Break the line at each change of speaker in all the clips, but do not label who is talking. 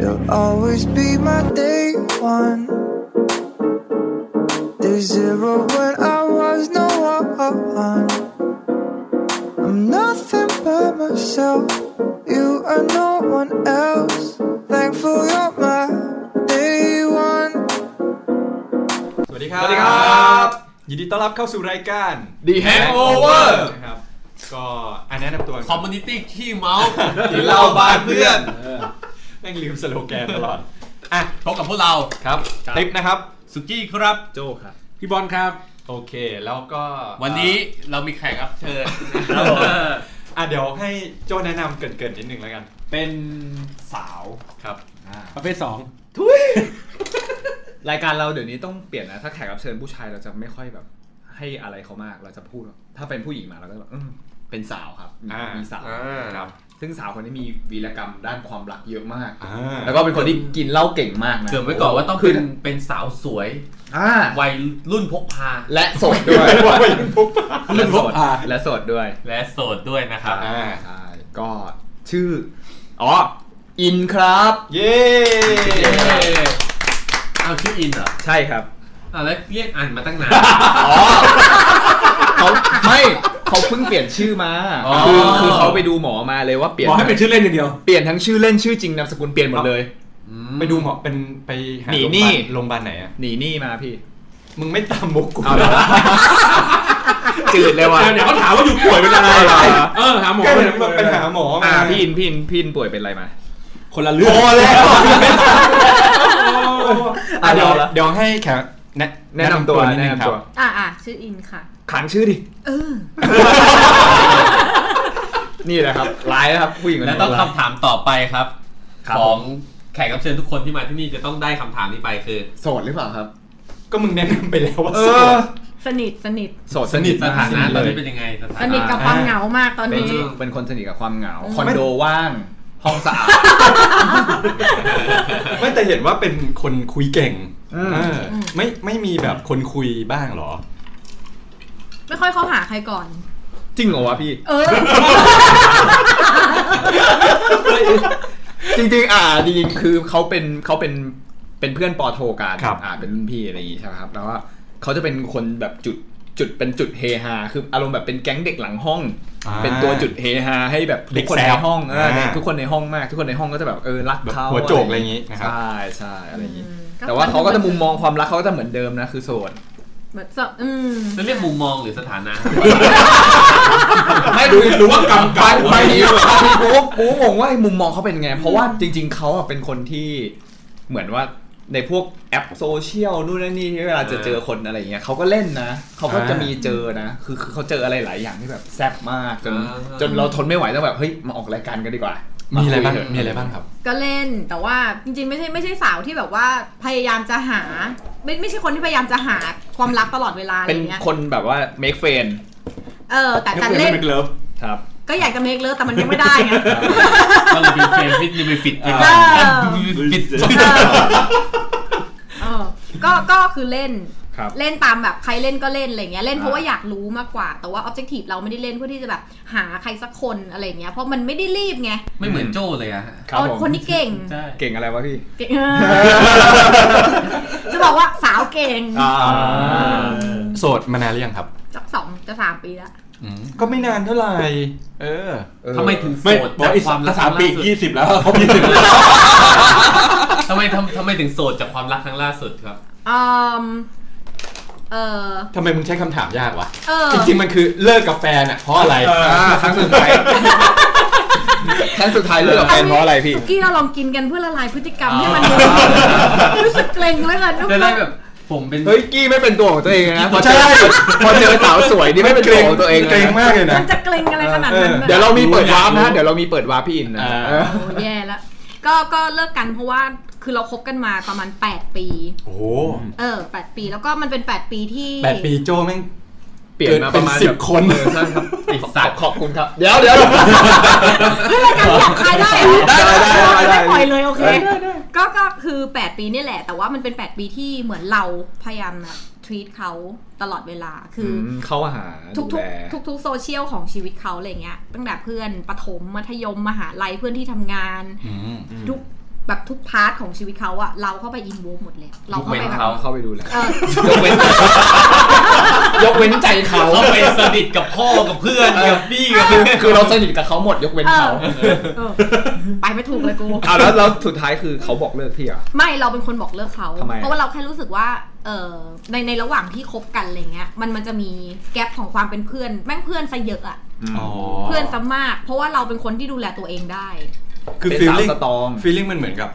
You'll always be my day one. Day zero when I was no one. I'm nothing but myself. You are no one else. Thankful you're my day one.
สวัสดีครับ
สวัสดีครับ
ยินดีต้อนรับเข้าสู่รายการ
The Hangover
นะครับ ก็อันแนะนำตัว
คอมมูนิตี้ขี้เมาส์
กินเหล้าบ้านเพื่อนแม่งลืมสโลแกนตลอด อ่ะ
พบกับพวกเรา
ครับ ติ๊บนะครับ
สุกี้ครับ
โจครับ
พี่บอลครับ โอเค แล้วก็
วันนี้เรามีแขกรับเชิญ
ครับผม
อ่ะ เดี๋ยวให้โจแนะนำเกรินๆนิดนึงแล้วกัน
เป็นสาว
ครับ
ประเภทสอง
รายการเราเดี๋ยวนี้ต้องเปลี่ยนนะ ถ้าแขกรับเชิญผู้ชายเราจะไม่ค่อยแบบ ให้อะไรเขามากเราจะพูดว่าถ้าเป็นผู้หญิงมาเราก็จะแบบอืมเป็นสาวครับมี
อ่ามี
มีสาว
ครับ
ซึ่งสาวคนนี้มีวีรกรรมด้านความรักเยอะมาก
อ่า
แล้วก็เป็นคนที่กินเหล้าเก่งมากนะ
เกริดไว้ก่อนว่าต้อง
คื
เป็นเป็นสาวสวย
อ่า
วัยรุ่นพกพา
และโสดด้วยและโสด
อ่า
และโสดด้วย
และโสดด้วยนะครับ
อ่า
ใช่ก็ชื่ออ๋ออินครับ
เย้
เย้เอาชื่ออินเหรอ
ใช่ครับ
เอาแล้วเรียกอันมาตั้งนาน
เขาไม่เขาเพิ่งเปลี่ยนชื่อมา
อ๋อ
คือคือเขาไปดูหมอมาเลยว่าเปลี่ยน
บอกให้เป็นชื่อเล่นอย่างเดียว
เปลี่ยนทั้งชื่อเล่นชื่อจริงนามสกุลเปลี่ยนหมดเลย
ไปดูหมอเป็นไปหา
หนี
โรงพยาบาลโรงพ
หนี้
ยาบาลไหนอ่ะ
หนีหนี้มาพี่
มึงไม่ตามมุกกู
จืดเลยว่ะ
เดี๋ยวเขาถามว่าอยู่ป่วยเป็นอะไร เออถามหมอ
ก็เห็นมันไปหาหมอมา
อ่าพี่อินพี่อินพี่อินป่วยเป็นอะไรมา
คนละเรื่อง
อ่ะ
เดี๋ย
เดี๋ยว ว
เดี๋ยวให้แขกแนะ
แนะนำตัว
ด
แนะ
ง
นำ
ครั
ตั
บ
ว
อ่ะอ่ะชื่ออินค่ะ
ขังชื่อดิ
เออ
นี่แหละครับร้ายนะครับผู้หญิงคน
และ
นี้
ต้อง
ร้าย
คำถามต่อไปครับ
ครับ
ข
ผม
องแขกรับเชิญทุกคนที่มาที่นี่จะต้องได้คำถามนี้ไปคือ
โสดหรือเปล่าครับ
ก็มึงแนะนำไปแล้วว่า
เอ
โส
อ
ด
สนิทสนิท
โสดสนิท
สถานะ
มก
ตอน
เล
นี้
ย
เป็นยังไงสถา
สนิท
นะ
กับความเหงามากตอน
เป็น
นี้
เป็นคนสนิทกับความเหงา
อืม
คอนโดว่างห้องสะอาด
ไม่แต่เห็นว่าเป็นคนคุยเก่ง
อืม
เออไม่ไม่มีแบบคนคุยบ้างเหรอ
ไม่ค่อยเข้าหาใครก่อน
จริงเหรอวะพี่
เออ
จริงๆ อ่าจริงๆ คือเขาเป็นเขาเป็นเป็นเพื่อนปอโทกัน
ครับ
อ่าเป็นรุ่นพี่อะไรอย่างงี้ใช่ไหมครับ แล้วว่าเขาจะเป็นคนแบบจุดจุดเป็นจุดเฮฮา คืออารมณ์แบบเป็นแก๊งเด็กหลังห้อง
อ่า
เป็นตัวจุดเฮฮาให้แบบ
เด็
ทุ
ก
กคน
แซว
ในห้องเออ
อ่า
ทุกคนในห้องมาก ทุกคนในห้องก็จะแบบเออรักเขา
แบบหัวโจกอะไรอย่างงี้นะครับ
ใช่ใช่อะไรอย่างงี้
อืมก็
แต่ว่าเขาก็จะมุมมองความรักเขาก็จะเหมือนเดิมนะคือโสด
เหมือนสะอืม
จะเรียกมุมมองหรือสถานะ
ไม่ดูรู้ว่ากำกันไปนี้กูกูงงว่าไอ้มุมมองเขาเป็นไง เพราะว่าจริง ๆเขาอะเป็นคนที่เหมือนว่าในพวกแอปโซเชียลนู่นนั่นนี่ที่เวลาจะเจอคนอะไรอย่างเงี้ยเขาก็เล่นนะเขาก็จะมีเจอนะ คือคือเขาเจออะไรหลายอย่างที่แบบแซ่บมากจน
อ่า
จนเราทนไม่ไหวต้องแบบเฮ้ยมาออกรายการกันดีกว่า
มี
มี
อะไรบ้างมีอะไรบ้างครับ
ก็เล่นแต่ว่าจริงๆ ไม่ใช่ไม่ใช่สาวที่แบบว่าพยายามจะหา ไม่ไม่ใช่คนที่พยายามจะหาความรักตลอดเวลาอะไร
เป็น
เงี้ย
คนแบบว่า make friend
เออ แต่การเล่น
เป็นเลิฟ
ครับ
ก็อยากจะเมคเลิฟแต่มันยังไม่ได้ไง
ก็เลยมีเฟรนด์ฟิตนี่ไปฟิตไปก่อน
เออ
ฟิต
เอ อเออก็ก็คือเล่น
ครับ
เล่นตามแบบใครเล่นก็เล่นอะไรเงี้ยเล่น
อ่า
เพราะว่าอยากรู้มากกว่า แต่ว่าออบเจกตีฟเราไม่ได้เล่นเพื่อที่จะแบบหาใครสักคนอะไรเงี้ยเพราะมันไม่ได้รีบไง
ไม่เหมือนโจ้เลยอะ
ครับ
เอา
ผม
คนที่เก่ง
ใช่
เก่งอะไรวะพี่
เก่งเออจะบอกว่าสาวเก่ง
อ่า
โสดมานานหรือยังครับ
จักสองจะสามปีแล้ว
ก็ไม่นานเท่าไหร่ เออ
เออ
ทำไมถึงโส
ไม่
ด
บอกอีก
ความรัก
สามปี
ครั้งล่
ยี่สิบแล้วเขายี่สิบ
สุดทำไมทำทำไมถึงโสดจากความรักครั้งล่าสุดครับ
อืมเออ
ทำไมมึงใช้คำถามยากวะ
เออ
จริงๆ มันคือเลิกกับแฟนอ่ะ เพราะอะไร
อ่าครั้งสุดท้ายครั้งสุดท้ายเลิกกับแฟนเพราะอะไรพี่
สุกี้เราลองกินกันเพื่อละลายพฤติกรรมให้มันดูรู้สึกเกรงแล้วกัน
จะได้แบบผมเป็น
เฮ้ยกี้ไม่เป็นตัวของตัวเองนะพอเจอ
ใช่
พอเจอสาวสวยนี่ไม่เป็นตัวของตัวเอง
เกรงมากเลย
มั
นะ
นจะเกรงอะไรขนาดนั้นน่ะ
เดี๋ยวเรามีเปิดวาร์ปนะ เดี๋ยวเรามีเปิดวาร์ปพี่อินนะ
อ่า
เออ
โอ้แย่ละก็ก็เลิกกันเพราะว่าคือเราคบกันมาประมาณ 8 ปี
โอ้โห
เออ 8 ปีแล้วก็มันเป็น 8 ปีที่
แปดปีโจแม่ง
เปลี่ยนมาประมาณ
เกินเป็นสิบคน
เออใช่ครับ
ไอ้สัตว์
ขอบคุณครับ เดี๋ยวเดี๋ยว
เฮ้ยรายการหยาบคายได้เหรอ
ได้ได้ได้ได้
ไม่ปล่อยเลยโอเคก็ก็คือ 8 ปีนี่แหละ แต่ว่ามันเป็น 8 ปีที่เหมือนเราพยายามแบบทวีตเขาตลอดเวลาคืออ
เข้าหา
ทุก
ดูแล
ๆทุกๆโซเชียลของชีวิตเขาอะไรเงี้ยตั้งแต่เพื่อนประถมมัธยมมหาลัยเพื่อนที่ทำงาน
อืม
ทุก แบบทุกพาร์ทของชีวิตเขาอะเราเข้าไปอินโวหมดเลย เราเข้าไป
ยกเว้น
แบบ
เขา
เข้าไปดูเลย
เออย
กเว้น ยกเว้นใจเขา
เขาไปสนิทกับพ่อกับเพื่อนกับพี่กับ
คือคือเราสนิทกับเขาหมดยกเว้น
เออ
เขา
เออไปไม่ถูกเลยกู
อ้าวแล้วแล้วสุดท้ายคือเขาบอกเลิกพี่เหรอ่ะ
ไม่เราเป็นคนบอกเลิกเขา
ทำไมอะ
เพราะว่าเราแค่รู้สึกว่าเออในในระหว่างที่คบกันอะไรเงี้ยมันมันจะมีแกลบของความเป็นเพื่อนแม่งเพื่อนซะเยอะอะ
อ๋อ
เพื่อนซะมาก เพราะว่าเราเป็นคนที่ดูแลตัวเองได้
คือ
เป็น
ฟีล
สาว
ลิ่ง
สตรอง
ฟีลลิ่งมันเหมือนกับ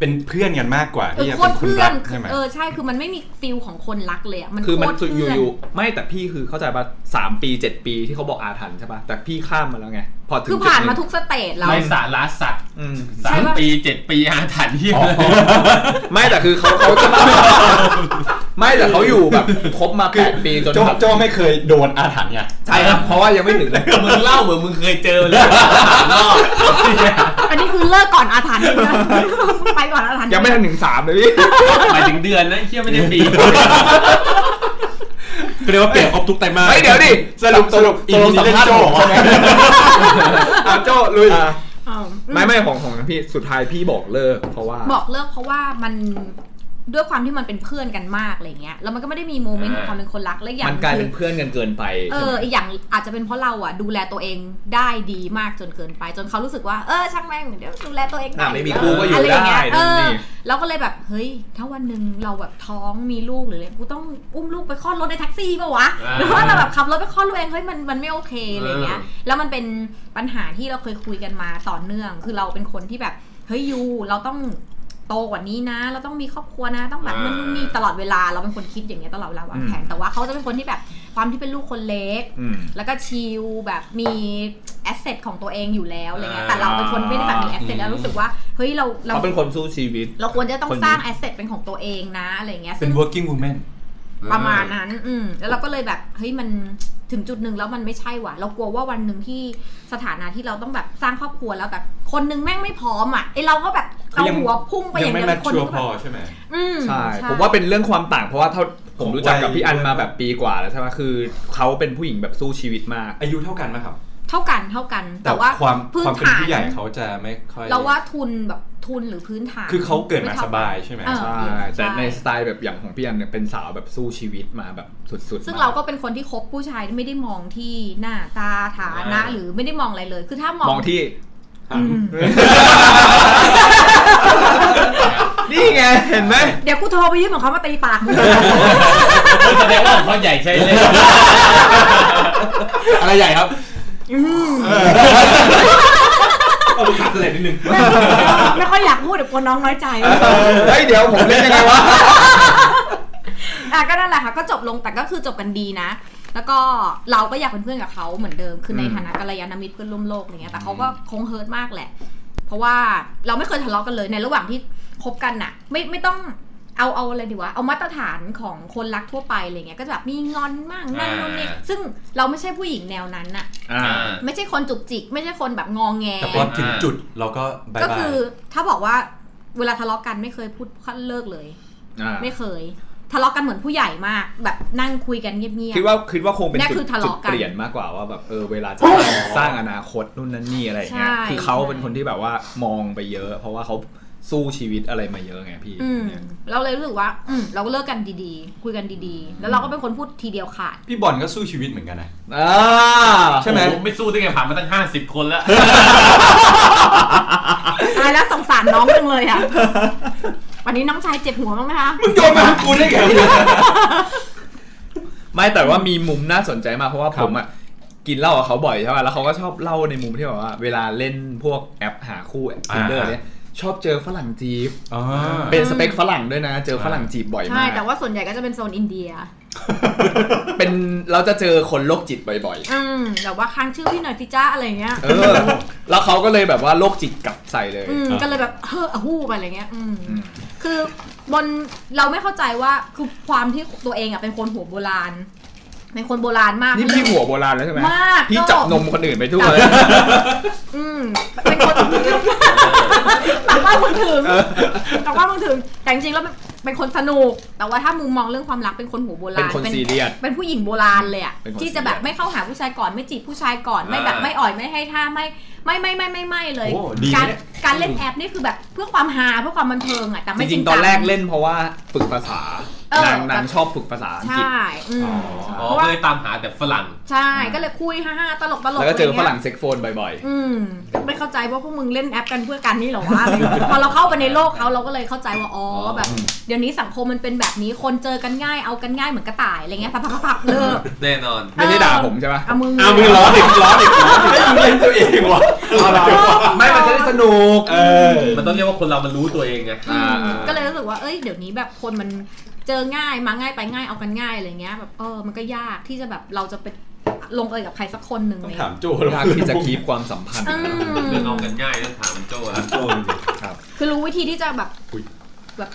เป็นเพื่อนกันมากกว่า
เอ
ที่
อ
จะ
โค
เป็
ต
น
ร
คน
เพื่อ
รั
น
กใช่ไหม
เออใช่คือมันไม่มีฟิลของคนรักเลยอะมัน
คือ
โค
มัน
ตร
อ
เพื่
ยู่
อน
อยู่ๆไม่แต่พี่คือเข้าใจป่ะสามปีเจ็ดปีที่เขาบอกอาถรรพ์ใช่ป่ะแต่พี่ข้ามมาแล้วไง พอถึง
คือผ่าน
จุดห
มาทุกสเตจแล้ว
ไม่สาระสัตว์
อืม
สาม
ใช่ปะ
ปีเจ็ดปีอาถรรพ์ที่
ไม่แต่คือเขาเขาจะ ไม่แต่เขาอยู่แบบคบมาแปดปีจน
โจ
แบบ
โจไม่เคยโดนอาถรรพ์ไง
ใช่ครับเพราะว่ายังไม่ถึงเลย
มึงเล่าเหมือนมึงเคยเจอเลยรอบ
อันนี้คือเลิกก่อนอาถรรพ์เลย นะ ไปก่อนอาถรรพ์
ยังไม่ถึงถึงสามเลยพี่
หมายถึงเดือนนะไอ้เฮียไม่ได้ปี
คือเรียกว่าเปลี่ยนครบทุกไตรมาส
เฮ้ยเดี๋ยวดิสรุปสรุป
อีกนิดเล่นโจ
ใช่ไหมเอาโจ้ลุย
อ้าว
ไม่ไม่ของของพี่สุดท้ายพี่บอกเลิก เพราะว่า
บอกเลิกเพราะว่ามันด้วยความที่มันเป็นเพื่อนกันมากอะไรเงี้ยแล้วมันก็ไม่ได้มีโมเมนต์ของความเป็นคนรักและอีกอย่าง
มันกลาย
คือ
เป็นเพื่อนกันเกินไป
เอ
ใช่
อ
ไหม
อีกอย่างอาจจะเป็นเพราะเราอ่ะ ดูแลตัวเองได้ดีมากจนเกินไป จนเขารู้สึกว่าเออช่างแม่งเดี๋ยวดูแลตัวเองได้
อ่ะไม่มีกูก็อยู่
ะรางเงี้
ได้
เออ
นี่
เราก็เลยแบบเฮ้ย ถ้าวันหนึ่งเราแบบท้องมีลูกหรืออะไรกูต้องอุ้มลูกไปคลอดรถในแท็กซี่ป่าวะ
อ่า
หรือว่าเราแบบขับรถไปคลอดลูกเองเฮ้ยมันมันไม่โอเคอะไรเงี้ย
เอ
แล้วมันเป็นปัญหาที่เราเคยคุยกันมาต่อเนื่อง คือเราเป็นคนที่แบบเฮ้ยยูเราต้องโตกว่านี้นะ เราต้องมีครอบครัวนะ ต้องแบบนั่นนู่นนี่ตลอดเวลาเราเป็นคนคิดอย่างเงี้ยตลอดเวลาวางแผนแต่ว่าเขาจะเป็นคนที่แบบ ความที่เป็นลูกคนเล็ก
อืม
แล้วก็ชิลแบบมีแอสเซทของตัวเองอยู่แล้วอะไรเงี้ย
อ่า
แต่เราเป็นคนไม่ได้แบบมีแอสเซทแล้วรู้สึกว่า เฮ้ยเราเรา
เขาเป็นคนสู้ชีวิต
เราควรจะต้อง
คน
สร้างแอสเซทเป็นของตัวเองนะอะไรเงี้ ย
เป็
ซึ่
น
ง
working woman
ประมาณนั้น อืมแล้วเราก็เลยแบบ เฮ้ยมันถึงจุดหนึ่งแล้วมันไม่ใช่ว่ะ เรากลัวว่าวันหนึ่งที่สถานะที่เราต้องแบบสร้างครอบครัวแล้วแต่คนหนึงแม่งไม่พร้อมอ่ะไอเราก็แบบเอาหัวพุ่งไปอ
ยั
ย่าง ง
ไม่
เดียว
แมท
คน
ชัว
นึ
ร์พ
งก็แบ
อบ ใช่ไหม
อืม
ใช่ ผมว่าเป็นเรื่องความต่างเพราะว่าเท่าผมรู้จักกับพี่อัน
วัย
มาแบบปีกว่าแล้วใช่ไหมคือเขาเป็นผู้หญิงแบบสู้ชีวิตมาก
อายุเท่ากันไหมครับ
เท่ากันเท่ากัน แต่ว่า
ความ
พื้
ควาน มเป็น
ฐาน
ผู้ใหญ่เขาจะไม่ค่อย
เราว่าทุนแบบทุนหรือพื้นฐาน
คือเขาเกิด
ไ
มาสบายใช่ไหม
เออ
ใช่ แต่ในสไตล์แบบอย่างของพี่อันเนี่ยเป็นสาวแบบสู้ชีวิตมาแบบสุดๆ
ซึ่ง
ม
เราก็เป็นคนที่คบผู้ชายที่ไม่ได้มองที่หน้าตาฐานะ หรือไม่ได้มองอะไรเลย คือถ้ามอง
มองที่
อืม
นี่ไง เห็นไหม
เดี๋ยวกูโทรไปยืมของเขามาตีปากมึง
เฮ้ยแสดงว่าของเขาใหญ่ใช่เลย
อะไรใหญ่ครับ
อืม
เอาขาเสลดนิดนึง
ไม่ค่อยอยากพูดเดี๋ยวกลัวน้องน้อยใจ
เฮ้ย เดี๋ยวผมเล่นยังไงวะ
อ่ะก็นั่นแหละค่ะก็จบลงแต่ก็คือจบกันดีนะ แล้วก็เราก็อยากเป็นเพื่อนกับเขาเหมือนเดิม คือใน
อืม
ฐานะกัลยาณมิตรเพื่อนร่วมโลกอะไรเงี้ยแต่เขาก็คงเฮิร์ตมากแหละ เพราะว่าเราไม่เคยทะเลาะกันเลยในระหว่างที่คบกันน่ะ ไม่ไม่ต้องเอาเอาอะไรดีวะเอามาตรฐานของคนรักทั่วไปอะไรเงี้ยก็จะแบบมีงอนมั่งนั่นนู่นนี่
อ่า
ซึ่งเราไม่ใช่ผู้หญิงแนวนั้นน่ะ
อ่า
ไม่ใช่คนจุกจิก ไม่ใช่คนแบบงองแง
แต่พอถึงจุดเราก็บาย
ก็
บาย
คือถ้าบอกว่าเวลาทะเลาะกันไม่เคยพูดคันเลิกเลย
อ่า
ไม่เคย ทะเลาะกันเหมือนผู้ใหญ่มาก แบบนั่งคุยกันเงียบ
คิดว่าคิดว่าคงเป็น
เนี่ย
จุด
คือทะ
จุด
เลาะกัน
เปลี่ยนมากกว่าว่าแบบเออเวลาจะ สร้างสร้างอนาคตนู่นนั่นนี่อะไรอย่างเงี้ย
ใช่
คือเขา
ใช่
เป็นคนที่แบบว่ามองไปเยอะ เพราะว่าเขาสู้ชีวิตอะไรมาเยอะไงพี่
ๆอืม
เนี่ย
เราเลยรู้สึกว่า อืมเราก็เลิกกันดีๆ คุยกันดีๆ แล้วเราก็เป็นคนพูดทีเดียวขาด
พี่บอลก็สู้ชีวิตเหมือนกันนะ
อ่าใช่ไหม
โอ้โไม่สู้ได้ไงผ่านมาตั้ง 50 คนแล้ว
ตายแล้วสงสารน้องจังเลยอ่ะ วันนี้น้องชายเจ็บหัวบ้างไหมคะ
มึงโยนมาทางกูได้ไง
ไม่แต่ว่ามีมุมน่าสนใจมากเพราะว่าผมอ่ะกินเหล้ากับเขาบ่อยใช่ป่ะแล้วเขาก็ชอบเล่าในมุมที่แบบว่า เวลาเล่นพวกแอปหาคู่ทินเดอร์
อ่า
เนี่ยชอบเจอฝรั่งจีบ
อ๋อ
เป็นสเปคฝรั่งด้วยนะ เจอฝรั่งจีบบ่อย
ใช่
มาก
แต่ว่าส่วนใหญ่ก็จะเป็นโซนอินเดีย
เป็นเราจะเจอคนโรคจิตบ่อย
อืมแบบว่าค้างชื่อพี่หน่อยสิจ้าอะไรอย่างเงี้ย
ๆ เออ แล้วเขาก็เลยแบบว่าโรคจิตกลับใส่เลย
อืมก็เลยแบบเฮ้ออะฮู้ไปอะไรเงี้ย อืม
อืม
คือบนเราไม่เข้าใจว่าคือความที่ตัวเองอ่ะเป็นคนหัวโบราณ เป็นคนโบราณมาก
นี่พี่หัวโบราณแล้วใช่ไหม
มาก
พี่
ก็
จับนมคนอื่นไปทั่วเลย
อืมเป็นคน ตักว่ามึงถึงตักว่ามึงถึงแต่จริงๆแล้ว เป็นคนสนุก แต่ว่าถ้ามุมมองเรื่องความรักเป็นคนหัวโบราณ
เป็นคนซีเรียส
เป็นผู้หญิงโบราณเลยอะ
เป็นคน
ที่จะแบบ
ซีเรียส
ไม่เข้าหาผู้ชายก่อนไม่จีบผู้ชายก่อนไม่
อ่า
แบบไม่อ่อยไม่ให้ท่าไม่ไม่ไม่ไม่ไม่ไม่เลย
โอ้ดีนะ
การ
เนี่ย
การเล่นแอปนี่คือแบบเพื่อความฮาเพื่อความบันเทิงอะแต่
จ
ไม่
ริง
จั
ๆ ตอนแรกเล่นเพราะว่าฝึกภาษา
เออ
นางนางชอบฝึกภาษาอังกฤษ
ใช่อืมเพ
อ๋อ
ราะ
ก็
ว่า
เลยตามหาแต่ฝรั่ง
ใช่ก็เลยคุยฮ่าๆตลกตลก
แล้วก็เจอฝรั่ง
ะไงี้ย
เซ็กโฟนบ่อย
อืมไม่เข้าใจว่าพวกมึงเล่นแอปกันเพื่อการนี่เหรอวะอะไรเงี้ยพอเราเข้าไปในโลกเขาเราก็เลยเข้าใจว่าอ๋อแบบ เดี๋ยวนี้สังคมมันเป็นแบบนี้คนเจอกันง่ายเอากันง่ายเหมือนกระต่ายอะไรเงี้ยพับพับพับพับเลิก
แน่นอน
ไม่ได้ด่าผมใช่ปะ
เอามือ
อ้าวมึงร้อนอีกร้อนอีกร้อนอีก
เล่นตัวเองวะ
ๆ ไม่มันจะได้สนุก
เออ
มันต้องเรียกว่าคนเรามันรู้ตัวเองไง
อืม
อ่า
ก็เลยรู้สึกว่าเอ้ยเดี๋ยวนี้แบบคนมันเจอง่ายมาง่ายไปง่ายเอากันง่ายอะไรเงี้ยแบบเออมันก็ยากที่จะแบบเราจะไปลงเอยกับใครสักคนหนึ่ง
ต้อง
เลย
ถามโจ
ยากที่จะคีบความสัมพันธ์
อื
เรื่อง
ม
เอากันง่ายนะถามโจ้อะ
โจจริง
คือรู้วิธีที่จะแบบ
อุ๊ย
แบบ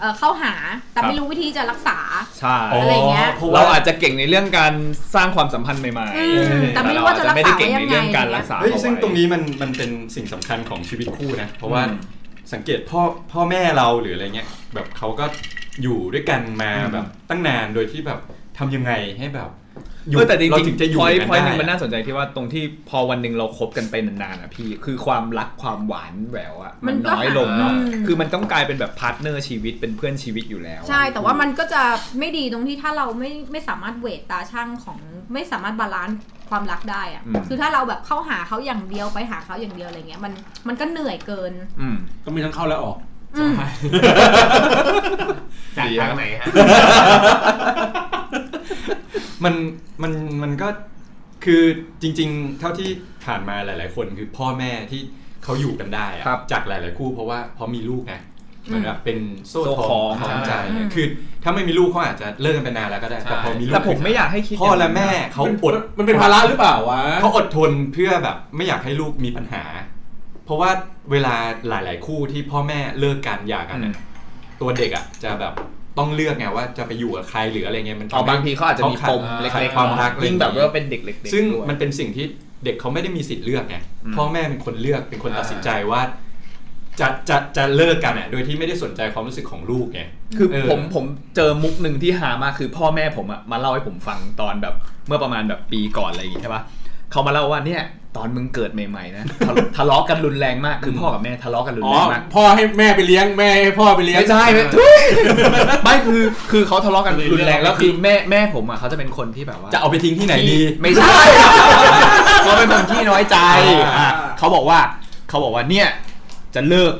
เอ่อเข้าหา แต่
ครับ
ไม่รู้วิธีจะรักษา
ใช่
อะไรอย่างเงี้ย
เพราะว่า
เราอาจจะเก่งในเรื่องการสร้างความสัมพันธ์ใหม่
อืม
ๆ
แต่ไม่รู้ว่าจะรักษา
ไม่ได้เก่ง
ไว้ยังไง
ในเรื่องการรักษา
เฮ้ย
เอาไว้
ซึ่งตรงนี้มันมันเป็นสิ่งสำคัญของชีวิตคู่นะ เพราะว่าสังเกตพ่อพ่อแม่เราหรืออะไรเงี้ยแบบเขาก็อยู่ด้วยกันมาแบบตั้งนานโดยที่แบบทำยังไงให้แบบอยู่
เออแต่จ
เรา
ริ
ถึ
ง
งจะอ
ๆ
ยู่
พอย
กั
พอยหนึ่งมัน
ได้
น่าสนใจที่ว่าตรงที่พอวันหนึ่งเราคบกันไปนานๆนะพี่ คือความรักความหวานแหววอะ
มั
มัน น
ก็
น้อยลงเนาะ
อืม
คือมันต้องกลายเป็นแบบพาร์ทเนอร์ชีวิตเป็นเพื่อนชีวิตอยู่แล้ว
ใช่ แต่ว่ามันก็จะไม่ดีตรงที่ถ้าเราไม่ไม่สามารถเวทตาช่างของไม่สามารถบาลานซ์ความรักได้อะ
อืม
คือถ้าเราแบบเข้าหาเขาอย่างเดียวไปหาเขาอย่างเดียวอะไรเงี้ยมันมันก็เหนื่อยเกิน
อืม
ก็มีทั้งเข้าและออก
อืม
จากทางไหนฮะ
มันมันมันก็คือจริง ๆ เท่าที่ผ่านมาหลาย ๆ คนคือพ่อแม่ที่เขาอยู่กันได้อะ
ครับ
จากหลาย ๆ คู่เพราะว่าพอมีลูกไงเหมือนแบบเป็นโซ่
โซ่
ท
คล้
อ
อง ง
คล้อง
ใช่
ใจคือถ้าไม่มีลูกเขาอาจจะเลิกกันไปนานแล้วก็ได้
ใช่
แต่พอมีลูก
แต่ผมไม่อยากให้คิด
พ่อและแม่เขาอด
มันเป็นภาระหรือเปล่าวะ
เขาอดทนเพื่อแบบไม่อยากให้ลูกมีปัญหา เพราะว่าเวลาหลาย ๆ คู่ที่พ่อแม่เลิกกันหย่ากั
อื
น
ม
อะตัวเด็กอ่ะจะแบบต้องเลือกไงว่าจะไปอยู่กับใครหรืออะไรเงี้ยมันทำ
เอา
ให้
บางทีเขาอาจจะมีปมเล็
ขาด
กๆ
ความรักอะไรอ
ยิ่
ย่างงเงี้ย
แบบว่าเป็นเด็กเล็กๆ
ซึ่ง
ด้วย
มันเป็นสิ่งที่เด็กเขาไม่ได้มีสิทธิ์เลือกไง
อืม
พ่อแม่เป็นคนเลือกเป็นคน
อ่า
ตัดสินใจว่า จะจะจะเลิกกันอ่ะโดยที่ไม่ได้สนใจความรู้สึกของลูกไง
คือ
เออ
ผมผมเจอมุกหนึ่งที่หามากคือพ่อแม่ผมอะมาเล่าให้ผมฟังตอนแบบเมื่อประมาณแบบปีก่อนอะไรอย่างงี้ใช่ปะเขามาเล่าว่าเนี่ย ตอนมึงเกิดใหม่ๆนะทะเลทะเลาะกันรุนแรงมากคือพ่อกับแม่ทะเลาะกันรุน
อ๋อ
แรงมาก
พ่อให้แม่ไปเลี้ยง แม่ให้พ่อไปเลี้ยง
ไม่ใช่ไม่ทุยไม่คือคือเขาทะเลาะกันรุนแรงแล้วคือแม่แม่ผมอะเขาจะเป็นคนที่แบบว่า
จะเอาไปทิ้งที่ไหนดี
ไม่ใช่ เขาเป็นคนที่น้อยใจอ่ะเขาบอกว่าเขาบอกว่าเนี่ยจะเลิก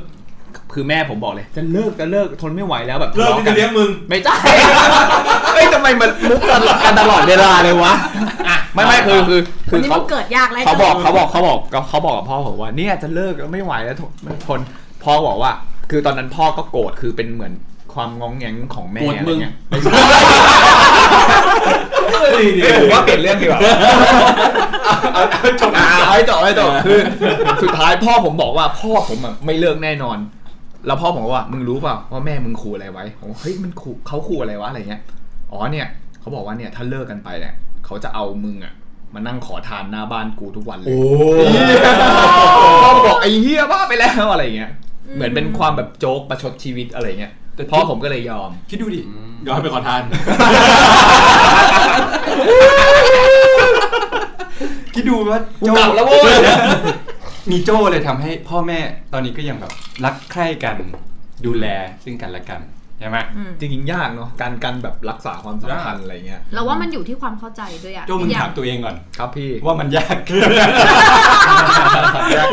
คือแม่ผมบอกเลย จะเลิกจะเลิกทนไม่ไหวแล้วแบบ
เลิก
ทะาะ
ที่จะเลี้ยงมึง
ไม่ใช่ เฮ้ยทำไมมันมุกตลอดกันตลอดเวลาเลยวะอ่ะไม่ไม่คือคือคื
วั
อน
นี้
เขา
มันเกิดยากอะไร
เขาบอกเขาบอกเขาบอกเขาบอกกับพ่อผมว่าเนี่ยจะเลิกแล้วไม่ไหวแล้วทนทนพ่อบอกว่า คือตอนนั้นพ่อก็โกรธคือเป็นเหมือนความงองแงงของแม่
โกรธ
อะไร
มึง
เงี้ยไม่ใช่เอ้ยผมว่าเปลี่ยนเรื่องดีกว่า อ่าเอาให้จบเอาให้จบคือ สุดท้ายพ่อผมบอกว่าพ่อผมอะไม่เลิกแน่นอน แล้วพ่อผมก็ว่ามึงรู้เปล่าว่าแม่มึงขู่อะไรไว้ผมว่าเฮ้ยมันขู่เขาขู่อะไรวะอะไรเงี้ยอ๋อเนี่ยเขาบอกว่าเนี่ยถ้าเลิกกันไปเนี่ยเขาจะเอามึงอะมานั่งขอทานหน้าบ้านกูทุกวันเลยพ่อบอกไอ้เหี้ยบ้าไปแล้วอะไรเงี้ยเหมือนเป็นความแบบโจ๊กประชดชีวิตอะไรเงี้ย
แต่
พ่อผมก็เลยยอม
คิดดูดิ
ย้อนไปขอทาน
คิดดูว่า
กูกลับแล้วเว้ย
มีโจเลยทำให้พ่อแม่ตอนนี้ก็ยังแบบรักใคร่กันดูแลซึ่งกันและกันใช่ไหม
อืม
จริงๆยากเนาะการการแบบรักษาความสัมพันธ์อะไรเงี้ย
เราว่ามันอยู่ที่ความเข้าใจด้วยอะ
โจมึง
อย่
ถามตัวเองก่อน
ครับพี่
ว่ามัน ยาก
ยากมากครับ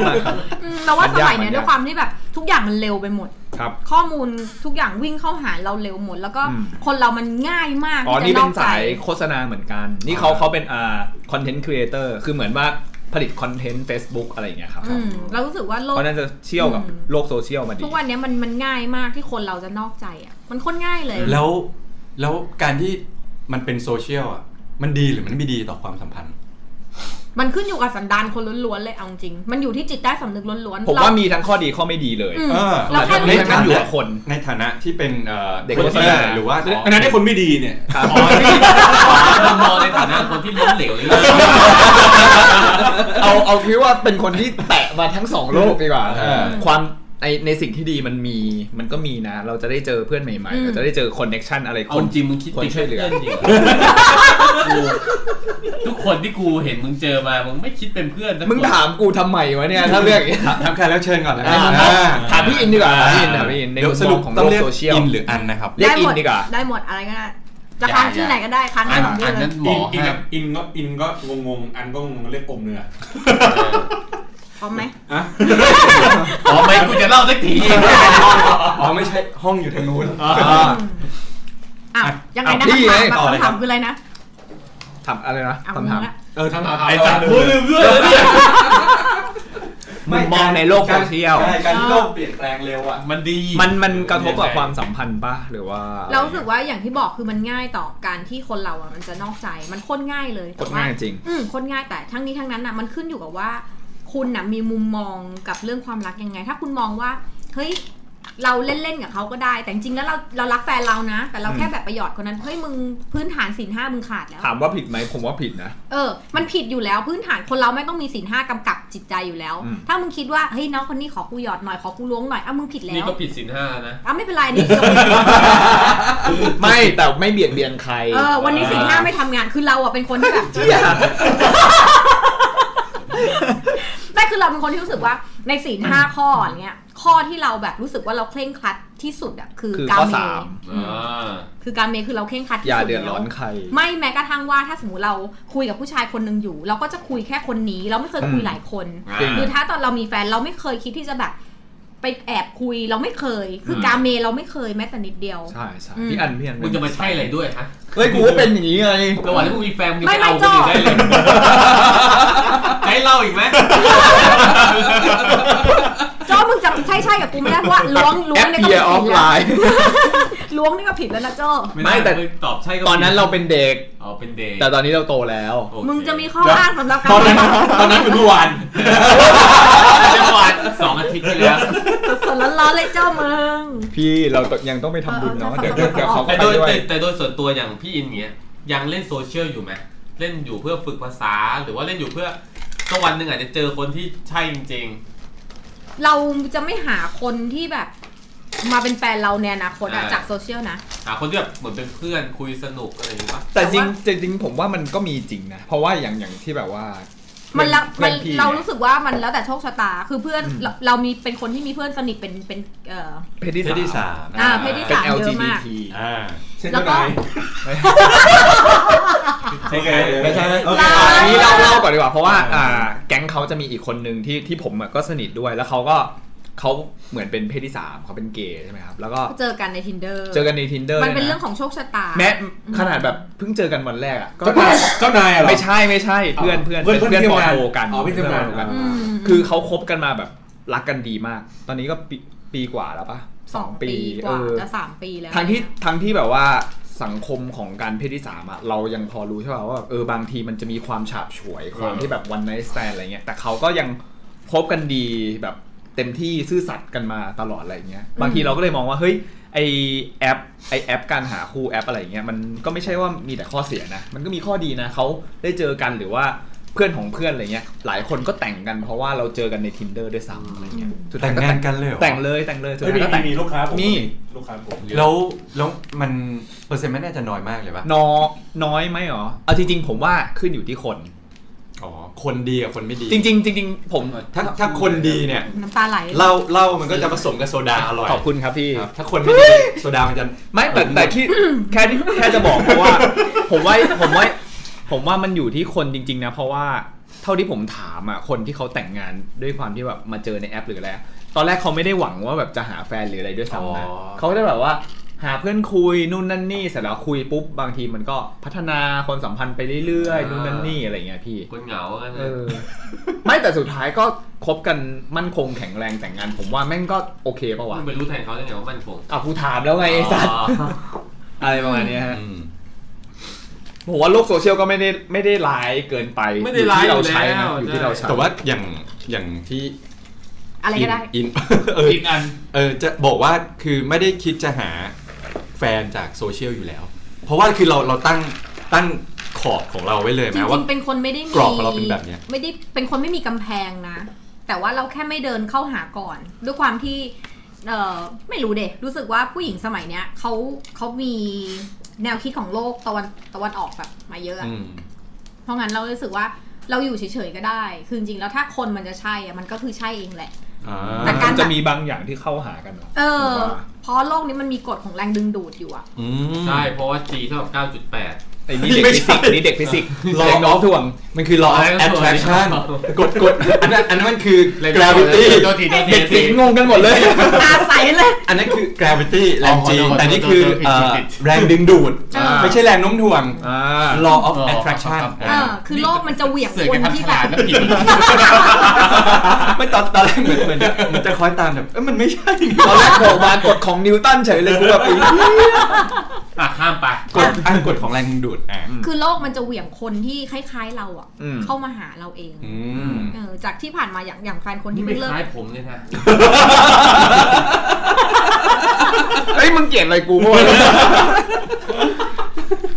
อืมเราว่าสมัย
มันยากมั
เนี้ย
นยาก
ด้วยความที่แบบทุกอย่างมันเร็วไปหมด
ครับ
ข้อมูลทุกอย่างวิ่งเข้าหาเราเร็วหมด แล้วก็
อืม
คนเรามันง่ายมาก
อ๋อ
ที่
นี่
จะ
เป็
นอก
น
ใจ
สายโฆษณาเหมือนกัน นี่เขาเขาเป็นอ่าคอนเทนต์ครีเอเตอร์ คือเหมือนว่าผลิตคอนเทนต์ Facebook อะไรอย่างเงี้ยครับ
อืมเรารู้สึกว่าโล
เพ
ก
ราะนั้นจะเชี่ยวกับ
อืม
โลกโซเชียลมาดี
ทุกวันเนี้ยมันมันง่ายมากที่คนเราจะนอกใจอ่ะ มันโคนง่ายเลย
แล้วแล้วการที่มันเป็นโซเชียลอ่ะมันดีหรือมันไม่ดีต่อความสัมพันธ์
มันขึ้นอยู่กับสันดานคนล้วนๆเลยเอาจริง มันอยู่ที่จิตใต้สำนึกล้วนๆ
ผม
เร
ว่ามีทั้งข้อดีข้อไม่ดีเลย
อืม
เออ
เราแค่
ใน
รู้
ฐานะ อยู่กับคน
ในฐานะที่เป็นอ่อ
เด็ก
คน
โฆษ
ที่
ณา
หรือว่า
อันนั้นได้คนไม่ดีเนี่ย
ครับ
มุมมองในฐานะคนที่ล้มเหลวในเรื่อง
เอาเอาคิดว่าเป็นคนที่แตะมาทั้งสองโลกดีกว่า
เออ
ความ ในในสิ่งที่ดีมันมีมันก็มีนะ เราจะได้เจอเพื่อนใหม่
อื
ๆ
ม
เราจะได้เจอคอนเน็กชันอะไร
เอาจริงมึงคิด
คน
ติด
ช่วยเหลือ
พื่นจริงกูทุกคนที่กูเห็นมึงเจอมา มึงไม่คิดเป็นเพื่อนสักคน
มึงถามกูทำไมวะเนี่ยถ้าเรื่องอย่างเงี้ย
ถามถามใครแล้วเชิญก่อนนะ
อ่า
อ่า
ถามพี่อินดีกว่าถามพี่อินถามพี่อินใน
เดี๋ยว
มุม
ส
ม
รุ
อ
ป
งของ
ต้อง
โลก
เรียก
โซเชียล
อินหรืออันนะครับ
เรียกอิน
ไหม
ดีกว่า
ได้หมดอะไรก็ได้จะ
อย่า
ค้าง
อ
ที่
ย่า
ไหนก็ได้ค้าง
อั
ได้
น
หมด
อัน
เล
นั้
ย
นหมอ
อิน
ห้าม
กับอินก็อินก็งงงๆอันก็งงๆเรียกอมเนื้อ
พร้อมไหม
อะ
อ๋อไม่กูจะเล่าสักที
อ๋อไม่ใช่ห้องอยู่ทางนู้น
อ่ะยังไงนะ
พี่ไง
คำ
ต่อ
ถาม
เลย
คำ
ครับ
ถามคืออะไรนะ
ถามอะไรนะ
เอา
คำถาม
งงละ
เออทั้ง
ไอ้สัตว์
เา
พูด
เล
ลื
ย
มเรื่องเลยเนี่ย
มุมมองในโลกโซเชียล
ใช่การที่โลกเปลี่ยนแปลงเร็วอ่ะ
มันดี
มันมันกระทบกับความสัมพันธ์ป่ะหรือว่า
เรารู้สึกว่าอย่างที่บอกคือมันง่ายต่อการที่คนเราอ่ะมันจะนอกใจมันโคตรง่ายเลย
ก
แต่
ด
ว่
ง่ายจริง
อืมคนง่ายแต่ทั้งนี้ทั้งนั้นน่ะมันขึ้นอยู่กับว่า คุณน่ะมีมุมมองกับเรื่องความรักยังไง ถ้าคุณมองว่าเฮ้ยเราเล่นๆกับเขาก็ได้ แต่จริงๆแล้วเราเรารักแฟนเรานะ แต่เราแค่แบบประหยอดคนนั้นเฮ้ยมึงพื้นฐานศีลห้ามึงขาดแล้ว
ถามว่าผิดไหมผมว่าผิดนะ
เออ มันผิดอยู่แล้วพื้นฐานคนเราไม่ต้องมีศีลห้ากำกับจิตใจอยู่แล้ว
อืม
ถ้ามึงคิดว่าเฮ้ยน้องคนนี้ขอกูหยอดหน่อยขอกูล้วงหน่อยอ่ะมึงผิดแล้
นี่
ว
ก็ผิดศีลห้านะ
อ่ะไม่เป็นไรนี่
ไม่แต่ไม่เบียดเบียนใคร
เออวันนี้ศีลห้าไม่ทำงานคือเราอ่ะเป็นคนที่แบบ
เหี้ย
ไม่คือเราเป็นคนที่รู้สึกว่าในสี่ห้าข้ออย่างเงี้ย ข้อที่เราแบบรู้สึกว่าเราเคร่งครัดที่สุดอะคือ
คือข้
กา
อ
เม
สาม
อืมคือการเมคือเราเคร่งครัดที่
อย่า
สุด
เดือดร้อน
แล้ว
ใคร
ไม่แม้กระทั่งว่าถ้าสมมติเราคุยกับผู้ชายคนหนึ่งอยู่ เราก็จะคุยแค่คนนี้ เราไม่เคยคุย
อืม
หลายคน
จริง
คือถ้าตอนเรามีแฟนเราไม่เคยคิดที่จะแบบไปแอบคุยเราไม่เคย คืออ
ม
การเมเราไม่เคยแม้แต่นิดเดียว
ใช่ใช่
อืม
พี่อันพี่อัน
มึงจะมาใช่อะไรด้วยฮะ
เฮ้ยกูก็เป็นอย่างนี้ไง
ระหว่างที่มึงมีแฟนมึงจะ
ไม่
ไปเอาคนอื่น
ไม่จ้อ
ได้เลยให้เล่าอีกไหม
โจ้มึงจะใช่ใช่ๆกับกูไม่ได้เพราะว่าล้วงล้ว
แอง ป
เนี่ยก็
เบี
ผิ
ย
ด
ออฟไล
แล้ว
น์
ล้วงนี่ก็ผิดแล้วนะโจ้
ไม่แต่
ด้ตอบใช่ก็
ตอนนั้นเราเป็นเด็ก
อ๋อเป็นเดย์
แต่ตอนนี้เราโตแล้ว
โอเค
มึงจะมีข้ออ้างสำหรับการ
ตอนนั้นตอนนั้นคือเมื่อวาน
จังหวัดสองอาทิตย์ที่แล้ว
สดๆร้อนๆเลยเจ้ามึง
พี่เรายังต้องไปทำบุญเนาะเดี๋ยวเดี๋ยวเดี๋ยวเขาก็
แต่
ไป
โดย
ด้วย
แต่แต่โดยส่วนตัวอย่างพี่อินเงี้ยยังเล่นโซเชียลอยู่ไหมเล่นอยู่เพื่อฝึกภาษาหรือว่าเล่นอยู่เพื่อสักวันหนึ่งอาจจะเจอคนที่ใช่จริง
เราจะไม่หาคนที่แบบ มาเป็นแฟนเราในอนาคตอะ
อ่า
จากโซเชียลนะ
ๆหาคนที่แบบเหมือนเป็นเพื่อนคุยสนุกอะไรอย่างเงี้ยปะ
แต่จริงจริงๆผมว่ามันก็มีจริงนะ เพราะว่าอย่างอย่างที่แบบว่า
มั
มัน
ละมัน
พี่
เรา
นี่
รู้
ย
สึกว่ามันแล้วแต่โชคชะตา คือเพื่อน
อืม
เราเรามีเป็นคนที่มีเพื่อนสนิทเป็นเป็นเอ่อ
เพศที่
เพศที่
สา
สาม ม
อ่าเพศที่
เป็น
สามเยอะมาก
LGBT
อ่า
เช่น
แล้วก็
ไร
โอเค
ไม่ใช่ไหมโอเค
อ่าอันนี้เล่าเล่าก่อนดีกว่าเพราะว่าอ่าแก๊งเขาจะมีอีกคนนึงที่ที่ผมอะก็สนิทด้วยแล้วเขาก็เขาเหมือนเป็นเพศที่สามเขาเป็นเกย์ใช่ไหมครับ แล้วก็
เจอกันใน tinder
เจอกันใน tinder
มันเป็น
ยะ
เรื่องของโชคชะตา
แม้ขนาดแบบเพิ่งเจอกันวันแรกอ่ะก็
เจ้านายเจ้านายเหรอ
ไม่ใช่ไม่ใช่เพื่อนเพื่อน
เพื่อน
เป็นเพื่อน
เพื่อ
ปอ
นที่
โท
ทำงาน
กัน
อ๋อเพื่อนที่ทำงา
ปอ
น
โทกัน
อืม
คือเขาคบกันมาแบบรักกันดีมาก ตอนนี้ก็ปีปีกว่าแล้วปะ
สองปีก
เอ
ว่า
อ
จะสามปีแล้ว
ทั้งที่ทั้งที่แบบว่าสังคมของการเพศที่สามอะเรายังพอรู้ใช่ป่ะว่าแบบเออบางทีมันจะมีความฉาบฉวยความ
เออ
ที่แบบวันไนท์สแตนอะไรเงี้ยแต่เขาก็ยังคบกันดีแบบเต็มที่ซื่อสัตย์กันมาตลอดอะไรเงี้ยบางทีเราก็เลยมองว่าเฮ้ยไอแอปไอแอป การหาคู่แอปอะไรเงี้ยมันก็ไม่ใช่ว่ามีแต่ข้อเสียนะ มันก็มีข้อดีนะเขาได้เจอกันหรือว่าเพื่อนของเพื่อนอะไรเงี้ยหลายคนก็แต่งกันเพราะว่าเราเจอกันใน tinder ด้วยซ้ำอะไรเงี้ยสุดท้า
แต่
ย
ง
ก็
งานกันเลยเหรอ
แต่งเลยแต่งเลยสุด
เฮ้ย
ท้ายก็แต่ง
มีมีลูกค้าผม
มี
ลูกค้าผม
แล้วแล้วมันเปอร์เซ็นต์ไม่น่าจะน้อยมากเลยป่ะ
น้อน้อยไหมหรอ เอาจริงๆ ผมว่าขึ้นอยู่ที่คน
อ๋อคนดีกับคนไม่ดี
จริงๆจริงๆ ผม
ถ้าถ้าคนดีเนี่ย
น้ำตาไหล
เหล้าเหล้ามันก็จะผสมกับโซดาอร่อย
ขอบคุณครับพี่
ครับถ้าคนไม่ดีโซดามันจะ
ไม่แต่แต่ที่ แค่ที่แค่จะบอกเพราะว่า ผมว่าผมว่าผมว่ามันอยู่ที่คนจริง ๆ นะ เพราะว่าเท่าที่ผมถามอ่ะคนที่เขาแต่งงานด้วยความที่แบบมาเจอในแอปหรืออะไรตอนแรกเขาไม่ได้หวังว่าแบบจะหาแฟนหรืออะไรด้วยซ้ำนะ
อ๋อ
เขาก็ได้แบบว่า หาเพื่อนคุยนู่นนั่นนี่เสร็จแล้วคุยปุ๊บบางทีมันก็พัฒนาความสัมพันธ์ไปเรื่อยๆนู่นนั่นนี่อะไรอย่างเงี้ยพี่
คนเหงาอะไร
เออไม่แต่สุดท้ายก็คบกันมั่นคงแข็งแรงแต่งงาน ผมว่าแม่งก็โอเคปะวะ
มึงไปรู้แทนเขาได้ไงว่ามันคง
อ่ะกูถามแล้วไงไอ้สัตว์
อ๋อ
อะไรประมาณเนี้ยฮะ
อืม
ผมว่าโลกโซเชียลก็ไม่ได้ไม่ได้ร้ายเกินไป
ไม่ได้ร้าย
อยู่ที่เราใช้นะอ
อยู่แล้ว
ยู่ที่เราใช้
แต่ว่าอย่างอย่างที่
อะไรก็ได้
อินเออ
อีกอัน
เออจะบอกว่าคือไม่ได้คิดจะหาแฟนจากโซเชียลอยู่แล้ว เพราะว่าคือเราเราตั้งตั้งขอบของเราไว้เลย
จริ
นะว่า
งๆเป็นคนไม่ได้มี
กรอบของเราเป็นแบบเนี้ย
ไม่ได้เป็นคนไม่มีกำแพงนะ แต่ว่าเราแค่ไม่เดินเข้าหาก่อน ด้วยความที่เออไม่รู้เดะรู้สึกว่าผู้หญิงสมัยเนี้ยเขาเขามีแนวคิดของโลกตะวันตะวันออกแบบมาเยอะอะ
อืม
เพราะงั้นเรารู้สึกว่าเราอยู่เฉยๆก็ได้ คือจริงๆแล้วถ้าคนมันจะใช่อะมันก็คือใช่เองแหละ
อ่า
แต่การ
มันจะมีบางอย่างที่เข้าหากันเหรอ
เออ
ว่า
เพราะโลกนี้มันมีกฎของแรงดึงดูดอยู่อะ
อืม
ใช่ เพราะว่า G เท่ากับ9.8
ไอ้นี่เด็ก
ไม่
ฟิ
ใช่
สิกส์นี่เด็กฟิสิกส์
ล
แร
อง
งโน้มถ่วง
มันคือ law of attraction กดกดอันนั้นอันนั้นมันคือ gravity
โดนทีโดนที
เด็ก
โดนที
สิงงงกันหมดเลย
อาศัยเลย
อันนั้นคือ gravity แรงจี
อ๋อขอโทษ
แต่นี่คือ
ขอโทษ
เอ่อ
ผิดผิด
แรงดึงดูด
อ่า
ไม่ใช่แรงโน้มถ่วง
อ่า
law of attraction
ครับ
เออ คือโลกมันจะเหวี่ยง
เสือ
ค
ก
น
นทำ
ที่
ฉ
แบ
ลาด
บ
แล้วผิด
ไม่ตอนตอนแรกเหมือนเหมือนเหมันจะคล้อยตามแบบเอ้ยมันไม่ใช่
ตอนแรกบอกมากฎของนิวตันเฉยเลยกูแบบไอ้เหี้ย
อ่ะข้ามไป
กฎอันกฎของแรงดึงดูดอ่ะ
คือโลกมันจะเหวี่ยงคนที่คล้ายๆเราอะ
อืม
เข้ามาหาเราเอง
อืม
เออจากที่ผ่านมาอย่างอย่างแฟนคน
นี่
ที่
ไม่
เพิ่ง
ค
เลิก
ล้ายผมเลยนะ
เฮ้ยมึงเกลียดอะไรกูมั่ว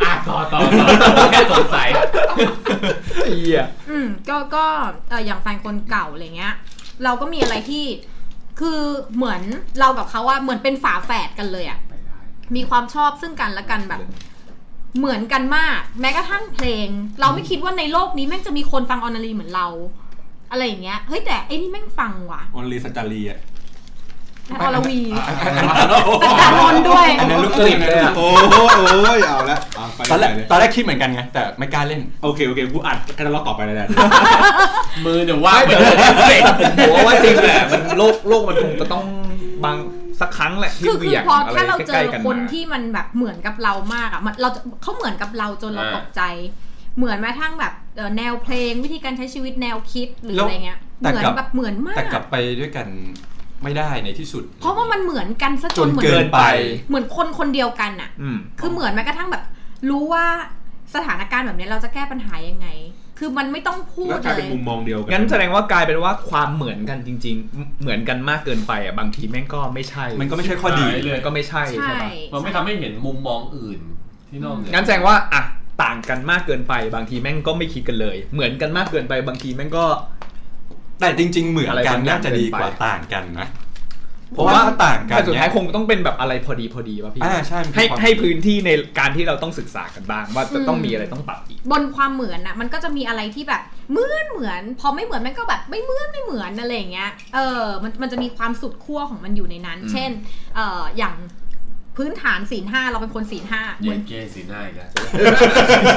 อ่ะต่อต่อต่อผมแค่สงสัย
ไอ้เหี้ย
อืมก็ก็เอออย่างแฟนคนเก่าอะไรเงี้ย เราก็มีอะไรที่ คือเหมือนเรากับเขาว่าเหมือนเป็นฝาแฝดกันเลยอะ มีความชอบซึ่งกันและกันแบบ เหมือนกันมาก แม้กระทั่งเพลง เราไม่คิดว่าในโลกนี้แม่งจะมีคนฟังออนาลีเหมือนเรา อะไรอย่างเงี้ยเฮ้ยแต่ไอ้นี่แม่งฟังว่ะ
ออนลีสจารีอ่ะ
นะออลวี
อั
สัจจานนท์ด้วย
นนั้นลูกกลิ่นเลยอะ
โอ้โหโอ้ยเอาละเอาไป
ตอนแรก
เลย
ตอนแรกคิดเหมือนกันไง แต่ไม่กล้าเล่น
โอเคโอเคกูอัดแค่นั้นเราต่อไปเลยแหละ
มือเดี๋ยวว่างไป
ไม่
เลย
แต่ผมว่าจริงแหละมัน โลกโลกมันคงจะต้องบางสักครั้งแหละที่
คือ
เห
คื
วี่
อย
ง
พอ
อะไร
ถ้าเราเจ
ใกล้
อ
ๆกัน
ค
มาน
ที่มันแบบเหมือนกับเรามากอ่ะมันเราจะเขาเหมือนกับเราจนเราตกใจ เหมือนแม้กระทั่งแบบเอ่อแนวเพลงวิธีการใช้ชีวิตแนวคิดหรือ
แล้ว
อะไรเงี้ย เห
แต่
มือน
กลับ
แบบเหมือนมา
แต่
ก
กลับไปด้วยกันไม่ได้ในที่สุด
เพราะว่ามันเหมือนกันซะ
จ
จ
น
นเหมือน
เกินไป
เหมือนคนคนเดียวกันอ่ะ
อืม
คือเหมือนแม้กระทั่งแบบ รู้ว่าสถานการณ์แบบนี้เราจะแก้ปัญหายังไง คือมันไม่ต้องพูด
แล้วกลาย
เล
เป็น
ย
มุมมองเดียวกั
งั้นแสดงว่ากลายเป็นว่าความเหมือนกันจริง ๆ เหมือนกันมากเกินไปอ่ะบางทีแม่งก็ไม่ใช่
มันก็ไม่ใช่ข้อดี
เล
มั
ย
นก็ไม่ใช่
ใช่
ใช่ปะ
มันไม่ทำให้เห็นมุมมองอื่นที่นอกเหนือ
งั้นแสดงว่าอ่ะต่างกันมากเกินไป บางทีแม่งก็ไม่คิดกันเลย เหมือนกันมากเกินไปบางทีแม่งก็
แต่จริง ๆ เหมือนกัน
อะไรบางอย่าง
น่าจะดีกว่าต่างกันนะ เพราะว่าถ้าต่างกัน
แต่สุดท้าย
เนี่ย
คงต้องเป็นแบบอะไรพอดีพอดีป่ะพี่
อ่าใช่มันคือ
ให้
ความ
ให้พื้นที่ในการที่เราต้องศึกษากันบ้าง ว่าจะต้องมีอะไรต้องปรับอีก
บนความเหมือนน่ะ มันก็จะมีอะไรที่แบบเหมือนเหมือน พอไม่เหมือนมันก็แบบไม่เหมือนไม่เหมือนอะไรอย่างเงี้ย เออ มันมันจะมีความสุดขั้วของมันอยู่ในนั้น
อืม
เช่น เอ่อ อย่างพื้นฐานศีลห้าเราเป็นคนศีลห้าเห
เย็
มือน
นเกย์สีหน้าอีกแ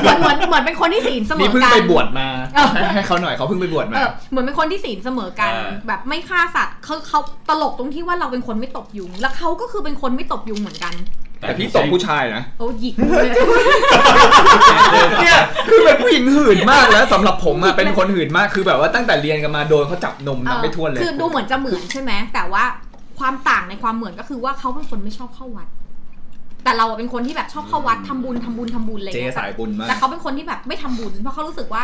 ล้ว
เหมือนเหมือนเหมือนเป็นคนที่ศีลเสม
นี่
อ
เพิ่ง
กัน
ไปบวชมา
เออ
ให้เขาหน่อยเขาเพิ่งไปบวชมา
เออเหมือนเป็นคนที่ศีลเสมอกัน
อ่า
แบบไม่ฆ่าสัตว์เขาเขาตลกตรงที่ว่าเราเป็นคนไม่ตบยุง แล้วเขาก็คือเป็นคนไม่ตบยุงเหมือนกัน
แต่พี่ตบผู้ชายนะ
โอ้หยิกเลย
เนี่ยคือเป็นผู้หญิงหื่นมากแล้วสำหรับผมอะเป็นคนหื่นมากคือแบบว่าตั้งแต่เรียนกันมาโดนเขาจับนมนับไม่ถ้วนเลย
คือดูเหมือนจะเหมือนใช่ไหมแต่ว่าความต่างในความเหมือนก็คือว่าเขาเป็นคนไม่ชอบเข้าวัด แต่เราเป็นคนที่แบบชอบเข้าวัดทำบุญทำบุญทำบุญอะไรอย่าง
เจ๊
เงี้ย
สายบุญมาก
แต่เขาเป็นคนที่แบบไม่ทำบุญ เพราะเขารู้สึกว่า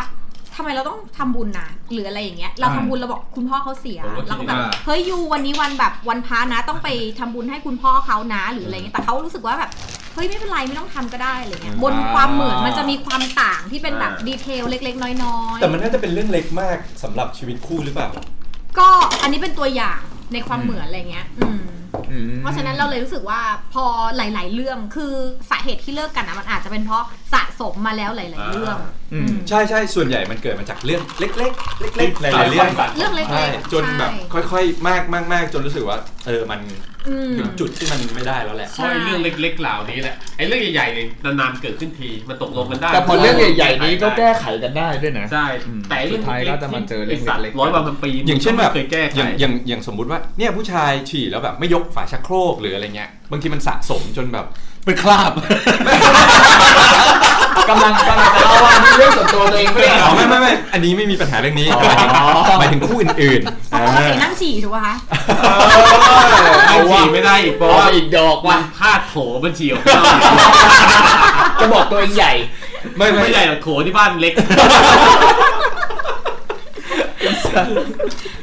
ทำไมเราต้องทำบุญนะหรืออะไรอย่างเงี้ย เราทำบุญเราบอกคุณพ่อเขาเสีย
ผมก็คิด
เราก็แบบ
ว่า
เฮ้ยยูวันนี้วันแบบวันพระนะต้องไปทำบุญให้คุณพ่อเขานะหรืออะไรเงี้ยแต่เขารู้สึกว่าแบบเฮ้ยไม่เป็นไรไม่ต้องทำก็ได้อะไรเงี้ยบนความเหมือนมันจะมีความต่างที่เป็นแบบ
อ่า
ดีเทลเล็ก ๆ น้อยๆ
แต่มันน่าจะเป็นเรื่องเล็กมากสำหรับชีวิตคู่หรือเปล่า
ก็อันนี้เป็นตัวอย่างในความเหมือนอะไรเงี้ย อืม
อืม
เพราะฉะนั้นเราเลยรู้สึกว่าพอหลาย ๆ เรื่องคือสาเหตุที่เลิกกันนะมันอาจจะเป็นเพราะสะสมมาแล้วหลาย ๆ เรื่อง
อืม
ใช่ใช่ส่วนใหญ่มันเกิดมาจากเรื่องเล็ก ๆ เล็กๆหลายๆเรื่อง
เรื่องเล็กๆ
ใช่จนแบบ
ใช่
ค่อยๆมากมากมากจนรู้สึกว่า เออมัน
อืม
ถึงจุดที่มันไม่ได้แล้วแหละ
ใช่
ค่อยเรื่องเล็กๆเหล่านี้แหละไอ้เรื่องใหญ่ๆเนี่ยนานๆเกิดขึ้นทีมันตกลงกันได้
แต่พอเรื่องใหญ่ๆนี้ก็แก้ไขกันได้ด้วยนะ
ใช่
อืม
แต่ไอ้เรื่อง
สุดท้ายก็จะมาเจอเรื่อง
สัตว์
เล็กๆ
ร้อยวันพันปี
อย่างเช่นแบบ
เคยแก้ไข
อย่างอย่างอย่างสมมุติว่าเนี่ยผู้ชายฉี่แล้วแบบไม่ยกฝาชักโครกหรืออะไรเงี้ยบางทีมันสะสมจนแบบ
เป็นคราบ
กำลังกำลังจะเล่าว่าเรื่องส่วนตัวตัวเองไม่ได้เหร
อ๋
อ
อไม่ไม่ไม่อันนี้ไม่มีปัญหาเรื่องนี้หมายถึงคู่อื่นๆ
เพราะปกตินั่งฉี่ถูกไหมคะ
เอาฉี่ไม่ได้อีกเพราะ
เอา
ว่า
อีกดอก
วั
ว่ะ
นพลาดโถบัญชีของ
จะบอกตัวเองใหญ่
ไม่ไม่
ไม่ใหญ่หรอกโถที่บ้านเล็ก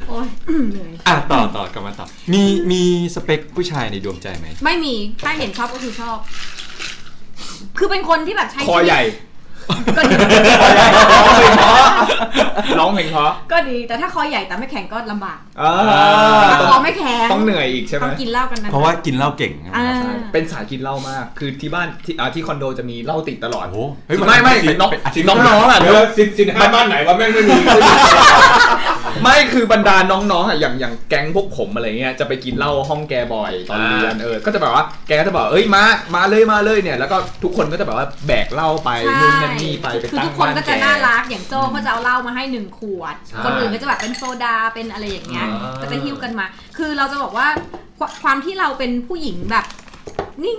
โอ้ย เหนื่อย
อ่ะต่อต่อกลับมาต่อมีมีสเปคผู้ชายในดวงใจไหม
ไม่มี ถ้าเห็นชอบก็คือชอบ คือเป็นคนที่แบบใช้
คอใหญ่
ก็ดี
ร้องเพลงเพราะ
ก็ดี แต่ถ้าคอใหญ่แต่ไม่แข็งก็ลำบาก
อ่า
ถ้า
ต้
คอ
อง
ไม่แข็ง
ต้องเหนื่อยอีกใช่ไหม
ต้องกินเหล้ากันนะ
เพราะว่ากินเหล้าเก่งนะ
อ่า
เป็นสายกินเหล้ามาก คือที่บ้านที่อ่าที่คอนโดจะมีเหล้าติดตลอด
โอ้โห
ไม่ไม่เป็นน้อง
ทิตย์
น้องๆอ่ะ
เดี๋ยวสินสินห้าบ้านไหนวะแม่งไม่มี
ไม่คือบรรดาน้องๆอ่ะอย่างอย่างแก๊งพวกผมอะไรเงี้ยจะไปกินเหล้าห้องแกบ่อยตอนเรียนเออก็จะแบบว่าแกก็จะบอกเอ้ยมามาเลยมาเลยเนี่ย แล้วก็ทุกคนก็จะแบบว่าแบกเหล้าไป
ใช่
นู่นนั่นนี่ไปไป
คือ
ตั้
ทุ
ง
กคน
บ้าน
ก็
แก
จะน่ารัก อย่างโจ้ก็จะเอาเหล้ามาให้หนึ่งขวด
ใช่
คนอื่นก็จะแบบเป็นโซดา เป็นอะไรอย่างเงี้ย
อ่า
ก็จะหิ้วกันมา คือเราจะบอกว่าควความที่เราเป็นผู้หญิงแบบ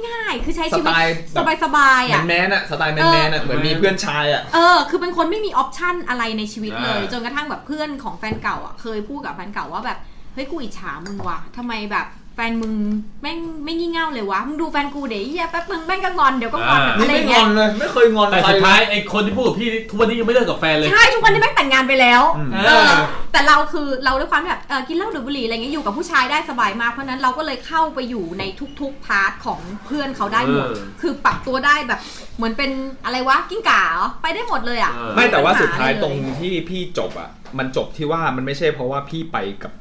ง่ายๆ คือใช้
ส
ชีวิ
ไต
ต
ล์
ส
แบบ
บายสบายๆอ่ะ
แมนๆอ่ะสไตล์แมนๆอ่ะเหมือนมีเพื่อนชายอ่ะ
เออ คือเป็นคนไม่มีออปชันอะไรในชีวิตเลย
อ่า
จนกระทั่งแบบเพื่อนของแฟนเก่าอ่ะ เคยพูดกับแฟนเก่าว่าแบบ เฮ้ย กูอิจฉามึงว่ะทำไมแบบแฟนมึงแม่งไม่งี่เง่าเลยวะ มึงดูแฟนกูเดี๋ยวไอ้เหี้ยแป๊บมึงแม่งก็งอนเดี๋ยวก็งอนแบบ
นี่
อะไร
ไม่ง
อย่างเงี้
อย นเลย ไม่เคยงอน
แต่
ใคร
สุด
เล
ท้าย
ย
ไอ้คนที่พูดกับพี่นี่ทุกวันนี้ยังไม่เลิกกับแฟนเลย
ใช่ทุกวันนี้แม่งแต่งงานไปแล้ว
อืม
เออแต่เราคือเราด้วยความที่แบบเออกินเหล้าดูดบุหรี่อะไรเงี้ยอยู่กับผู้ชายได้สบายมากเพราะฉะนั้นเราก็เลยเข้าไปอยู่ในทุก ๆ พาร์ทของเพื่อนเขาได้หมด
เออ
คือปรับตัวได้แบบเหมือนเป็นอะไรวะกิ้งก่าเหรอไปได้หมดเลยอ่ะ
เออ
ไม่แต่ว่าสุดท้าย
ปัญหาเลย
ตรงที่พี่จบอ่ะ มันจบที่ว่ามันไม่ใช่เพราะว่าพี่ไปกับ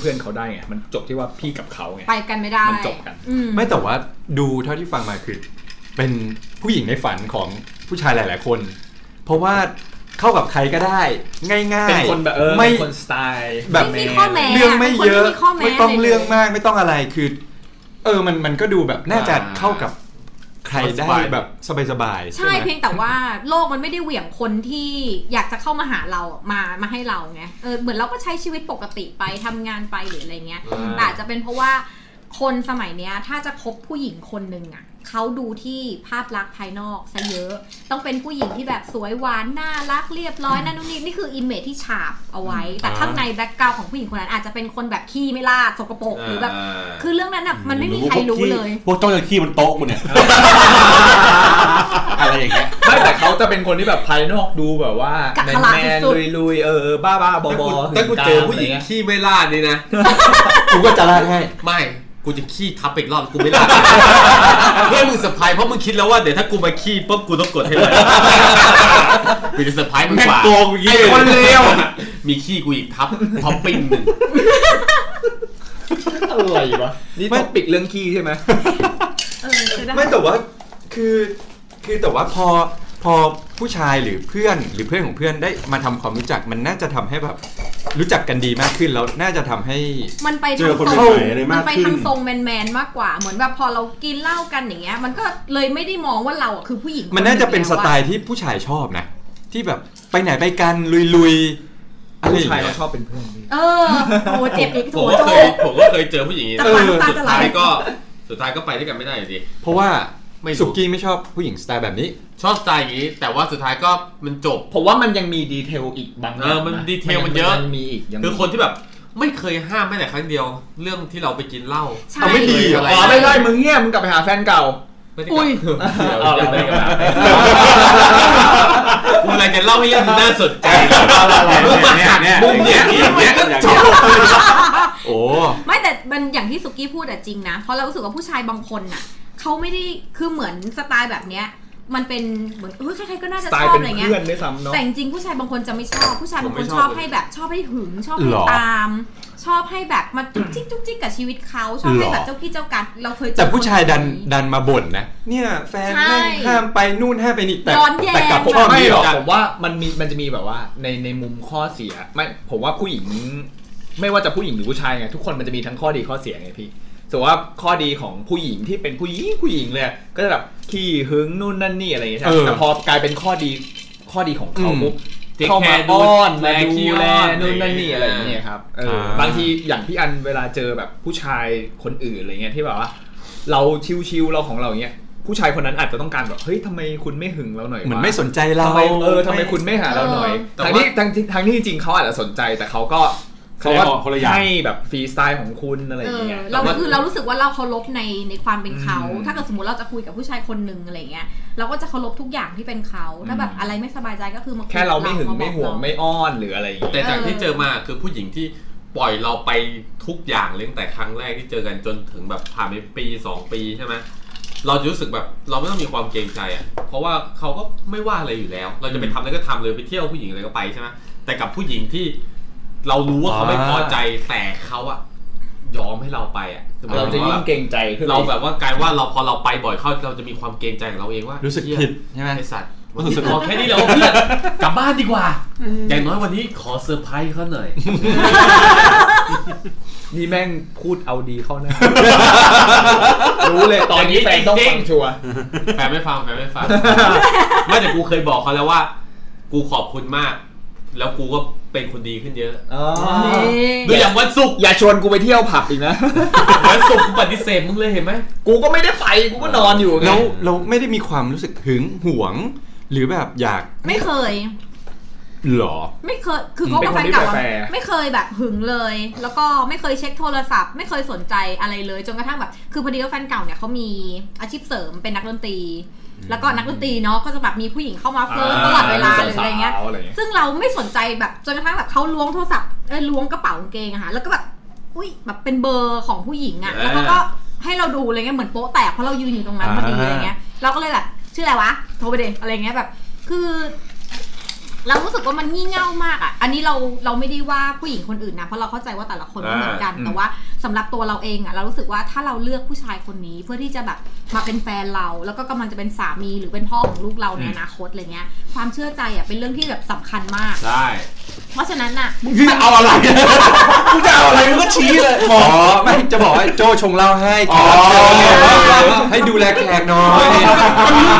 เพื่อนๆเขาได้ไง มันจบที่ว่าพี่กับเขาไง
ไปกันไม่ได้
มันจบกัน
อืม
ไม่แต่ว่าดูเท่าที่ฟังมาคือ เป็นผู้หญิงในฝันของผู้ชายหลาย ๆ คน เพราะว่าเข้ากับใครก็ได้ ง่าย ๆ
เป็นคนแบบเออ
ไม่
เป็นคนสไตล์
แบบ
ไม่มีข้อแม้
เรื่องไม่เยอะ
เป็นคนที่มีข้อแม้
ไม่ต้อง
เลย
เรื่องมากไม่ต้องอะไรคือ เออมันมันก็ดูแบบน่าจะเข้ากับใครได้
สบายๆ
แบบสบายๆ
ใช่
ใช่ไหม
เพียงแต่ว่าโลกมันไม่ได้เหวี่ยงคนที่อยากจะเข้ามาหาเรามามาให้เราไงเออเหมือนเราก็ใช้ชีวิตปกติไปทำงานไปหรืออะไรเงี้ย
อ่า
แต่อาจจะเป็นเพราะว่าคนสมัยเนี้ยถ้าจะคบผู้หญิงคนหนึ่งอ่ะเขาดูที่ภาพลักษณ์ภายนอกซะเยอะ ต้องเป็นผู้หญิงที่แบบสวยหวานน่ารักเรียบร้อยนั่นนู่นนี่นี่คืออิมเมจที่ฉาบเอาไว้ แต่
อ่า
ข้างในแบ็กกราวของผู้หญิงคนนั้นอาจจะเป็นคนแบบขี้ไม่ลาดสกปรกหรือแบบ คือเรื่องนั้นอ่ะมันไม่มีใครรู้เลย
พวกเจ้าจะขี้บนโต๊ะกู เนี่ย อะไรอย่างเงี้ย
ไม่แต่เขาจะเป็นคนที่แบบภายนอกดูแบบว่า
กัก
แม
ข
น
ลา
แมน
สุด
ลุยๆเออบ้าบ้าๆบอ
ถ้า
บ
กู
อ
ถ้ากูเจอผู้หญิงขี้ไม่ลาดนี่นะ
กูก็จะลาดให้
ไม่ กูจะขี้ทับอีกรอบกูไม่ลาด เพื่อมึงเซอร์ไพรส์เพราะมึงคิดแล้วว่าเดี๋ยวถ้ากูมาขี้ปุ๊บกูต้องกดให้เลย กูจะเซอร์ไพรส์มึงกว่า
แม่งโกงอย่างงี้เลย
คนเลวมีขี้กูอีกทับท็อปปิ้งหนึ่ง
อะไรวะนี่
ไม่
ต้องปิดเรื่องขี้ใช่ไหม
เออคือได้
ไม่แต่ว่าคือคือแต่ว่าพอพอผู้ชายหรือเพื่อนหรือเพื่อนของเพื่อนได้มาทำความรู้จักมันน่าจะทำให้แบบรู้จักกันดีมากขึ้นแล้วน่าจะทำให้
มันไป
เจ
ทาง
อคน
ท
ให
รง
ม่ๆเลย
มั
มาน ก
ไป
ขึ้น
ทางทรงแมนๆมากกว่า เหมือนแบบพอเรากินเหล้ากันอย่างเงี้ย มันก็เลยไม่ได้มองว่าเราอ่ะคือผู้หญิง
มันน่าจะเป็นสไต
ค
ล์ที่ผู้ชายชอบนะ ที่แบบไปไหนไปกันลุยๆอะไรอ
ผู้
ย่าง
ชายเรา
เงี้ย
ชอบเป็นเพื่อนพี่
เออโอ้เจ็บอีก
ผมก็
ถั่วโจ
เคยผมก็เคยเจอผู้หญิงอย่างนี้
จะ
นะ
ไปน้ำตา
สุด
จะไหล
ท้ายก็สุดท้ายก็ไปด้วยกันไม่ได้อยู่ดี
เพราะว่า
ไม่รู้
สุกี้ไม่ชอบผู้หญิงสไตล์แบบนี้
ชอบสไตล์อย่างนี้ แต่ว่าสุดท้ายก็มันจบ
ผมว่ามันยังมีดีเทลอีกบางอย่าง
เออมันดีเทลมันเยอะ
มันมีอีกยังมี
คือคนที่แบบไม่เคยห้ามแม้แต่ครั้งเดียว เรื่องที่เราไปกินเหล้า
ใช่
เอาไม่ดีเหร
อ๋อไม่ใช่มึงเงียมึงกลับไปหาแฟนเก่า
ไม่ได้กลับเดี๋ยวอย่าไปกลับกูอะไรจะเล่าให้เรื่องน่าสนใจ
อะไรเนี่ยเนี่ย
มุมเนี้ย
อย่างเงี้ยอย่างเงี้ย
โอ้
ไม่แต่มันอย่างที่สุกี้พูดอะจริงนะ เพราะเรารู้สึกว่าผู้ชายบางคนน่ะเขาไม่ได้คือเหมือนสไตล์แบบเนี้ย มันเป็นเหมือนเฮ้ยใครๆก็น่า
ส
จะ
ไต
ช
ล์
อบ
เป็น
อะไรเงี้ย
เพื่อนด้วยซ้ำเนาะ
แต่จริงๆผู้ชายบางคนจะไม่ชอบ ผู้ชายบางคนชอบให้แบบชอบให้หึงชอบ
ห
ให้
รอ
ตาม ชอบให้แบบมาจุกจิกจุกจิกกับชีวิตเขาชอบ
ห
ให้
รอ
แบบเจ้ากี้เจ้ากันเราเคยเจอ
แต่ผู้ชายดัน
คแบบ
ดันมาบ่นนะ เนี่ยแฟน
ใช่
แม่งห้ามไปนู่นห้ามไปนี่แต่
ย้อนแย้ง
แต่กลับ
ผม
ชอบ
ไม่
นี่
ห
หร
รอ
อก ก
ผมว่ามันมีมันจะมีแบบว่าในในมุมข้อเสียไม่ผมว่าผู้หญิง ไม่ว่าจะผู้หญิงหรือผู้ชายไงทุกคนมันจะมีทั้งข้อดีข้อเสียไงพี่สมมติว่าข้อดีของผู้หญิงที่เป็นผู้หญิงผู้หญิงเลยก็จะแบบขี้หึงนู่นนั่นนี่อะไรอย่างเงี้ยใช่ไหม
เออ
แต่พอกลายเป็นข้อดีข้อดีของเขา
อืม
ปุ๊บ
เทค
เข้า
แค
มา
ร์ดู
อ้อนมา
แล
ดู
ขี้
แล
อ้อน
นู่นนั่นนี่
อะ
อะไร ไร
อา
อย่ย่าง ง
เงี้
เงี้
ย
ยครับเออ
อ่า
บางทีอย่างพี่อันเวลาเจอแบบผู้ชายคนอื่นอะไรเงี้ยที่แบบว่า เราชิวๆเราของเราอย่างเงี้ยผู้ชายคนนั้นอาจจะต้องการแบบเฮ้ยทำไมคุณไม่หึงเราหน่อยวะ
เหมือนไม่สนใจเรา
ทำไมเออทำไมคุณไม่หาเราหน่อย
เออแต่
ทาง
ว่า
ที่ทางที่ทางที่จริงเขาอาจจะสนใจแต่เขาก็
แส
เขา
ดง
ก็
ออกคนละอย่าง
ให้แบบฟรีสไตล์ของคุณอะไรอ
เอย่าง อ
เงี้ย
เราคือเรารู้สึกว่าเราเคารพในในความเป็นเขา
อืม
ถ้าเกิดสมมติเราจะคุยกับผู้ชายคนหนึ่งอะไรเงี้ยเราก็จะเคารพทุกอย่างที่เป็นเขาถ้าแบบอะไรไม่สบายใจก็คือมาย
แค่เราไม่หึง
กับ
ไม่ห่วง
เร
ไม่อ้อนหรืออะไรอย่างเงี้ย
แต่จากที่เจอมาคือผู้หญิงที่ปล่อยเราไปทุกอย่างเลยตั้งแต่ครั้งแรกที่เจอกันจนถึงแบบผ่านไปปีสองปีใช่ไหม เราจะรู้สึกแบบเราไม่ต้องมีความเกรงใจอ่ะ เพราะว่าเขาก็ไม่ว่าอะไรอยู่แล้ว เราจะไปทำอะไรก็ทำเลยไปเที่ยวผู้หญิงอะไรก็ไปใช่ไหมแต่กับผู้หญิงที่เรารู้ว่าเขาไม่พอใจแต่เขาอ่ะยอมให้เราไปอ่ะคือหมย
เรา
ถึ
จะ
ว่
ยิ่งเกรงใจขึ้น
เราแบบว่ากลายว่าเราพอเราไปบ่อยเข้าเราจะมีความเกรงใจของเราเองว่ารู้
รู้สึกผิดใช่ไหม
ไอสัตว์วันนี้ขอแค่นี้แหล้วะเพื่ อนกลับบ้านดีกว่า อย่างน้อยวันนี้ขอเซอร์ไพรส์เขาหน่อย
นี่แม่งพูดเอาดีเข้าหน้า รู้เลยตอนนี้
อย่างนี้
แฟนต้อง
จริ
ฟั
ง
ง
ๆ
ชัวร์
แฟนไม่ฟังแฟนไม่ ฟัง ไม่แต่กูเคยบอกเขาแล้วว่า กูขอบคุณมาก แล้วกูก็เป็นคนดีขึ้นเยอะดูอย่างวันศุกร์
อย่าชวนกูไปเที่ยวผับอีกนะ
วันศุกร์กูปฏิเสธมึงเลยเห็นไหม
กูก็ไม่ได้ไป กูก็นอนอยู่ไง
แล้วเราไม่ได้มีความรู้สึกหึงหวง หรือแบบอยาก
ไม่เคย
หรอ
ไม่เคย คือคบกับแฟนเก่าอะไม่เคยแบบหึงเลย แล้วก็ไม่เคยเช็คโทรศัพท์ ไม่เคยสนใจอะไรเลย จนกระทั่งแบบ คือพอดีว่าแฟนเก่าเนี่ยเขามีอาชีพเสริมเป็นนักดนตรี แล้วก็นักดนตรีเนาะ ก็จะแบบมีผู้หญิงเข้ามาเฟิร์มตลอดเวลาหรืออะไรเงี้ย
สาวๆอะไรเงี้ย
ซึ่งเราไม่สนใจแบบจนกระทั่งแบบเขาล้วงโทรศัพท์เอ้ยล้วงกระเป๋ากางเกงอะค่ะแล้วก็แบบอุ้ยแบบเป็นเบอร์ของผู้หญิงอะแล้วเขาก็ให้เราดูอะไรเงี้ยเหมือนโป๊ะแตกเพราะเรายืนอยู่ตรงนั้นพอดีอะไรเงี้ยเราก็เลยแบบชื่ออะไรวะโทรไปเดยอะไรเงี้ยแบบ คือ เรารู้สึกว่ามันงี่เง่ามากอะอันนี้เราเราไม่ได้ว่าผู้หญิงคนอื่นนะเพราะเราเข้าใจว่าแต่ละคนไม่เหมือนกัน
อ่า
แต่ว่าสำหรับตัวเราเองอะเรารู้สึกว่าถ้าเราเลือกผู้ชายคนนี้เพื่อที่จะแบบมาเป็นแฟนเรา แล้วก็กำลังจะเป็นสามีหรือเป็นพ่อของลูกเราในอนาคตอะไรเงี้ย ความเชื่อใจอะเป็นเรื่องที่แบบสำคัญมาก
ใช่
เพราะฉะนั้นน่ะ
มึงจะเอาอะไรมึงจะเอาอะไรมึงก็ชี้เลย
อ๋อ ไม่จะบอกว่าโจชงเหล้าให้แขกรับเชิญไงให้ดูแลแขกหน้อย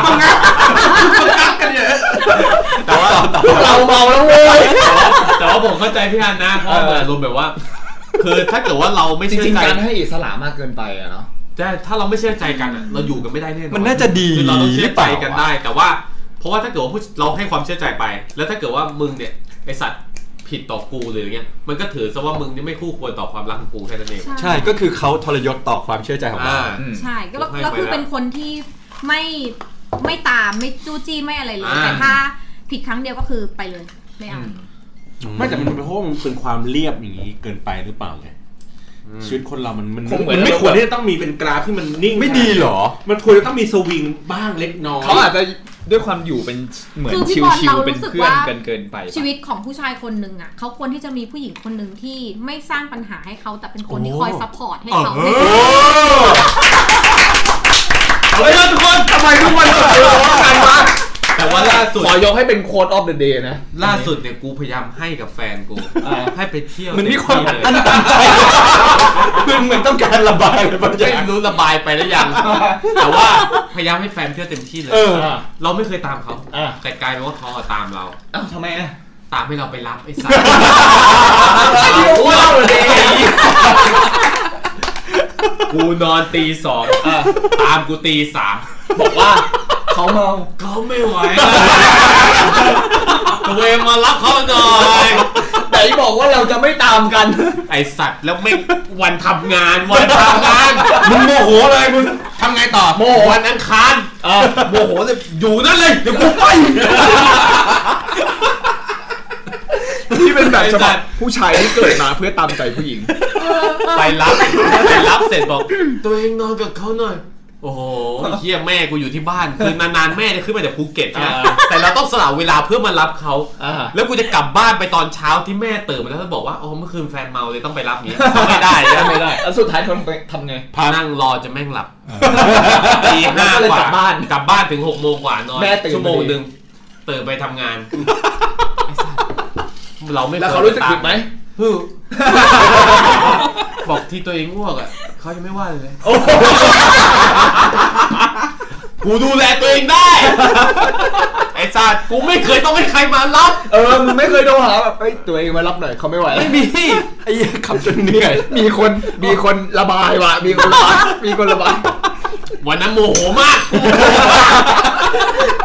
แต่ว่า
พวกเราเมาแล้วเว้ย
แต่ว่าผมเข้าใจพี่ฮันนะเพราะว่าเหมือนอารมณ์แบบว่า คือถ้าเกิดว่าเราไม่
จ
เชื่อ
ริ
ง ใจ
ๆการให้อิสระมากเกินไปอะเนาะ
แต่ถ้าเราไม่เชื่อใจกันอะเราอยู่กันไม่ได้แน่นอน
มันน่าจะดี
คือเราต้องเชื่
ห
อ
รือเป
ใจ
ล่า
กันได้ แต่ว่า เพราะว่าถ้าเกิดว่าผู้เราให้ความเชื่อใจไป แล้วถ้าเกิดว่ามึงเนี่ยไอสัตว์ผิดต่อกูเลยอย่างเงี้ย มันก็ถือซะว่ามึงนี่ไม่คู่ควรต่อความรักของกูแค่นั้นเอง
ใช่ก็คือเขาทรยศต่อความเชื่อใจของเรา
อ่า
ใช่ก็แล้ว
ให้ไป
แล้วคือ
แล้ว
เป็นคนที่ไม่ไม่ตามไม่จู้จี้ไม่อะไรเลย
อ่า
แต่ถ้าผิดครั้งเดียวก็คือไปเลย ไม่เอา
ไม่แต่มันเป็นเพราะว่ามันเป็นความเรียบอย่างนี้เกินไปหรือเปล่าไงชีวิตคนเรามันมัน
คงเหมือน
มันไม่ควรที่จะต้องมีเป็นกราฟที่มันนิ่ง
ไม่ดีเหรอ
มันควรจะต้องมีสวิงบ้างเล็กน้อย
เขาอาจจะด้วยความอยู่เป็นเหมือน
คือพี่
ชิว
บอลเรา
ๆเป็น
รู้สึก
เพื่อน
ว่า
กันเกินไปปะ
ชีวิตของผู้ชายคนหนึ่งอ่ะเขาควรที่จะมีผู้หญิงคนหนึ่งที่ไม่สร้างปัญหาให้เขาแต่เป็นคนที่คอยซัพพอร์ตให้เขาในชีวิต
เฮ้ยทุกคนทำไมทุกคนเจอกันวะ
แต่ว่าล่าสุด
ขอยกให้เป็นโค้ดออฟเดอะเดย์นะ
ล่าสุดเนี่ยกูพยายามให้กับแฟนกู
อ่า
ให้ไปเที่ยว
มันมีความ
เต็ที่
อัน
เลย
ตันใจมันเหมือนต้องการระบายอะไรบางอย่าง
ไม่รู้ระบายไปหรือยัง แต่ว่าพยายามให้แฟนเที่ยวเต็มที่เลย
เออ
เราไม่เคยตามเขา
อ่า
แต่กลายเป็นว่าเขาอะตามเรา
อ้าวทำไมอะ
ตามให้เราไปรับไอ้สัสกูนอนตีสองตามกูตีสาม
บอกว่าเขาเมา
เขาไม่ไหวแล้วตัวเองมารับเขาหน่อย
ไหนบอกว่าเราจะไม่ตามกัน
ไอสัตว์แล้วไม่วันทำงานวันทำงาน
มึงโมโหอะไรมึง
ทำไงต่อโมโหวันอังคารโมโหเลยอยู่นั่นเลยเดี๋ยวกูไป
ที่เป็นแบบฉ
ไอ้สั
บับ
ตว์
ผู้ชายที่เกิดมาเพื่อตามใจผู้หญิง
ไปรับไปรับเสร็จบอก ตัวเองนอนกับเขาหน่อย โอ้โหไอ้เฮียแม่กูอยู่ที่บ้าน คือนานๆแม่จะขึ้นมาจากภูเก็ตนะ
อ่า
แต่เราต้องสละเวลาเพื่อมารับเขา
อ่า
แล้วกูจะกลับบ้านไปตอนเช้าที่แม่ตื่นมาแล้วแล้วบอกว่าอ๋อเมื่อคืนแฟนเมาเลยต้องไปรับอย่างนี้ไม่ได้นะ
ไม่ได้แล้วสุดท้ายทำไงทำไง
พานั่งรอจะแม่งหลับตีห้า
แล้วก็
กว่า
เลย
ก
ลับบ้าน
กลับบ้านถึงหกโมงกว่านอน
แม่ตื่น
ชั่วโมง
พอดี
หนึ่งตื่นไปทำงานไอ้สัสเราไม่คย
แล้วเขารู้สึกผิดไหม
ฮึ่มบอกที่ตัวเองอ้วกอ่ะเขาจะไม่ว่าเลยนะกูดูแลตัวเองได้ ไอ้สัสกูไม่เคยต้องให้ใครมารับ
เออ มึงไม่เคยโดนหาแบบเอ้ยตัวเองมารับหน่อยเขาไม่ไหวแล้ว
ไม่มีไอ้เหี้ยขับจนเหนื่อย
มีคน มีคนระบายว่ะ มีคนระบาย มีคนระบาย
วันนั้นโมโหมาก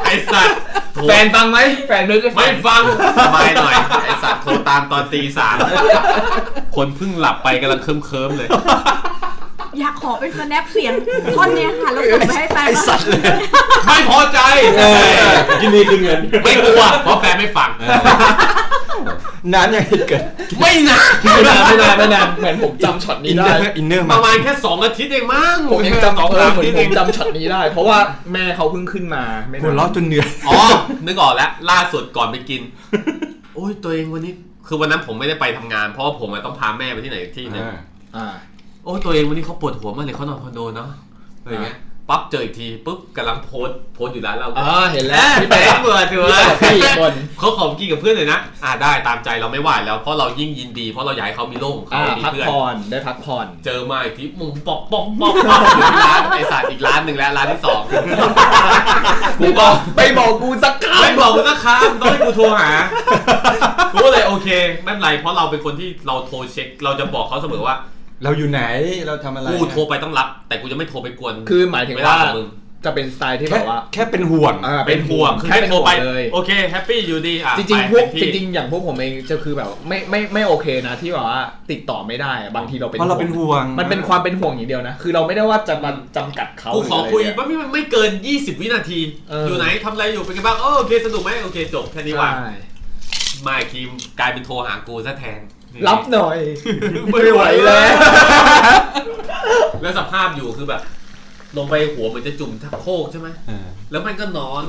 ไอ้สัตว์โทร
แฟนฟังไหม แฟนไม่ได้ฟั
ไม่
ง
ฟังสบายหน่อย ไอ้สัตว์โทรตามตอนตีสามคนเพิ่งหลับไปกำลังเคิมเคิมๆเลย
อยากขอเป็นสแนปเสียงท่อนเนี้ยค่ะแล้วส่งไปให้แฟนว่า
ไม่พอใจ
ยินดีคืนเงิน
ไม่กลัว เพราะแฟนไม่ฟัง
นานยังเหตุเกิด
ไม่นะ
ไม่นานไม่นานไม่นานเหมือนผมจำช็อต
อิ
นี้
นเน
ได้
อร์อินเนอร์
ป
มา
ระมาณแค่สองอาทิตย์เองมั้ง
ผมยังจำ
สอง
เออ
สาม
เหมื
อา
อ
ทิต
น
ย์
ผ
เอ
ม
ง
จำช็อตนี้ได้ เพราะว่าแม่เขาเพิ่งขึ้นมา
หัวน
ไม่าน
เราะจนเหนื่อย
อ๋อนึกออกแล้วล่าสุดก่อนไปกิน โอ้ยตัวเองวันนี้ คือวันนั้นผมไม่ได้ไปทำงาน เพราะว่าผมอะต้องพาแม่ไปที่ไหนที่หนึง
อ่า
อ่า
โอ้ยตัวเองวันนี้เขาปวดหัวมากเลยเขานอนคอนโดเนาะอะไรเงี้ยปั๊บเจออีกทีปุ๊บกำลังโพสต์โพสต์อยู่ร้านเรา
อ๋อเห็นแล้ว
อ๊ะ
ที่ไป
แปะเบื่อเถ
ที่
อะ
ไปกับพี่อีกคน
เขาขอกินกับเพื่อนเลยนะอ่าได้ตามใจเราไม่ไหวแล้วเพราะเรายิ่งยินดีเพราะเราอยากให้เขามีโลกของเขา
อ่า
มี
พัก
เพื่อน
ผ่อนได้พักผ่อน
เจอมาอีกทีมึงปอกปอกปอกปอกอยู่ที่ร้านไอสัตว์อีกร้านหนึ่งแล้วร้านที่ส องกูบอก
ไปบอกกูสักค
ไม่บอกกูสักครั้งต้องให้กูโทรหากูก็เลยโอเคไม่เป็นไรเพราะเราเป็นคนที่เราโทรเช็ค เราจะบอกเขาเสมอว่า
เราอยู่ไหนเราทำอะไร
กูโทรไปต้องรับ แต่กูจะไม่โทรไปกวน
ำคือหมายถึง
เวลา
ว่า
ของมึง
จะเป็นสไตล์ที่
แค่
แบบว่า
แค่เป็นห่วง
อ่า
เป็นห่วงคือ
แค่
ให้
เป็น
โทร
ห่วง
ไป
เลย
โอเคแฮปปี้อยู่ดีอ่ะ
จริง
ไป
ๆพวก
เต็ม
จ
ที่
ริงๆอย่างพวกผมเองจะคือแบบไม่ไม่ไม่โอเคนะที่แบบว่าติดต่อไม่ได้อะบางทีเราเป็น
เพราะเราเป็นห่วง
มันเป็นความเป็นห่วงอย่างเดียวนะ คือเราไม่ได้ว่าจะมาจำกัดเขา
กูขอคุย
หรืะไร
ว่าไม่ไม่เกิน 20 วินาที
เออ
อ
อ
ยู่ไหนทำอะไรอยู่เป็นไงบ้างเออโอเคสนุกไหมโอเคจบแค่นี้ว่า
ใช่
มาอีกทีมกลายเป็นโทรหากูซะแทน
รับหน่อย
ไม่ไหวแล้ว แล้วสภาพอยู่คือแบบ ลงไปหัวเหมันจะจุ่มทักโคกใช่ไหม
เออ
แล้วมันก็น อน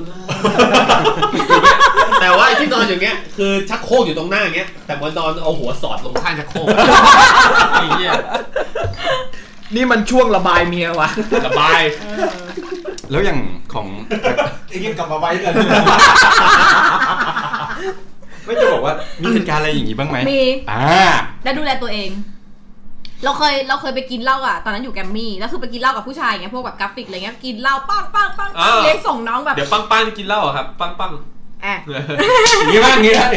แต่ว่าไอ้ที่นอนอย่างเงี้ย คือชักโครกอยู่ตรงหน้าอย่างเงี้ย แต่มันนอนเอาหัวสอดลงข้างชักโครกไอ้เหี้ย
นี่มันช่วงระบายเมียวะ
สบาย
แล้วอย่างของ
ไอ้เงี้ยกลับมาไว้กัน
ไม่จะบอกว่ามีเหตุการณ์อะไรอย่างนี้บ้างไหม
มี
อ่า
แล้วดูแลตัวเอง เราเคยเราเคยไปกินเหล้าอะตอนนั้นอยู่แกรมมี่แล้วคือไปกินเหล้ากับผู้ชายอย่างเงี้ยพวกแบบกราฟิกอะไรเงี้ยกินเหล้าปังปังปัง
อ้าว
เลี้ยงส่งน้องแบบ
เดี๋ยวปังปังๆกินเหล้าอะครับ ปังปัง
อ่ะ
ๆ
อย่างงี้บ้างอย่างงี้บ้าง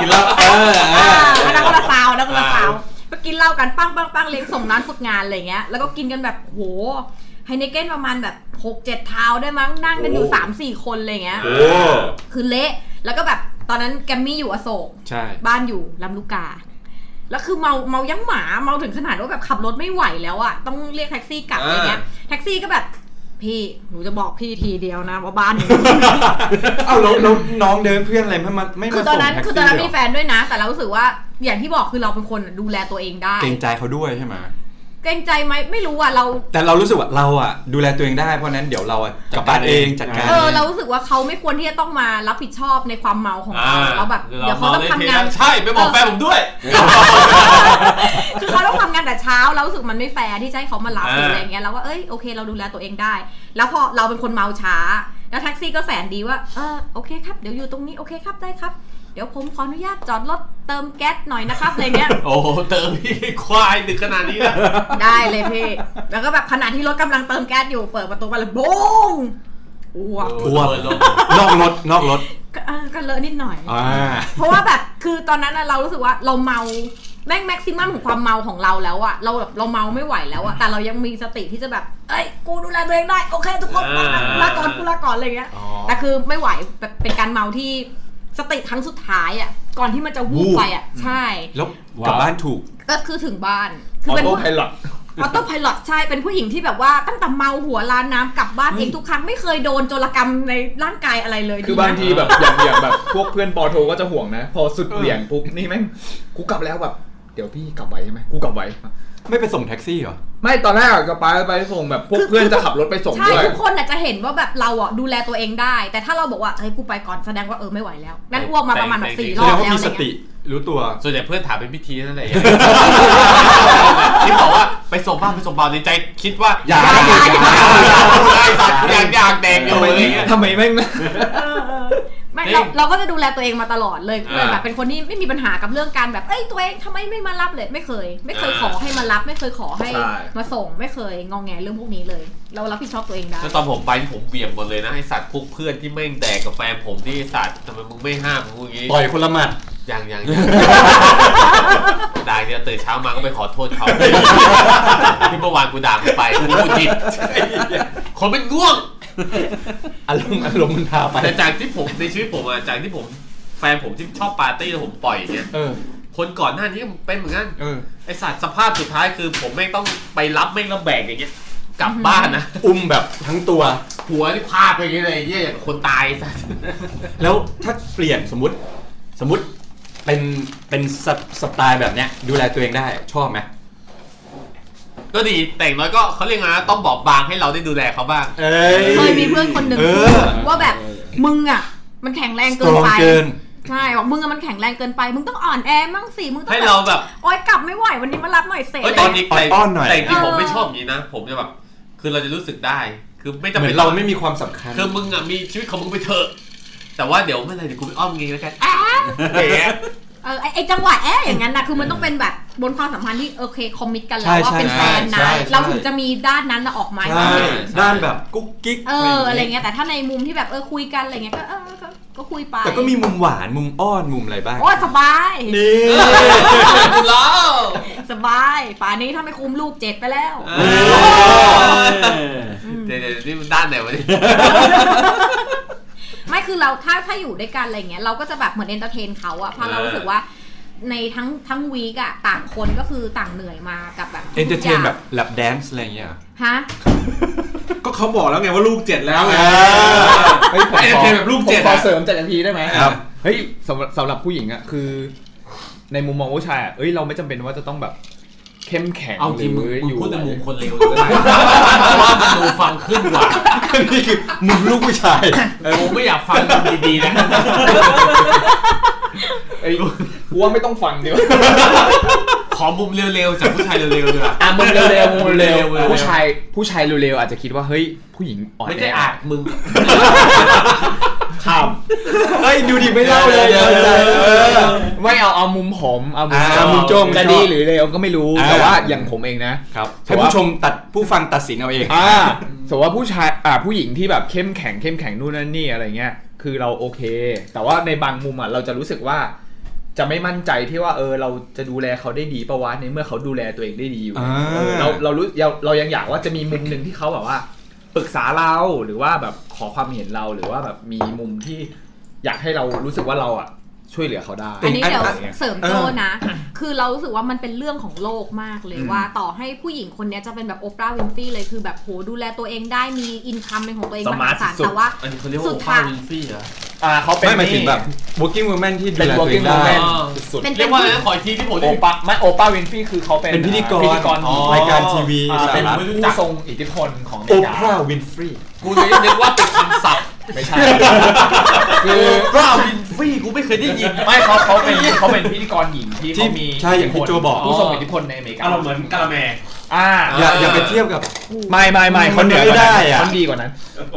กินแล้วเออเอ
อ่า
อ
อันนั้นก็ละซาวอันนั้นก็ละซาวไปกินเหล้ากันปังปังปังเลี้ยงส่งน้องฝึกงานอะไรเงี้ยแล้วก็กินกันแบบโหไฮเนเก้นประมาณแบบหกเจ็ดเท้าได้มั้งนั่งกันอยู่สามสี่คนอะไรเงี้ย
โอ้
คือเละแล้วก็แบบตอนนั้นแกรมมี่อยู่อโศก
ใช่
บ้านอยู่ลำลูกกา แล้วคือเมาเมายั้งหมาเมาถึงขนาดว่าแบบขับรถไม่ไหวแล้วอะต้องเรียกแท็กซี่กลับอะไรเงี้ย แท็กซี่ก็แบบ พี่หนูจะบอกพี่ทีเดียวนะว่าบ้านอยู่
เอ้าแล้วแล้วน้องเดินเพื่อนอะไรไม่มาไม่มา
คือต
ส่
อน
ง
นั้น
แท็ก
คือตอน
ซี่
นั้น
เหร
มี
อ
แฟนด้วยนะ แต่เรารู้สึกว่าอย่างที่บอกคือเราเป็นคนดูแลตัวเองได้
เกรงใจเขาด้วยใช่ไหม
เกรงใจไหมไม่รู้อะเรา
แต่เรารู้สึกว่าเราอ่ะ ดูแลตัวเองได้เพราะฉะนั้นเดี๋ยวเราอ่ะกลับบ้านเองจัดการ
เออเรารู้สึกว่าเขาไม่ควรที่จะต้องมารับผิดชอบในความเมาของ
อ่า
เราเราแบบเดี๋ยวเขาต้องทำงาน
ใช่ ไปบอกแฟนผมด้วย
คือเขาต้องทำงานแต่เช้าแล้วรู้สึกมันไม่แฟร์ที่จะให้เขามารับห
อ่า
รืออะไรเงี้ยแล้วว่าเอ้ยโอเคเราดูแลตัวเองได้ แล้วพอเราเป็นคนเมาช้า แล้วแท็กซี่ก็แสนดีว่าเออโอเคครับเดี๋ยวอยู่ตรงนี้โอเคครับได้ครับ เดี๋ยวผมขออนุญาตจอดรถเติมแก๊สหน่อยนะครับอะไรเงี้ย
โอ้โหเติม พี่ควายถึงขนาดนี้นะ
ได้เลยพี่แล้วก็แบบขณะที่รถกำลังเติมแก๊สอยู่เปิดประตูมาเลยบงอ้วก
อ้วนลง
นอกรถนอกรถ
ก็อ่าก็เลอะนิดหน่อย
อ่า
เพราะว่าแบบคือตอนนั้นน่ะเรารู้สึกว่าเราเมาแม่งแม็กซิมัมของความเมาของเราแล้วอะเราแบบเราเมาไม่ไหวแล้วอะแต่เรายังมีสติที่จะแบบเอ้ยกูดูแลตัวเองได้โอเคทุกคนมามาลาก่อนกูลาก่อนอะไรเงี้ย
อ๋อ
แต่คือไม่ไหวแบบเป็นการเมาที่สติครั้งสุดท้ายอะก่อนที่มันจะวูบไปอะใช่
แล้วกลับบ้านถูก
ก็คือถึงบ้าน
อ
คือ เป็น
โต้
ผู้
ไพลอต
ออโต้พายลอตใช่เป็นผู้หญิงที่แบบว่าตั้งแต่เมาหัวลานน้ำกลับบ้านเองทุกครั้งไม่เคยโดนโจรกรรมในร่างกายอะไรเลย
คือบางทีแบบอย่างอย่างแบบพวกเพื่อนปอโทก็จะห่วงนะ พอสุดเหวี่ยงปุ๊บนี่แม่งกูกลับแล้วแบบเดี๋ยวพี่กลับไวใช่ไหมกูกลับไว
ไม่ไปส่งแท็กซี่เหรอ
ไม่ตอนแรกอะก็ไปไปส่งแบบพวกเพื่อนจะขับรถไปส่ง
ใช่
ด้วย
ทุกคนอาจจะเห็นว่าแบบเราอ่ะดูแลตัวเองได้ แต่ถ้าเราบอกว่าเฮ้ยกูไปก่อนแสดงว่าเออไม่ไหวแล้ว นั่นอ้วกมาประมาณแบบสี่ร
แสดง
อบ
ว่า
แล้ว
มี
อะไร
สติ
เงี้ย
รู้ตัว
ส่วนใหญ่เพื่อนถามเป็นพิธีนั่นแหละที่บอกว่าไปส่งบ้านไปส่งบ้านในใจคิดว่า
อย่า
อย่าอย่าอย่าสัตว์อยากอยากแดงอยู่
ทำไม
อะไรเงี้ย
ทำไมแม่งนะ
ไม่
จริง
เราเราก็จะดูแลตัวเองมาตลอดเลยเลย
อ่า
แบบเป็นคนที่ไม่มีปัญหากับเรื่องการแบบเอ้ยตัวเองทำไมไม่มารับเลย ไม่เคย ไม่เคย
อ่า
ขอให้มารับไม่เคยขอให้
ใช่
มาส่งไม่เคยงองแงเรื่องพวกนี้เลย เรารับผิดชอบตัวเองได้
แล้วตอนผมไปผมเบี่ยงหมดเลยนะไอสัตว์พวกเพื่อนที่แม่งแดกกับแฟนผมที่ไอสัตว์ทำไมมึงไม่ห้ามกูอย่างงี้
ต่อยคนละหมัด
ยังยังยังด่าเดี๋ยวตื่นเช้ามาก็ไปขอโทษเขาที่เมื่อวานกูด่ามึงไปกูพูดผิดคนเป็นง่วง
อารมณ์อารมณ์มันพาไป
แต่จากที่ผมในชีวิตผมอะจากที่ผมแฟนผมที่ชอบปาร์ตี้แล้วผมปล่อยเนี่ย
เออ
คนก่อนหน้านี้เป็นเหมือนกัน
เออ
ไอสัตว์สภาพสุดท้ายคือผมแม่งต้องไปรับแม่งแล้วแบกอย่างเงี้ยกลับบ้านนะ
อุ้มแบบทั้งตัว
หัวที่พาดไปอย่างเงี้ยเลยไอ้เหี้ยอย่างคนตายไอ้สัตว์
แล้วถ้าเปลี่ยนสมมติ สมมติไป เป็นเป็นสสไตล์แบบเนี้ย ดูแลตัวเองได้ชอบไหม
ก็ดีแต่อย่างน้อยก็เขาเรียกนะต้องบอกบางให้เราได้ดูแลเขาบ้าง
เอ้ย
เคยมีเพื่อนคนหนึ่ง
เออ
พูดว่าแบบมึงอ่ะ มันแข็งแรง
ต
เกิ
ร
น
ง
ไป
เกิน
ใช่บอกมึงอะมันแข็งแรงเกินไป มึงต้องอ่อนแอมั่งสิมึงต้อง
ให้เราแบบ
โอ๊ยกลับไม่ไหววันนี้มารับหน่อยเสร็จ
เอ้ยตอนนี้
อ่อนๆห
แต่
น่อย
แต่จริงๆผม
เออ
ไม่ชอบอย่างนี้นะ ผมจะแบบ คือเราจะรู้สึกได้ คือไม่จำ
เหมื
เป็
อน
น
เราไม่มีความสำคัญ
คือมึงอ่ะมีชีวิตของมึงไปเถอะ แต่ว่าเดี๋ยวไม่เป็นไรเดี๋ยวกูไปอ้อมงี้แล้วกันอ้าวอย่างเงี้ย
เออไอ้ไอจังหวะแอะอย่างนั้นนะคือมันต้องเป็นแบบบนความสัมพันธ์ที่โอเคคอมมิตกันแล้
ใช่
วว่าเป็น
ใช่
แฟนนะ
ใช่ใช่
เราถึงจะมีด้านนั้นน่ะออกมา
ใช่
ใช่
ด้านแบบกุ๊กกิ๊ก
เอออะไรเงี้ยแต่ถ้าในมุมที่แบบเออคุยกันอะไรเงี้ยก็เออก็ก็คุยไป
แต่ก็มีมุมหวานมุมอ้อนมุมอะไรบ้าง
โอ้ยสบาย
นี่
กูเล่า
สบายป่านนี้ถ้าไม่คุมลูกเจ็ดไปแล้วม
เดี๋ยวเดี๋ยวนี่มันด้านไหนวะเนี่ย
ไม่คือเราถ้าถ้าอยู่ด้วยกันอะไรเงี้ยเราก็จะแบบเหมือนเอนเตอร์เทนเขาอะเพราะเรา
เออ
รู้สึกว่าในทั้งทั้งวีกอะต่างคนก็คือต่างเหนื่อยมากับแบบ
เอนเตอร์เทน
ทุกย่าง
แบบแลบแดนซ์อะไรเงี้ยเหรอ
ฮะ
ก็เขาบอกแล้วไงว่าลูกเจ็ดแล้วไง
เฮ้ยผม
ไอ้
ขอ
เทมแบบลูกเจ็ด
ผมขอ
อะ
เสริมจากนาทีได้ไหม
ครับ
เฮ้ยสำหรับสำหรับผู้หญิงอ่ะคือ ในมุมมองผู้ชายอ่ะเอ้ยเราไม่จำเป็นว่าจะต้องแบบเข้มแข็ง
เอา
ห
จริงมึง
รือ
มึง
อยู่
พูดในมุมคนเลวเลยนะเพราะว่ามันดูฟังขึ้นกว่า
นี่คือมุมลูกผู้ชาย
กูไม่อยากฟังมึงดีๆนะ
เอ้ยกูว่าไม่ต้องฟังดีกว่า
ขอมุมเร็วๆจากผู้ชายเร็วๆดีกว่า
อ่ะมึงเร็วๆมึงเร็ว
เร็วๆ
ๆผู้ชายผู้ชายเร็วๆอาจจะคิดว่าเฮ้ยผู้หญิงอ่อน
ไม่
แอ
ใช่อาจมึง
ข่าว
เฮ้ยดูดิไม่เล่าเลย
เดี๋ยวเดี๋ยว
เออ
ไม่เอาเอามุมผมเอามุม
อ่ามุมโจ้ง
จะดีหรือเร็วก็ไม่รู้
อ่า
แต่ว่าอย่างผมเองนะ
ครับให้ผู้ชมตัดผู้ฟังตัดสินเอาเอง
อ่าสมมติว่าผู้ชายอ่าผู้หญิงที่แบบเข้มแข็งเข้มแข็งนู่นนั่นนี่อะไรเงี้ย คือเราโอเค แต่ว่าในบางมุมอ่ะเราจะรู้สึกว่า จะไม่มั่นใจที่ว่าเออเราจะดูแลเขาได้ดีปะวะในเมื่อเขาดูแลตัวเองได้ดีอยู่
อ่า
เออเราเรารู้เราเรายังอยากว่าจะมีมุมหนึ่งที่เขาแบบว่าปรึกษาเราหรือว่าแบบขอความเห็นเราหรือว่าแบบมีมุมที่อยากให้เรารู้สึกว่าเราอ่ะช่วยเหลือเขาได้
อันนี้เดี๋ยว
ะไรงี้
เสริมโจนะ คือเรารู้สึกว่ามันเป็นเรื่องของโลกมากเลย
อืม
ว่าต่อให้ผู้หญิงคนเนี้ยจะเป็นแบบโอปราห์วินฟรีเลยคือแบบโหดูแลตัวเองได้มีอินคัมเป็นของตัวเอง
ส
ม
มา
หา
ร์ท
ศาล
สุดๆ
แต่ว่า
อันนี้เขาเรียก
สุ
ว่าโอ
ด
ป้า
ท้าย
วินฟี่เหรอ
อ่าเขาเป็น
ไม่หมายถึง
นี่
แบบ working woman ที่ดู
เป็น
แลตัวเอง
working
ได้
woman
อ๋อ
สุดๆ
เป็น
เรียกว่าอะไรนะขออีกทีที่ผม
โอ
ได้
ปาไม่โอปาวินฟี่คือเขาเป็น
เป็นพิธีกร
พิธีกร
อ๋อรายการทีวี
อ่า
สาระ
เป็นผู้ทรงอิทธิพลของอเม
โอ
ริกา
ปราห์วินฟรี
กูเลยนึกว่าเป็นคำศัพท์
ไม่ใช่ คือ
ปราวินฟี่กูไม่เคยได้ยิน
ไม่เขาเขาเป็นเขาเป็นพิธีกรหญิงที่
ที่
เขามี
ใช่อย่างที่โจบอก
ผู้ทรงอิทธิพลในอเมริกา
อารมณ์เหมือนกะละแม
อ่า
อย่าอย่าไป
เออ
เทียบกับ
ไม่ไม่ไม่
มั
เขา
น
เหนือกว่า
ไม่ได้อะ
นั้นเขาดีกว่านั้น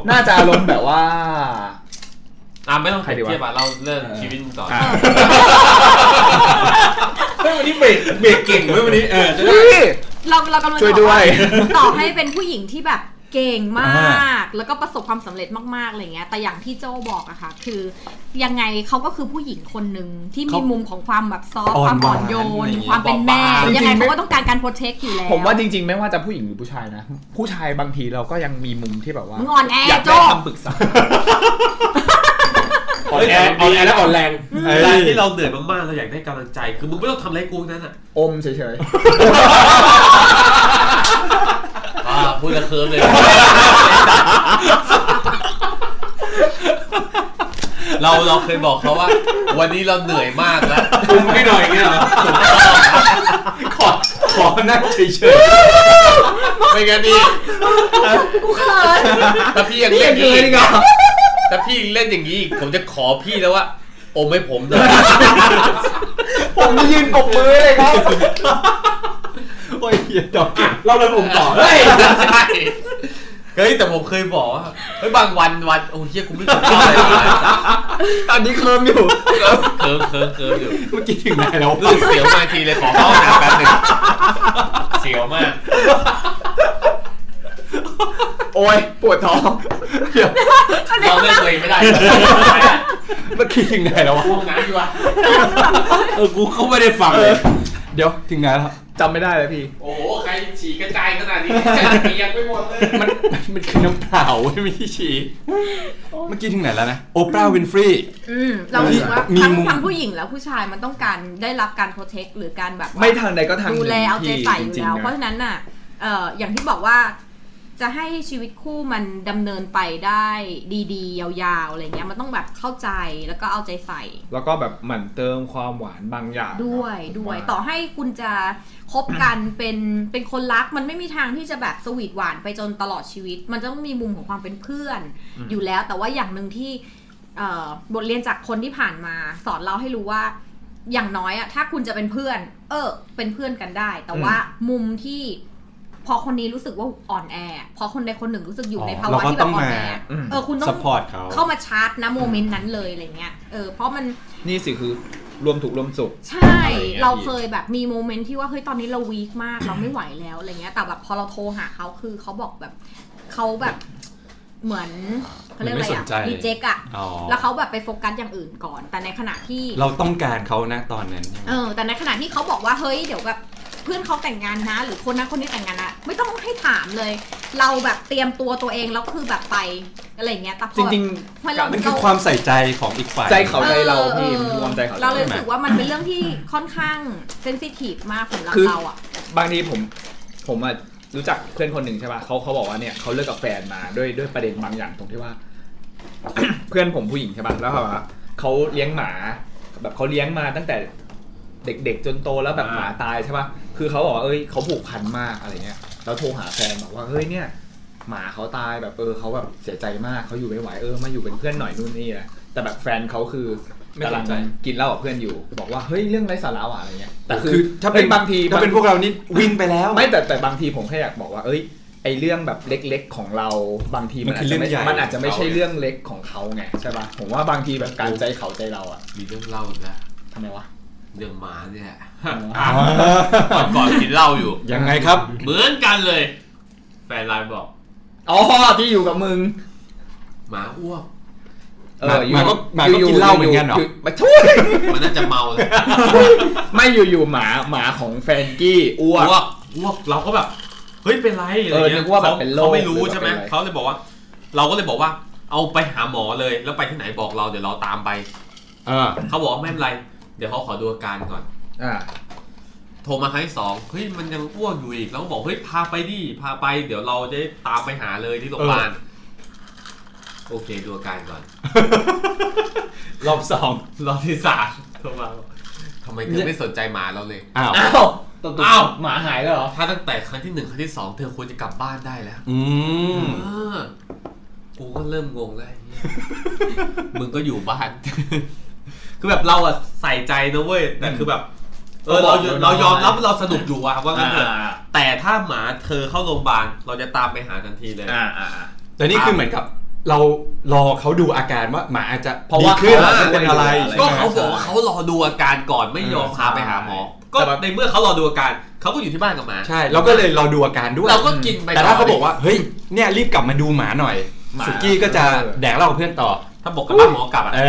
น่าจะอารมณ์แบบว่า
อ่ะไม่ต้อง
ใคร
เที
ดีวะ
ยบอ่ะเราเรื่องชีวิตมึงก่อน
อ่า
เฮ้ยวันนี้เบรกเบรกเก่งเว้ยวันนี้เออจะ
เฮ
ได้
้ย
เราเรากำลังจะ
ช่วยด้
บอกา
วย
ต่อให้เป็นผู้หญิงที่แบบเก่ง
อ่
มา
า
ก แล้วก็ประสบความสำเร็จมากๆอะไรเงี้ยแต่อย่างที่โจบอกอะค่ะ คือยังไงเขาก็คือผู้หญิงคนหนึ่งที่มีมุมของความแบบซอฟต์
อ่
ค
อน
วามอ่อ
หวา
น
น
โย
อะ
น
ไรเงี้ย
ความเป็นแม่
จริงๆ
ยังไง
ไม่
เขาก็ต้องการการโปรเทคอยู่แล้ว
ผมว่าจริง ๆ ไม่ว่าจะผู้หญิงหรือผู้ชายนะ ผู้ชายบางทีเราก็ยังมีมุมที่แบบว่า
มึงอ่อนแอ
อยาก
โจ
ได้คำปรึกษา
อ่อนแออ่อนแอและอ่อนแรง
เอ้
เวลาย ที่เราเหนื่อยมากๆเราอยากได้กำลังใจ คือมึงไม่ต้องทำอะไรกูนั้นอ่ะ
อมเฉยๆ
อ่าพูดละเคิร์มเลย เราเราเคยบอกเขาว่า วันนี้เราเหนื่อยมากแล้ว
อุ้มให้หน่อยอย่างเงี้ยเหรอ
ขอขอนั่งเฉย
ไม่งั้นนี่
กูเขิน
ถ้าพี่ยังเล่นอย่างนี้อีกถ้าพี่ยังเล่นอย่างนี้อีกผมจะขอพี่แล้วว่าอมให้ผมหน่อย
ผมจะยืนปรบมือเลยครับ
ๆโอ้ยเหี้ยดอกเก็บ
เราเลยผมต่อ
เฮ้ยใช่เฮ้ยแต่ผมเคยบอกว่าเฮ้ยบางวันวันโอ้เฮียกูไม่ถูกต้องเลย
ตอนนี้เคลิมอยู่
เคิร์ฟเคิร์ฟเคิร์ฟอยู่
เมื่อกี้ถึงไหนแล้ว
รู้สึกเสียวมากทีเลยขอเข้าห้องน้ำแป๊บหนึงเสียวมาก
โอ้ยปวดท้อง
เราเล่นตัวเองไม่ได้
เมื่อกี้ถึงไหนแล้ววะ
ห้องน้ำดีกว่า
เออ กูเขาไม่ได้ฟังเลย
เดี๋ยวถึงไหนแล้ว
จำไม่ได้เลยพี่
โอ้โหใครฉีกกระจายขนาดนี้เปียกไปหมดเลย
มันมันคือน้ำเปล่าเว้ยไม่ใช่ฉี่เมื่อกี้ถึงไหนแล้วนะโอปราห์วินฟรี
อืมเรารู้สึกว่า
มี
ทั้ง
มุม
ทั้งผู้หญิงและผู้ชายมันต้องการได้รับการโปรเทคหรือการแบบว่า
ไม่ทางใดก็ทางหนึ่
ดู
ง
แลเอาใจใส่อ
จ
ยู่
ริง
แล้ว
ๆ
เพราะ
นะ
ฉะนั้นน่ะเอ่ออย่างที่บอกว่า จะให้ชีวิตคู่มันดำเนินไปได้ดีๆ ยาวๆอะไรเงี้ยมันต้องแบบเข้าใจแล้วก็เอาใจใส่
แล้วก็แบบหมั่นเติมความหวานบางอย่าง
ด้วยด้วย
า
ต่อให้คุณจะคบกัน เป็นเป็นคนรักมันไม่มีทางที่จะแบบสวีทหวานไปจนตลอดชีวิต มันจะต้องมีมุมของความเป็นเพื่อน อยู่แล้วแต่ว่าอย่างหนึ่งที่เอ่อบทเรียนจากคนที่ผ่านมา สอนเราให้รู้ว่า อย่างน้อยอะถ้าคุณจะเป็นเพื่อน เออ เป็นเพื่อนกันได้ แต่ว่ามุมที่ พอคนนี้รู้สึกว่าอ่อนแอ พอคนใดคนหนึ่งรู้สึกอยู่
อ๋อ
ในภาวะ
เราก็
ที่แบ
ต้อบ ง
อ่อน
มา
แออ
ม
เออคุณต้
ซั
อ
พ
ง
พอร์ตเขา
เข้ามาชาร์จนะโมเมนต์นั้นเลยอะไรเงี้ยเออเพราะมัน
นี่สิคือรวมถูกรวมสุข
ใช่
อะไรอย่างเงี้ย
เราเคยแบบมีโมเมนต์ที่ว่าเฮ้ยตอนนี้เราวีคมาก เราไม่ไหวแล้วอะไรเงี้ย แต่แบบพอเราโทรหาเขาคือเขาบอกแบบเขาแบบเหมือนเขาเรียกอะไร
ไม่ส
อะ
นใจ
รีเจกอะ
อ๋อ
แล้วเขาแบบไปโฟกัสอย่างอื่นก่อน แต่ในขณะที่
เราต้องการเขานะตอนนั้นใช่ไหม
เออแต่ในขณะที่เขาบอกว่าเฮ้ยเดี๋ยวแบบเพื่อนเขาแต่งงานนะ หรือคนนั้นคนนี้แต่งงานนะไม่ต้องให้ถามเลย เราแบบเตรียมตัวตัวเองแล้วคือแบบไปอะไรเงี้ยแต่พอ
จริง
พอเรา
มันคือความใส่ใจของอีกฝ่าย
ใจเขา ร
ออ
พี่มันรวมใจเขา
เราเลย
ใช่ไหม
รู้สึกว่ามันเป็นเรื่องที่ค่อนข้างเซนซิทีฟมากสำหรับ
คือ
เราอ่ะ
ๆ บางทีผมผมอะรู้จักเพื่อนคนหนึ่งใช่ป่ะเขาเขาบอกว่าเนี่ยเขาเลิกกับแฟนมาด้วยด้วยประเด็นบางอย่างตรงที่ว่า เพื่อนผมผู้หญิงใช่ป่ะแล้วเขาบอกว่าเขาเลี้ยงหมา แบบเขาเลี้ยงมาตั้งแต่เด็กๆจนโตแล้วแบบหมาตายใช่ป่ะคือเขาบอกว่าเอ้ยเขาผูกพันมากอะไรเงี้ยแล้วโทรหาแฟนบอกว่าเฮ้ยเนี่ย หมาเขาตายแบบเออเขาแบบเสียใจมากเขาอยู่ไม่ไหวเออมาอยู่เป็นเพื่อนหน่อยนู่นนี่แหละแต่แบบแฟนเขาคือ
ไม่
กำ
ส
ลั
น
ง
ใจ
กินเหล้ากับเพื่อนอยู่บอกว่าเฮ้ยเรื่องไร้สาระว่ะอะไรเงี้ยแต่
แต่
คื
คือ
อ
ถ้าเป็น
ฮ้ยบางที
ถ้าเป็น
บง
พวกเรานี่วิ่งไปแล้ว
ไม่แต่แต่บางทีผมแค่อยากบอกว่า เอ้ยไอเรื่องแบบเล็กๆของเราบางที
มั
มัน น
คือ
อาจจะไม่
เรื่องใหญ่
มันอาจจะไม่ใช่เรื่องเล็กของเขาไงใช่ป่ะผมว่าบางทีแบบการใจเขาใจเราอะ
มีเรื่องเล่าอีกแล้ว
ทำไมวะ
เรื่องหมาเนี่ย
อ่า
ก่อนก่อนกินเหล้าอยู่
ยังไงครับ
เหมือนกันเลย แฟนไลน์บอก
อ๋อที่อยู่กับมึง
หมาอ้วก
ห
ยู่
มาก็หมาก็
ยู่
กินเหล้าเหมือนกันเหรอ
ยู่มาช่วย
มันน่าจะเมาเลย
ไม่อยู่อยู่หมาหมาของแฟนกี้ อ้วก
อ้วกอ้วกเราก็แบบเฮ้ยเป็นไรอะไร
เออนึ
เงี้ย
กว่าแบบ
ข
เป็นโรค
เขาไม่รู้
หรือว่า
ใช่ไหม
เป็นอะไร
เขาเลยบอกว่า เราก็เลยบอกว่า เอาไปหาหมอเลยแล้วไปที่ไหนบอกเราเดี๋ยวเราตามไป
เออ
เขาบอกว่าไม่เป็นไร เดี๋ยวเขาขอดูอาการก่อน
อ่า
โทรมาครั้งที่สองเฮ้ยมันยังอ้วนอยู่อีกแล้วก็บอกเฮ้ยพาไปดิพาไป เดี๋ยวเราจะได้ตามไปหาเลยที่โรงพยาบาลโอเคดูอาการก่อน
รอบสอง
รอบที่สามโทรมาบอกทำไมเธอไม่สนใจหมาเราเลย
อ้าว
อ้าว
อ้าว
หมาหายแล้วเหรอ
ถ้าตั้งแต่ครั้งที่หนึ่งครั้งที่สองเธอควรจะกลับบ้านได้แล้ว
อืม
เออกูก็เริ่มงงแล้วไอ้เหี้ย มึงก็อยู่บ้าน คือแบบเราอะใส่ใจนะเว้ยแต่คือแบบ เออเราเรายอมรับเราสนุกอยู่อะว่างั้นเถอะ
อ่า
แต่ถ้าหมาเธอเข้าโรงพยาบาลเราจะตามไปหาทันทีเลย
อ่าอ่า
แต่นี่คือเหมือนกับ เรารอเขาดูอาการว่าหมาอาจจะ
เพราะว่า
ดีขึ้น
เขาอาจจะ
เป็นอะไร
เป็นอะไร
ก็
ใช่ไหม
เขาบอกว่าเขารอดูอาการก่อนไม่ยอมพาไปหาหมอ ก็
แต่แบบ
ในเมื่อเขารอดูอาการเขาก็อยู่ที่บ้านกับหมา
ใช่เราก็เลยรอดูอาการด้วย
เราก็กินไป
แต่ถ้า
ต่
เขาบอกว่า เฮ้ย เนี่ยรีบกลับมาดูหมาหน่อย
หมา
สุกี้ก็จะ
เออ
แดกเหล้ากับเพื่อนต่อ
ถ้าบอกกับบ้านหมอกลับอะ
เอ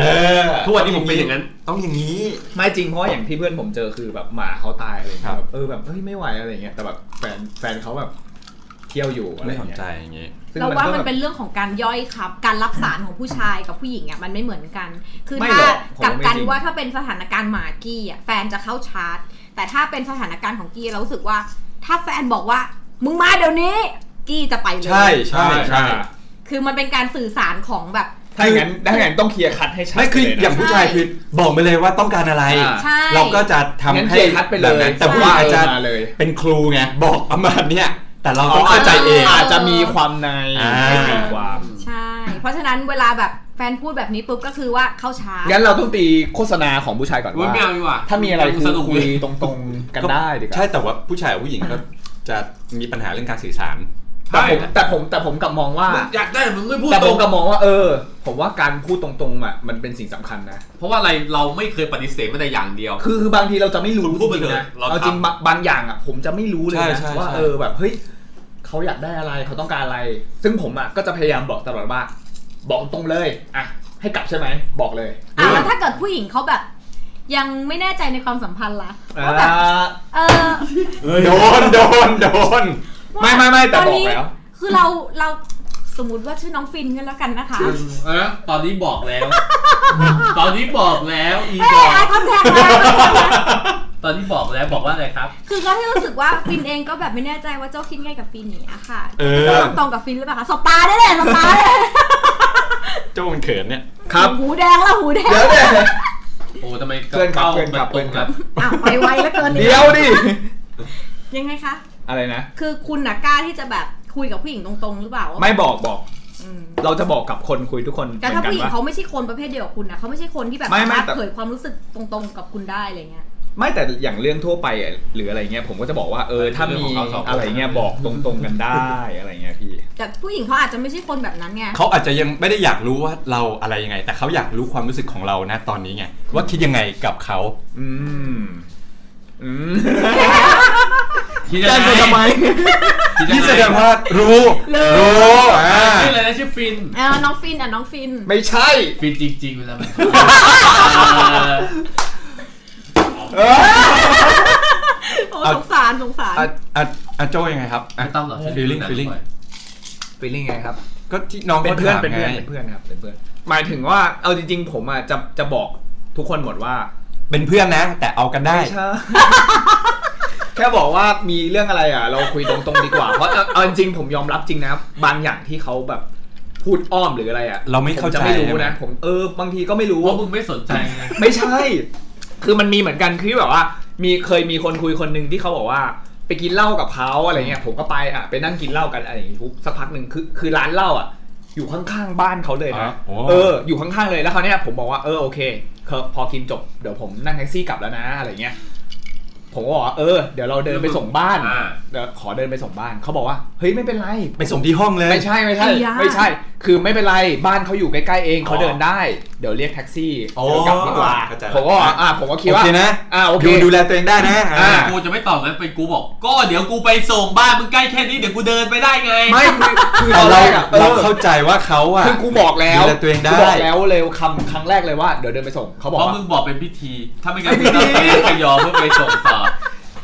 อ
ทุกวันนี้ผมเป็นอย่างนั้น
ต้องอย่างนี้
ไม่จริงเพราะว่าอย่างที่เพื่อนผมเจอคือแบบหมาเขาตายอะไรเงี้ย
ครับ
แบบเออแบบเฮ้ยไม่ไหวอะไรเงี้ยแต่แบบแฟนแฟนเขาแบบเที่ยวอยู่อะไร
ไม่สน
เงี้ย
ใจอย่างนี้
ซึ่ง
เราว่า
ก็
มัน
แบบ
เป็นเรื่องของการย่อยครับ การรับสารของผู้ชายกับผู้หญิงอ่ะมันไม่เหมือนกัน คือ
ไม่
ถ้า
หรอกผม
กลับกัน
ไม่จริง
ว่าถ้าเป็นสถานการณ์หมากี้อ่ะแฟนจะเข้าชาร์จ แต่ถ้าเป็นสถานการณ์ของกี้เรารู้สึกว่า ถ้าแฟนบอกว่า มึงมาเดี๋ยวนี้ กี้จะไปเลย
ใช่ใช่ใช่
คือมันเป็นการสื่อสารของแบบ
ถ้าอย่างนั้นถ้าอย่างนั้นต้องเคลียร์คัดให้ชัด
ไม่คือ
เลยนะ
อย่างผู้ชายคือบอกไปเลยว่าต้องการอะไร
อ่า
ใช่
เราก็จะทำ
งั้นเค
ให้
ลียร์คัดไปเล
แบบ
ย
นั้นแต่
ผู้
ว่าอาจจะ
มาเลย
เป็นครูไงบอกประมาณเนี้ยแต่เราต้อง
อา
เข้า
จ
ใจ
จะ
เอง
อาจจะมีความใน
อ่า
ไม่มีความ
ใช่ เพราะฉะนั้นเวลาแบบแฟนพูดแบบนี้ปุ๊บก็คือว่าเข้าชาร์จ
งั้นเราต้องตีโฆษณาของผู้ชายก่อน
ว่า
ว่า
ไม่เอาดีกว่า
ถ้ามีอะไรคือ
สนุก
คุ
เลย ย
ตรงๆกันได้ดีกว่า
ใช่แต่ว่าผู้ชายกับผู้หญิงก็จะมีปัญหาเรื่องการสื่อสาร
แต่
ใช่
ผมแต่ผมแต่ผมกลับมองว่า
มึงอยากได้มึงไม่พูด
แต่
ต
ผ
ร
ม
ง
กลับมองว่าเออ ผมว่าการพูดตรงๆอ่ะมันเป็นสิ่งสำคัญนะ
เพราะว่าอะไรเราไม่เคยปฏิเสธไม่แต่อย่างเดียว
คือคือบางทีเราจะไม่รู้
คุณพูดไปเถอะ
จริงๆนะ
เราทำ
เอาจริงบางบางอย่างอ่ะ ผมจะไม่รู้เลย
ใช่
นะ
ใช่
ว่า
ใช่
เออแบบเฮ้ยเขาอยากได้อะไรเขาต้องการอะไร ซึ่งผมอ่ะก็จะพยายามบอกตลอดว่า บอกตรงเลยอ่ะให้กลับใช่ไหมบอกเลย
อ่ะแล้วถ้าเกิดผู้หญิงเขาแบบ ยังไม่แน่ใจในความสัมพันธ์ล่ะ
อ่า
ว่าแบบเออ
โดนโดนโดน
ว่า
ไม่ไม่ไม่แต่
ตอน
บอก
นี้
แล้ว
คือเราเรา สมมติว่าชื่อน้องฟินกันแล้วกันนะคะ
เออตอนนี้บอก แล้ว ตอนนี้บอกแล้วอี
เอ้
ด
ย
อก
ไอคอนแทคแล้ว
ตอนนี้บอกแล้วบอกว่าอะไรครับ
คือก็ที่รู้สึกว่าฟินเองก็แบบไม่แน่ใจว่าเจ้าคิดไงกับฟินเนี่ยค่ะ
เออ
ก็ตรงกับฟินหรือเปล่าคะสปาได้เลยสปาได้เลย
เจ้ามันเขินเนี่ย
ครับ
หูแดงแล้วหูแดง
เดี๋ยวเนี่ย
โอ้ทำไม
เพื่อนครับ
ป้า
เพื่อนครับ
มั
เพื่อนครับ
อ้าวไปไวแล้วเกินอีก
เดี๋ยวดิ
ยังไงคะ
อะไรนะ
คือคุณน่ะกล้าที่จะแบบคุยกับผู้หญิงตรงๆ หรือเปล่าว่า
ไม่บอกบอก
อืม
เราจะบอกกับคนคุยทุกคน
แต่ถ้า
เหมือนกัน
ผู้หญิง
ว่า
เขาไม่ใช่คนประเภทเดียวกับคุณนะเขาไม่ใช่คนที่แบบ
ไม่
สา
ไม่
มารถ
แต่
เผยความรู้สึกตรงๆกับคุณได้อะไรเงี้ย
ไม่แต่อย่างเรื่องทั่วไปอะหรืออะไรเงี้ยผมก็จะบอกว่าเออถ้ามีอะไรเงี้ยบอกตรงๆกันได้อะไรเงี้ยพี่
แต่ผู้หญิงเขาอาจจะไม่ใช่คนแบบนั้นไง
เขาอาจจะยังไม่ได้อยากรู้ว่าเราอะไรยังไง แต่เขาอยากรู้ความรู้สึกของเรานะตอนนี้ไงว่าคิดยังไงกับเขา
อืม อืม
คิดยังไงคิดยัง
นี่แสดง
ไง
ว่ารู้
รู้
รู้อ่า
ชื่ออะไรนะชื่อฟิน
เออน้องฟินอ่ะน้องฟิน
ไม่ใช่
ฟินจริงๆเว ลามัน
โอ้สงสารสงสาร
อ่ะอ่ะอ่ะโจ้ยังไงครับอ่ะ
ไม่ต้องหรอก
feeling feeling
ฟีลลิ่งไงครับ
ก็ที่น้อง
เป็น
ขา
เพื่อน
ถาม
เป็นเพื่อน
ไง
เป็นเพื่อนครับเป็นเพื่อน หมายถึงว่าเอาจริง ๆ ผมอ่ะจะจะบอกทุกคนหมดว่า
เป็นเพื่อนนะ แต่เอากันได้
ไม่ใช่ แค่บอกว่ามีเรื่องอะไรอ่ะ เราคุยตรงๆดีกว่าเพราะเอาเอาจริงๆผมยอมรับจริงนะบางอย่างที่เขาแบบพูดอ้อมหรืออะไรอ่ะ
เราไม่เข้าใจ
ผจะไม่รู้
ใช่ไหม
นะผมเออบางทีก็ไม่รู้
ว่ามึงไม่สนใจไง
ไม่ใช่ คือมันมีเหมือนกันคือแบบว่า มีเคยมีคนคุยคนหนึ่งที่เขาบอกว่า ไปกินเหล้ากับเขาอะไรเงี้ย ผมก็ไปอ่ะไปนั่งกินเหล้ากันอะไรอย่างงี้ปุ๊บสักพักหนึ่งคือคือร้านเหล้าอ่ะ อยู่ข้างๆบ้านเขาเลยนะ
อ่ะโอ้
เออ อยู่ข้างๆเลยแล้วเขาวเนี้ยผมบอกว่าเออโอเคเขาพอกินจบเดี๋ยวผมนั่งแท็กซี่กลับแล้วนะอะไรเงี้ย ผมก็บอกว่าเออเดี๋ยวเราเดินไปส่งบ้าน
อ่า
เดี๋ยวขอเดินไปส่งบ้านเขาบอกว่าเฮ้ยไม่เป็นไร
ไปส่งที่ห้องเลย
ไม่ใช่ไม่ใช่
ไอ้ยา
ไม่ใช่ คือไม่เป็นไรบ้านเขาอยู่ใกล้ๆเองเขาเดินได้ เดี๋ยวเรียกแท็กซี่
โอ้
เดี๋ยวกลับดีกว่า
เข้าใจละ
ผมก็บอกอ่าผมก็คิด
โอ
ว่า
เคนะ
อ่าโอเค
ยู่ดูแลตัวเองได้นะ
อ่า
กูจะไม่ตอบงั้นไปกูบอก ก็เดี๋ยวกูไปส่งบ้านมึงใกล้แค่นี้เดี๋ยวกูเดินไปได้ไง
ไม่คือคือต
แต่
อนแร
เรา
กอะ
เรา
ออ
เข้าใจว่าเขาอ่ะ
คือกูบอกแล้ว
ดูแลตัวเองได้
กูบอกแล้วเลยคำครั้งแรกเลยว่าเดี๋ยวเดินไปส่งเขาบอก
เพราะ
ว่า
มึงบอกเป็นพิธี ถ้าไม่งั้นมึงต้องไปยอมเพื่อไปส่งต่อ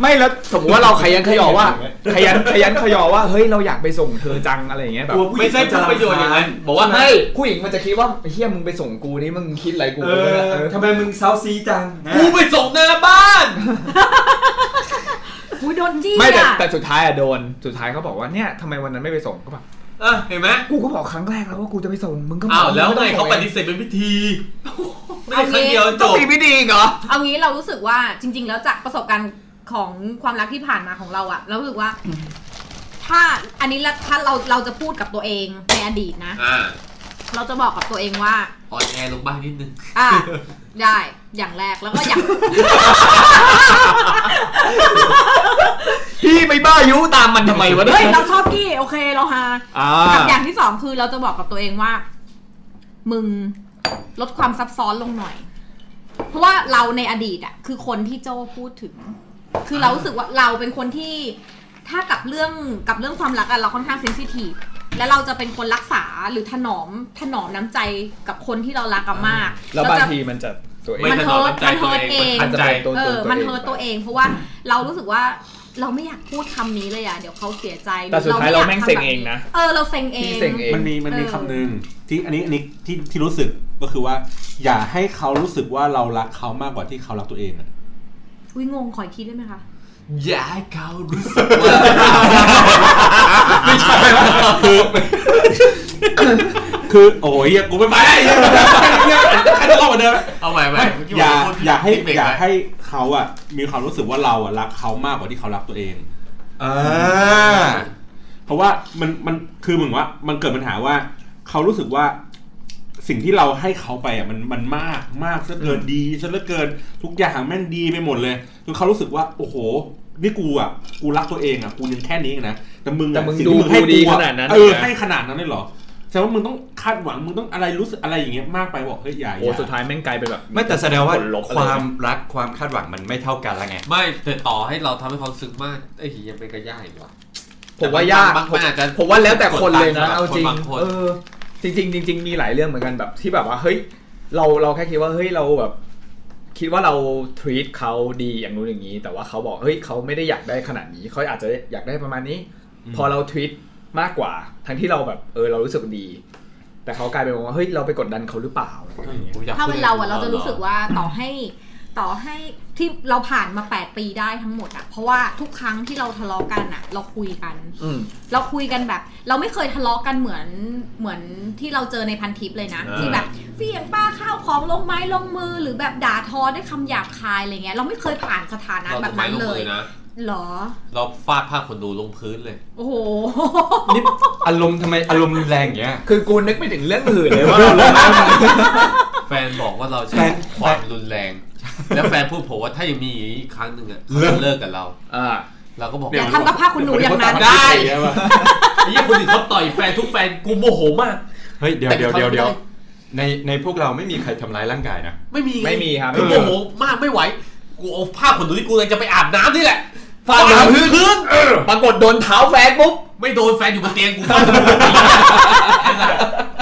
ไม่แล้วสมมติว่าเราขยันขยอว่า ขยันขยันขยอว่าเฮ้ยเราอยากไปส่งเธอจังอะไรอย่างเงี้ยแบบ
ไม่ใช่ผลประโยชน์อย่างนั้น บอกว่า
ไม่
ไม่
ผู้หญิงมันจะคิดว่าไอ้เฮียมึงไปส่งกูนี่มึงคิดอะไรกู
เอ
เนี่ย
อ
เออ
ทำไมมึงเซาซีจังนะ
กูไปส่งหน้าบ้าน
หูโดนจี้
ไม่แต่
อ่ะ
แต่สุดท้ายอะโดนสุดท้ายเขาบอกว่าเนี่ยทำไมวันนั้นไม่ไปส่งก็แบบ
เอ้ยเห็นไหม
กูก็บอกครั้งแรกแล้วว่ากูจะไปส่งมึงก็บก
อ้าวแล้วไง
ม่ต้
เขา
อ
ป
ส่
ฏิเสธเป็นพิธี ไม่ได้ครั้งเดียวจ
ต้อง
บ
มีพิธีอีกเหรอ
เอางี้เรารู้สึกว่าจริง ๆ แล้วจากประสบการณ์ของความรักที่ผ่านมาของเราอะเรารู้สึกว่า ถ้าอันนี้ละถ้าเราเราจะพูดกับตัวเองในอดีตนะ
อ่า
เราจะบอกกับตัวเองว่า
อ่อนแอลงบ้างนิดนึง
อ่ะ ได้อย่างแรกแล้วก็อย่าง
พี่ไปบ้ายุตามมันทำไมวะ
เฮ้ยเราชอบกี้โอเคเราฮา
อ่า
กับอย่างที่สองคือเราจะบอกกับตัวเองว่า มึงลดความซับซ้อนลงหน่อย เพราะว่าเราในอดีตอะคือคนที่โจ้พูดถึง คือเรารู้สึกว่าเราเป็นคนที่ ถ้ากับเรื่องกับเรื่องความรักอะเราค่อนข้างเซนซิทีฟและเราจะเป็นคนรักษาหรือถนอมถนอมน้ำใจกับคนที่เรารักกันมาก
แล้วบาง
จะ
ทีมันจะตัวเอง
ไม่
มัน
ถนอม
เฮิร์ต
น้ำใจตัวเอง
มั
มัน
นฮิร์ต
ขัดใจ
ตัวตัวตัวเองไป
เออมันเฮิร์ตตัวเอง เพราะว่าเรารู้สึกว่าเราไม่อยากพูดคำนี้เลยอ่ะ เดี๋ยวเขาเสียใจ
แต่สุดท้าย
ไอยก
เราแม่ง
ทำ
เซ็ง
แบบ
เองนะ
เออ เราเซ็งเอง
พี่เสงเอง
มันมีมันมี
เออ
คำหนึ่งที่อันนี้อันนี้ที่ที่รู้สึกก็คือว่า อย่าให้เขารู้สึกว่าเรารักเขามากกว่าที่เขารักตัวเองอะ
วิงงขอยคิดได้ไหมคะ
อย่าให้เขารู้สึกว่า
ไม่ใช่คือคือโอ้ยเหี้ยกูไม่ไปได้เหี้ยใครจะเข้ามาเดิม
เอาใหม่ใหม่เมื่กี้
อย่า
ผมพูด
อย่าให้
ผิด
อย่าให้เขาอ่ะ มีความรู้สึกว่าเราอ่ะรักเขามากกว่าที่เขารักตัวเอง
อ่า
เพราะว่ามันมันคือเหมือนว่า มันเกิดปัญหาว่า เขารู้สึกว่า สิ่งที่เราให้เขาไปอ่ะมันมันมากมากซะเกินดีซะเหลือเกิน ทุกอย่างแม่งดีไปหมดเลยจนเขารู้สึกว่า โอ้โห นี่กูอ่ะกูรักตัวเองอ่ะกูยังแค่นี้เองนะแต่มึง
แต่
อ่ะ
มึง
สิ่งที่
ดู
มึงให้
ดี
กู
ข
อ่ะ
นาดนั้น
เออ
เลยนะ
ให้ขนาดนั้นเลยเหรอแสดงว่ามึงต้องคาดหวังมึงต้องอะไรรู้สึกอะไรอย่างเงี้ยมากไปบอกเฮ้ยอย่า
โอ้
อย่า
สุดท้ายแม่งกลายเป็นแบบ
ไม่แต่แสดงว่า
ผลลบอะไร
ความรักความคาดหวังมันไม่เท่ากันละไง
ไม่แต่ต่อให้เราทำให้เขารู้สึกมากไอ้เหี้ยยังเป็นกระย่ายอีกว่ะ
ผมว่ายาก
บางคนอาจจะ
ผมว่าแล้วแต่คนเลยนะ
กดดัน
เอาจริง
บางคน
เออจริงๆจริงๆมีหลายเรื่องเหมือนกันแบบที่แบบว่าเฮ้ยเราเราแค่คิดว่าเฮ้ยเราแบบ คิดว่าเรา treat เขาดีอย่างนู้นอย่างนี้ แต่ว่าเขาบอกเฮ้ยเขาไม่ได้อยากได้ขนาดนี้เขาอาจจะอยากได้ประมาณนี้ พอเรา treat มากกว่า ทั้งที่เราแบบเออเรารู้สึกดี แต่เขากลายเป็นว่าเฮ้ยเราไปกดดันเขาหรือเปล่า
ผมอยก
ถ้าเป็นเราอะเราจะรู้สึก
ว่า
ว่าต่อให้ต่อให้ที่เราผ่านมา 8 ปีได้ทั้งหมดอะเพราะว่าทุกครั้งที่เราทะเลาะกันอะเราคุยกัน
อืม
เราคุยกันแบบ เราไม่เคยทะเลาะกันเหมือนเหมือนที่เราเจอในพันทิปเลยนะ
เออ
ที่แบบเฟียงป้าข้าวของลงไม้ลงมือหรือแบบด่าทอด้วยคำหยาบคายอะไรเงี้ยเราไม่เคยผ่านสถานะ
เรา
แบ
จะ
บ
ไม้
นั้น
ลง
เล
มื
ย
อนะ
เหรอ
เราฟาดผ้าขนหนูลงพื้นเลย
โอ้โห
นี่อารมณ์ทำไมอารมณ์รุนแรงอย่างเงี้ย
คือกูนึกไปถึงเรื่องอื่นเลย ว่าเราเลิก
แฟนบอกว่าเราใช้
แฟน
ความรุนแรง แล้วแฟนพูดผมว่าถ้ายังมีอย่างนี้อีกครั้งหนึ่งอะเขาจะเลิกกับเรา
อ่า
เราก็บอก
อย่าทำกับผ้าขนหนูอย่างนั้น
ได้ไอ้ยี่คนอื่นเขาต่อยแฟนทุกแฟนกูโมโหมาก
เฮ้ยเดี๋ยว
แต่
เดี๋ยว
เขา
เดี๋ยวเดี๋ยว
ไม่
ในในพวกเราไม่มีใครทำร้ายร่างกายนะ
ไม่มีง
ไม่มีครับ
กูโมโหมากไม่ไหว กูเอาผ้าขนหนูที่กูเลยจะไปอาบน้ำนี่แหละ
ฟาดลงพื้นปรากฏโดนเท้าแฟนปุ๊บ
ไม่โดนแฟนอยู่บนเตียงกู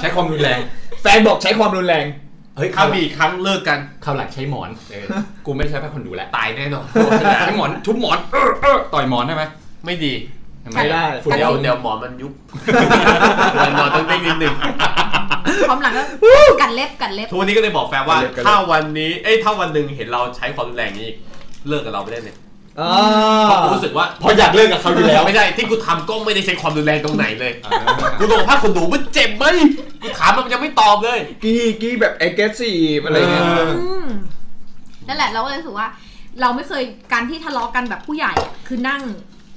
ใช้ความรุนแรง
แฟนบอกใช้ความรุนแรง
เฮ้ย
ถ้า
คำ
มีอีกครั้งเลิกกัน
คำหลักใช้หมอนเออกูไม่ใช้ผ้าขนหนูแล้ว
ตายแน่นอน
ใช้หมอนทุบหมอนเออเออต่อยหมอนได้ไหม
ไม่ดี
ทำ
ไม่ได้
ฝุ่น
เดี๋ยว
เดี
เดี๋
ย
ยว วหมอมันยุบวันนอนต้องเด้งนิดนึง
พร้อมหลังก็กัดเล็บกัดเล็บ
ทุกวันนี้ก็เลยบอกแฟนว่า ถ้าวันนี้ เอ้ยถ้าวันหนึ่งเห็นเราใช้ความรุนแรงนี้อีกเลิกกับเราไปได้เลย
อ่า
เพราะกูรู้สึกว่า
พออยากเลิกกับเขาอยู่แล้ว
ไม่ได้ที่กูทำก็ไม่ได้ใช้ความรุนแรงตรงไหนเลย กูบอกถ้าคนหนูมันเจ็บไหมกูถามมันมันยังไม่ตอบเลย
กี้กี้แบบ aggressive อะไรเงี้ย
เออ
อืมนั่นแหละเราก็เลยรู้สึกว่า เราไม่เคยการที่ทะเลาะกันแบบผู้ใหญ่อะคือนั่ง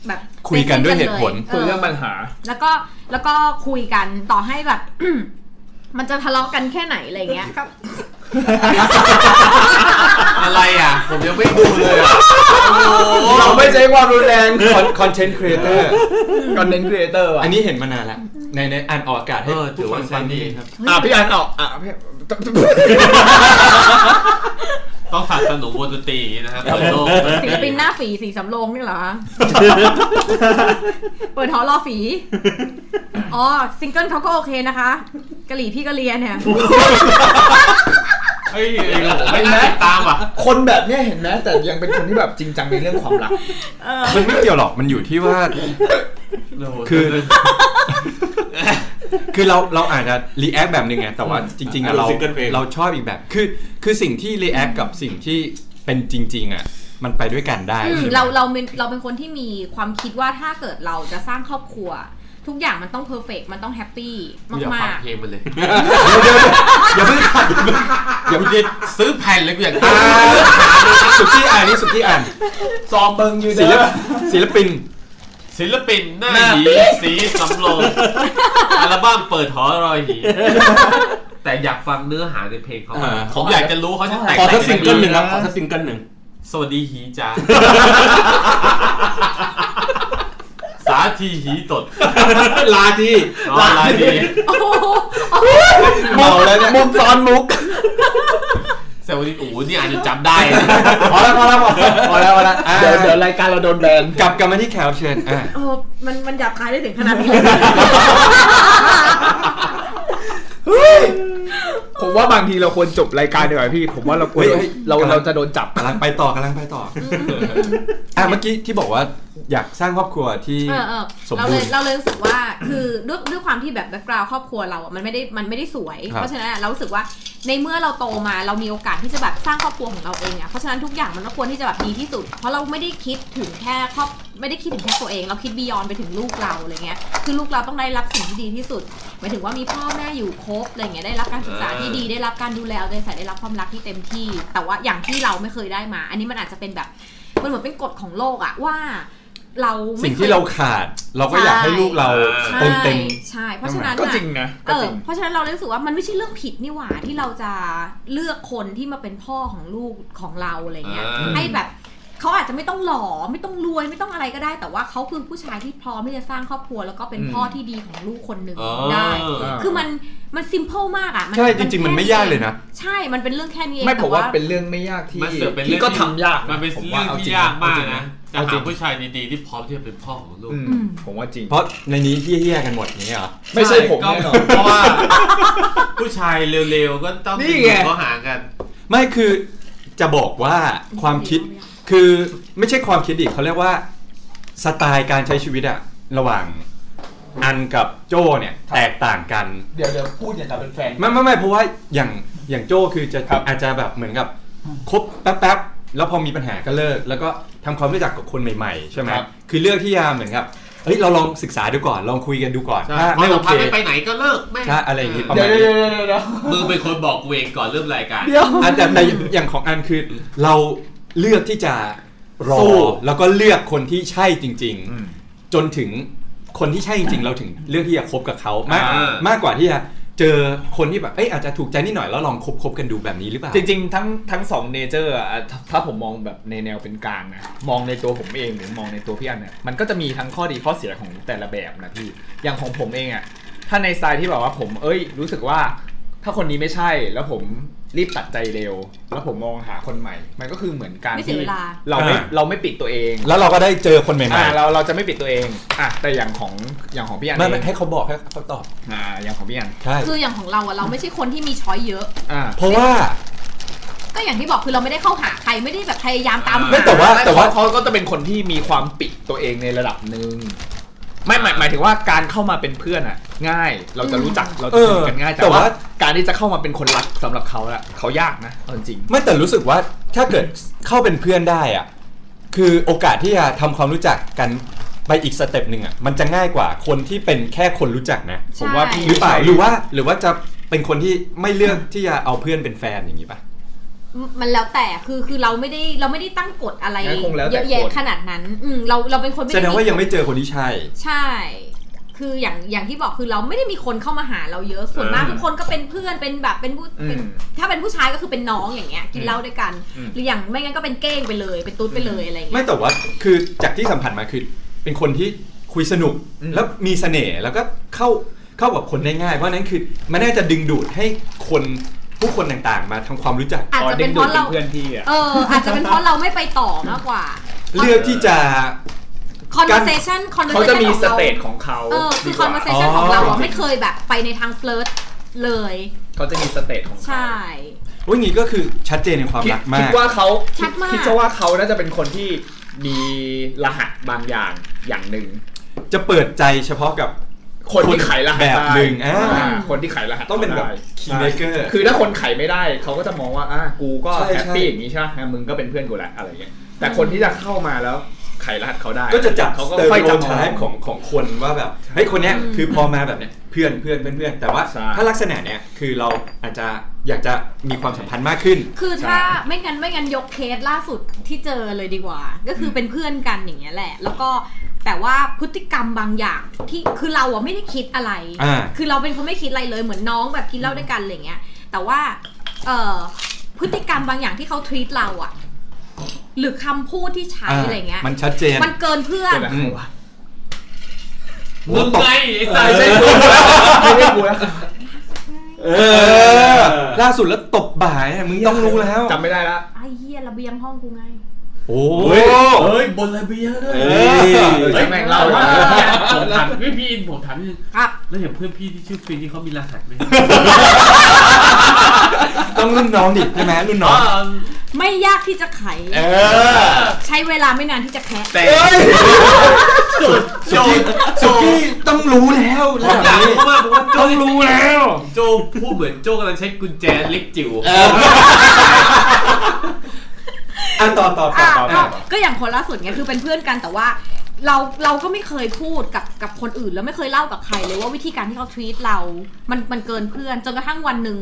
แบบ
คุยกันด้วยเหตุผล
อ
คุยเรื่องปัญหา
แล้วก็แล้วก็คุยกันต่อให้แบบ มันจะทะเลาะกันแค่ไหนอะไรเงี้ยก็
อะไรอ่ะ ผมยังไม่ดูเลยอ่ะ
เราไม่ใช้ความรุนแรง
คอนเทนต์ครีเอเตอร์
content creator ว่ะ
อันนี้เห็นมานานแล้วในในอ่านออกอากาศ
เอ
ให้
อ
ทุ
ถือก
ค
ว่าน ใช้
ฟัง
ดี
ดี
อ่ะพี่อันเอาอ่ะพี่
ต้องสนับสนุนวงดนตรีอย่างนี้นะครับเปิดโลก
ศิลปินหน้าฝีสีสำโรง นี่เหรอคะเปิดหอรอฝีอ๋อซิงเกิลเขาก็โอเคนะคะกะหรี่พี่ก็เรียนเนี่ย
เฮ้ยไม่ได้ติดตามอ่ะ
คนแบบเนี้ยเห็นไหมแต่ยังเป็นคนที่แบบจริงจังในเรื่องความรัก
เออ
มันไม่เกี่ยวหรอกมันอยู่ที่ว่า คือ คือเราเราอาจจะรีแอคแบบหนึ่งไงแต่ว่าจริงๆอะ
อ่ะ
เรา
ซิงเกิลเพลง
เราชอบอีกแบบ คือคือสิ่งที่รีแอคกับสิ่งที่เป็นจริง ๆอะมันไปด้วยกันได้
อืม
ใช่ไหม
เราเราเป็นเราเป็นคนที่มีความคิดว่าถ้าเกิดเราจะสร้างครอบครัว ทุกอย่างมันต้องเพอร์เฟกมันต้องแฮปปี้
กูอยากฟั
มาง ก
เพลงมันเลย
เดี๋ยวเดี๋ยวอย่าเพิ่งขัดอย่าเพิ่งอย่าเพิ่งยึด
ซื้อแผ่นเลยกูอยาก
อ่า
ตาม
สุดที่อ่านนี่สุดที่อ่าน
ซอมเบิงอยู่
ศิ
เด้
ลป
อ
ศิลปิน
ศิลปินหน้าหีสีสำโรงอัลบั้มเปิดหอรอยหีแต่อยากฟังเนื้อหาในเพลงเขา
อ่า
ผมอยากจะรู้เขาจะแต่ง
ขอสัก
แต่
ซิงเกิลหนึ่ง
ยัไ
ครับขอสักซิงเกิลหนึ่ง
สวัสดีหีจ้า สาธีหีตด
ลาที
นอนลายดี
ๆโอ้โห
เมาแล้วเนี่ย
มุมซ้อนมุก
สวัสดีอูนี่อาจจะจำได้นะ
พอแล้วพอแล้วพอแล้วพอแล้วพอแล้วอ่า
เดี๋ยวเดี๋ยวรายการเราโดนแบน
กลับกลับมาที่แขวเชิญอ่า
เออมันมันหยาบคายได้ถึงขนาดนี้เลย
ผมว่าบางทีเราควรจบรายการดีกว่าพี่ ผมว่าเราควรเราเราจะโดนจับ
กำลังไปต่อกำลังไปต่ออ่าเมื่อกี้ที่บอกว่าอยากสร้างครอบครัวที่
เออเออ
สม
เรา
บู
เล
ร
ย
ณ์
เราเลยรู้สึกว่า คือ ด้วยด้วยความที่แบบแบ็กกราวครอบครัวเราอะมันไม่ได้มันไม่ได้สวย
ครับ
เพราะฉะนั้นอะเรารู้สึกว่าในเมื่อเราโตมาเรามีโอกาสที่จะแบบสร้างครอบครัวของเราเองอะเพราะฉะนั้นทุกอย่างมันก็ควรที่จะแบบดีที่สุด เพราะเราไม่ได้คิดถึงแค่ครอบไม่ได้คิดถึงแค่ตัวเอง เราคิดบียอนไปถึงลูกเราอะไรเงี้ยคือลูกเราต้องได้รับสิ่งที่ดีที่สุดหมายถึงว่ามีพ่อแม่อยู่ครบอะไรเงี้ยได้รับการศึกษาที่ดีได้รับการดูแลเอาใจใส่ได้รับความรักที่เต็มที่ แต่ว่าอย่างที่เราไม่เคยได้มา อันนี้มันอาจจะเป็นแบบมันเหมือนเป็นกฎของโลกอะว่า เราไม่
สิ่ง
คย
ที่เราขาดเราก็อยากให้ลูกเรา
ใช่
เติมเต็ม
ใช่เพราะฉะนั้น
ก็
น่ะ
จริงนะ
เอ
ก็จ
อ
ริง
เพราะฉะนั้นเราเลยรู้สึกว่ามันไม่ใช่เรื่องผิดนี่หว่าที่เราจะเลือกคนที่มาเป็นพ่อของลูกของเราอะไรเงี้ย
ม
ให้แบบเขาอาจจะไม่ต้องหล่อไม่ต้องรวยไม่ต้องอะไรก็ได้ แต่ว่าเขาคือผู้ชายที่พร้อมที่จะสร้างครอบครัว แล้วก็เป็นพ่อที่ดีของลูกคนหนึ่ง
เอ
ได้
อ
คือมันมันซิมเพิลมากอ่ะ
ใช่จริงๆมันไม่ยากเลยนะ
ใช่มันเป็นเรื่องแค่นี้เอง
ไม่ผ
แต่
มว่าเป็นเรื่องไม่ยากที่
มันเสือกเป็น
ที่
เรื่อง
ก็ทำยากะ
มันเป็น
ผ
เรื่อง
ว่
ที่
จ
ยากมาก
เอจริง
นะจะ
เอาจริ
หาง ผู้ชายดีๆที่พร้อมที่จะเป็นพ่อของลูก
อืมผมว่าจริง
เพราะในนี้เฮี้ยๆกันหมดอย่างเงี้ยเหรอ
ไม่ใช่ผมแน่นอน
ก็เพราะว่า ผู้ชายเร็วๆก็ต้อง
นี่ไง
เขาหากัน
ไม่คือจะบอกว่าความคิดคือไม่ใช่ความคิดดิเขาเรียกว่าสไตล์การใช้ชีวิตอะระหว่าง อันกับโจเนี่ยแตกต่างกัน
เดี๋ยวเดี๋ยวพูดอย่างกับเป็นแฟน
ไม่ไม่ไม่เพราะว่าอย่างอย่างโจคือจะอาจจะแบบเหมือนกับคบแป๊บๆแล้วพอมีปัญหาก็เลิก แล้วก็ทำความรู้จักกับคนใหม่ๆใช่ไหม
ครับ
คือเลือกที่จะเหมือนกับเฮ้ยเราลองศึกษาดูก่อนลองคุยกันดูก่อนถ้า
ไม่
ไม่
โอ
โอ
เค
เค
ไม่ไปไหนก็เลิกแม่ง
ใช่อะไรอย่างงี้
เดี๋ยวเดี๋ยวเดี๋ยวเดี๋ยวเดี๋ยว
มึงเป็นคนบอกกูเองก่อนเริ่มรายการ
อันแต่แต่อย่างของอันคือเราเลือกที่จะรอ
สู้
แล้วก็เลือกคนที่ใช่จริง ๆ จนถึงคนที่ใช่จริง ๆ เราถึงเลือกที่จะคบกับเขามากมากกว่าที่จะเจอคนที่แบบเอ้ยอาจจะถูกใจนิดหน่อยแล้วลองคบคบกันดูแบบนี้หรือเปล่า
จริงๆทั้งทั้งสองเนเจอร์อะถ้าถ้าผมมองแบบในแนวเป็นกลางนะมองในตัวผมเองหรือมองในตัวพี่อันเนี่ยมันก็จะมีทั้งข้อดีข้อเสียของแต่ละแบบนะพี่อย่างของผมเองอะถ้าในสไตล์ที่แบบว่าผมเอ้ย รู้สึกว่า ถ้าคนนี้ไม่ใช่แล้วผมรีบตัดใจเร็ว แล้วผมมองหาคนใหม่ มันก็คือเหมือนการ
ไม่เสีย
ที่
เวลา
เราไม่
อ่า
เราไม่ปิดตัวเอง
แล้วเราก็ได้เจอคนใหม่
อ่า
ๆ
เราเราจะไม่ปิดตัวเองอ่ะแต่อย่างของอย่างของพี่อัน
ไม่
เอ
ไม่
ง
ให้เขาบอกให้เขาตอบ
อ่าอย่างของพี่อัน
ใช่
คืออย่างของเราอะเราไม่ใช่คนที่มีช้อยเยอะ
อ่า
เพราะว่า
ก็อย่างที่บอกคือเราไม่ได้เข้าหาใครไม่ได้แบบพยายามตามหา
ไม่แต่ว่า
แต่ว่าเขาก็จะเป็นคนที่มีความปิดตัวเองในระดับหนึ่งไม่หมายหมายถึงว่าการเข้ามาเป็นเพื่อนอ่ะ ง่ายเราจะรู้จักเราจะสนิทกันง่าย
เออ
แต่ว่า
แต่ว่า
การที่จะเข้ามาเป็นคนรักสำหรับเขาอะเขายากนะเอาจริง
ไม่แต่รู้สึกว่าถ้าเกิดเข้าเป็นเพื่อนได้อ่ะคือโอกาสที่จะทำความรู้จักกันไปอีกสเต็ปหนึ่งอ่ะมันจะง่ายกว่าคนที่เป็นแค่คนรู้จักนะ
ใช่
หรือเปล่าหรือว่าหรือว่าจะเป็นคนที่ไม่เลือกที่จะเอาเพื่อนเป็นแฟนอย่างนี้ป่ะ
มันแล้วแต่คือคือเราไม่ได้เราไม่ได้ตั้งกฎอะไร
งั้นคงแล้ว
เย
แต่
อะ
ค
แยะ
น
ขนาดนั้นอืมเราเราเป็นคนไม่
แสดงว่ายังไม่
กฎ
เจอคนที่ใช่
ใช่ คืออย่างอย่างที่บอกคือเราไม่ได้มีคนเข้ามาหาเราเยอะส่วนมากทุกคนก็เป็นเพื่อนเป็นแบบเป็นผู้
อื
เป็น
ม
ถ้าเป็นผู้ชายก็คือเป็นน้องอย่างเงี้ยกินเหล้าด้วยกัน
อืม
หรืออย่างไม่งั้นก็เป็นเก้งไปเลย เป็นตุ๊ดไปเลยอะไรอย่าง
ไม่
เงี้ย
แต่ว่าคือจากที่สัมผัสมาคือเป็นคนที่คุยสนุก
อืม
แล้วมีเสน่ห์แล้วก็เข้าเข้ากับคนได้ง่ายเพราะฉะนั้นคือมันน่าจะดึงดูดให้คนผู้คนต่างๆ มาทำความรู้จัก
อาจจะเป็นเพราะเรา
เพื่อนพี่อะ
เอออาจจะเป็นเพราะเราไม่ไปต่อมากกว่า
เลือกที่จะ
conversation
เขาจะ
conversation
มี
ของ
ส
เรา
เตจของเขา
เออคือ
ดีกว่า
conversation
อ๋อ
ของเราอะไม่เคยแบบไปในทางเฟลิร์ตเลย
เขาจะมีสเตจของเขา
ใช่
ว่าอย่างนี้ก็คือชัดเจนในความ
คิด
รัก
คิ
มา
ด
ก
ว่าเขา
ชัดมาก
คิดซะว่าเขาน่าจะเป็นคนที่มีรหัสบางอย่างอย่างหนึ่ง
จะเปิดใจเฉพาะกับ
คนที่ไขรหัส
แบบหนึ่งอ่า
อ่าคนที่ไขรหัส
ต้องเป็นแบบ
ได้
คีย์เมเกอร์
คือถ้าคนไขไม่ได้เขาก็จะมองว่าอ่ะกูก็
ใช่ใช่
แฮปปี้อย่างนี้ใช่ไหมมึงก็เป็นเพื่อนกูแหละอะไรอย่างเงี้ยแต่คนที่จะเข้ามาแล้วไขรหัสเขาได้
ก็จะจับ
เขาก็
เตอร์
ค่อย
โอ
จำ
ไท
มอง
ป์ของของคนว่าแบบเฮ้ยคนเนี้ย
อืม
คือพอมาแบบเนี้ยเพื่อนเพื่อนเพื่อนเพื่อนแต่ว่า
ใช่
ถ้าลักษณะเนี้ยคือเราอาจจะอยากจะมีความสัมพันธ์มากขึ้น
คือถ้าไม่งั้นไม่งั้นยกเคสล่าสุดที่เจอเลยดีกว่า ก็คือเป็นเพื่อนกันอย่างเงี้ยแหละ แล้วก็แต่ว่าพฤติกรรมบางอย่างที่คือเราอะไม่ได้คิดอะไร
อ่า
คือเราเป็นคนไม่คิดอะไรเลยเหมือนน้องแบบกินเหล้าด้วยกันอะไรเงี้ย แต่ว่าเอ่อพฤติกรรมบางอย่างที่เขาทวีตเราอะหรือคำพูดที่ใช้
อ่า
อะไรเงี้ย
มันชัดเจน
มันเกินเพื่อน
เป็นอะไรวะ
มึงไงไอ้สาย
ไม่ใช่กูแล้วไม่ใช่ กูแล้ว
เออ ล่าสุดแล้วตบบ่ายมึงต้องรู้แล้ว
จำไม่ได้ละ
ไอ้เหี้ยระเบียงห้องกูไง
โอ้
เฮ้ย
เฮ้ยบนระเบียงเลย
เอ้ย
ใช่แม่งเรา
แต่ว่า
อะ
ผมถามพี่พี่อินผมถามนิดนึง
ครับ
แล้วอย่างเพื่อนพี่ที่ชื่อฟินนี่เขามีรหัสไหม
ต้องรุ่นน้องดิใช่ไหมรุ่นน้
อ๋
อ
อง
ไม่ยากที่จะไข ใช้เวลาไม่นานที่จะแคะ
แต่
โจ
สุกี้ต้องรู้แล้ว
ผ
ระ
ม
ดับ
อยาก
นี้
รู้มากผมว่าโจ
ต้องรู้แล้ว
โจพูดเหมือนโจกำลังใช้กุญแจเล็กจิ๋ว
อ่ะต่อต่อต่อ
อ่ะ
ต่อ
ก็
ต่อ
ก็อย่างคนล่าสุดเนี่ยคือเป็นเพื่อนกันแต่ว่า เราเราก็ไม่เคยพูดกับกับคนอื่น แล้วไม่เคยเล่ากับใครเลยว่าวิธีการที่เขาทวีตเรา มันมันเกินเพื่อนจนกระทั่งวันหนึ่ง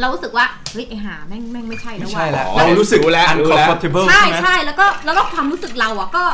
เรารู้สึกว่าเฮ้ยไอหาแม่งแม่งไม่ใช่แล้วว่ะ
เรารู้สึกแล้ว uncomfortable
ใช่
ใช่ไหม
ใช่แล้วก็แล้วก็ความรู้สึกเราอ่ะก็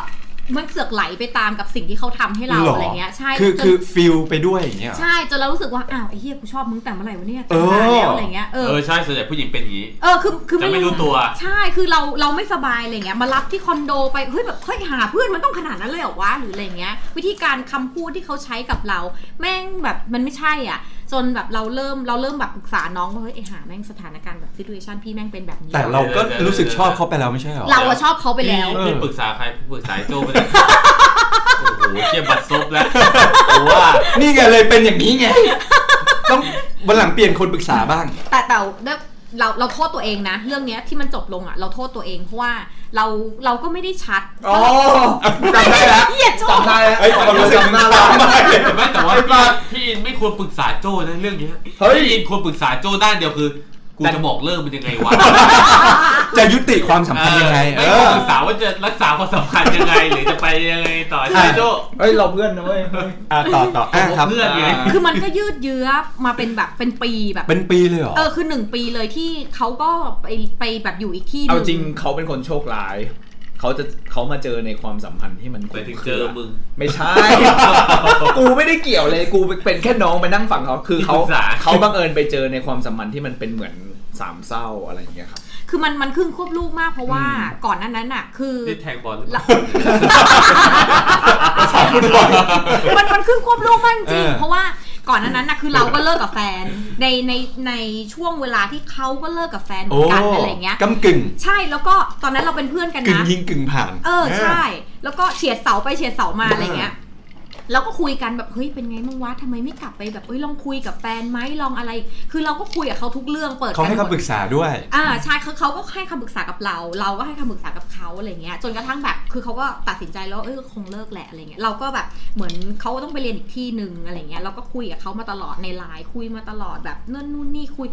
มันเสือกไหลไปตามกับสิ่งที่เขาทำให้เรา
หรออ
อะไรเงี้ยใช่
คือ
จน
คือฟิลไปด้วยอย่างเงี้ย
ใช่จนเรารู้สึกว่าอ้าวไอ้เหี้ยกูชอบมึงแต่เมื่อไหร่วะเนี่ย
เออ
แต่งงานแล้วอะไรเงี้ยเออ
เออใช่ส่วนใหญ่ผู้หญิงเป็นอย่างนี้
เออคือคือ
จะไม่รู้ตัว
ใช่คือเราเราไม่สบายอะไรเงี้ยมารับที่คอนโดไปเฮ้ยแบบเฮ้ยหาเพื่อนมันต้องขนาดนั้นเลยเหรอวะหรืออะไรเงี้ย วิธีการคำพูดที่เขาใช้กับเรา แม่งแบบมันไม่ใช่อ่ะ จนแบบเราเริ่มเราเริ่มแบบปรึกษาน้องว่าเฮ้ยไอ้หาแม่งสถานการณ์แบบซิทูเอชันพี่แม่งเป็นแบบนี้
แต่เราก็รู้สึกชอบเขาไปแล้วไม่ใช่หรอ
เราอะชอบเขาไปแล้ว
พี่พี่ปรึกษาใครพี่ปรึกษาไอ้โจไปเลยโอ้โหเทียบบัตรซบแล้วกูว่า
นี่ไงเลยเป็นอย่างนี้ไง ต้องวันหลังเปลี่ยนคนปรึกษาบ้าง
แต่แต่ด้วย เราเราโทษตัวเองนะ เรื่องเนี้ยที่มันจบลงอ่ะ เราโทษตัวเองเพราะว่าเราเราก็ไม่ได้ชัด
อ๋อจำได้แล้ว
เหี้ยโจ้
จำได้แล้ว
เฮ้ยความรู้สึก
จำได้แล้ว
ไม่แต่ว่าพี่อินไม่ควรปรึกษาโจ้นะเรื่องเนี้ย
เฮ้ย
พี่อินควรปรึกษาโจ้ด้านเดียวคือ กูจะบอกเลิกมันยังไงวะ
จะยุติความสัมพันธ์ยังไง เอ
ไม่ควร
อ
ปรึกษาว่าจะรักษาความสัมพันธ์ยังไง หรือจะไปยังไงต่อใช่ไหมโจ้
เฮ้ยเราเพื่อนนะเว้ย
อ่ะต่อต่ออ่ะครับ
เพื่อนไง
คือมันก็ยืดเยื้อมาเป็นแบบเป็นปีแบบ
เป็นปีเลยเหรอ
เออคือหนึ่งปีเลยที่เขาก็ไปไปแบบอยู่อีกที่ห
เอา
นึ่ง
จริงเขาเป็นคนโชคร้าย เขาจะเขามาเจอในความสัมพันธ์ที่มัน
ไปถึง
ค
เจ
รือ
มึง
ไม่ใช่ กูไม่ได้เกี่ยวเลยกูเป็นแค่น้องไปนั่งฟังเขาคือเขา
ที่ปรึกษา
เขาบังเอิญไปเจอในความสัมพันธ์ที่มันเป็นเหมือนสามเศร้าอะไรอย่างเงี้ยครับ
คือมันมันขึ้นควบลูกมากเพราะว่าก่อนหนั้นนั้นอ่ะ คือ
นี่แทงบอล
ละ มันมันขึ้นควบลูกมากจริง
เออ
เพราะว่าก่อนหนั้นนั้นน่ะคือเราก็เลิกกับแฟน ในในในช่วงเวลาที่เขาก็เลิกกับแฟนเหมื
โอ้
อนกันอะไรเงี้ย
กำกึ่ง
ใช่แล้วก็ตอนนั้นเราเป็นเพื่อนกัน
กึ่ง
นะ
ยิงกึ่งผ่าน
เออใช่ แล้วก็เฉียดเสาไปเฉียดเสามาอะไรเงี้ย แล้วก็คุยกันแบบเฮ้ยเป็นไงมึงวะทำไมไม่กลับไปแบบเอ้ยลองคุยกับแฟนไหมลองอะไร คือเราก็คุยกับเขาทุกเรื่องเปิด
เขาให้
นหมด
คำปรึกษาด้วย
อ่าใช่คือเขาก็ให้คำปรึกษากับเรา เราก็ให้คำปรึกษากับเขาอะไรเงี้ยจนกระทั่งแบบคือเขาก็ตัดสินใจแล้วว่าเออคงเลิกแหละอะไรเงี้ยเราก็แบบเหมือนเขาก็ต้องไปเรียนอีกที่หนึ่งอะไรเงี้ยเราก็คุยกับเขามาตลอดในไลน์คุยมาตลอดแบบนู่นนู่นนี่คุย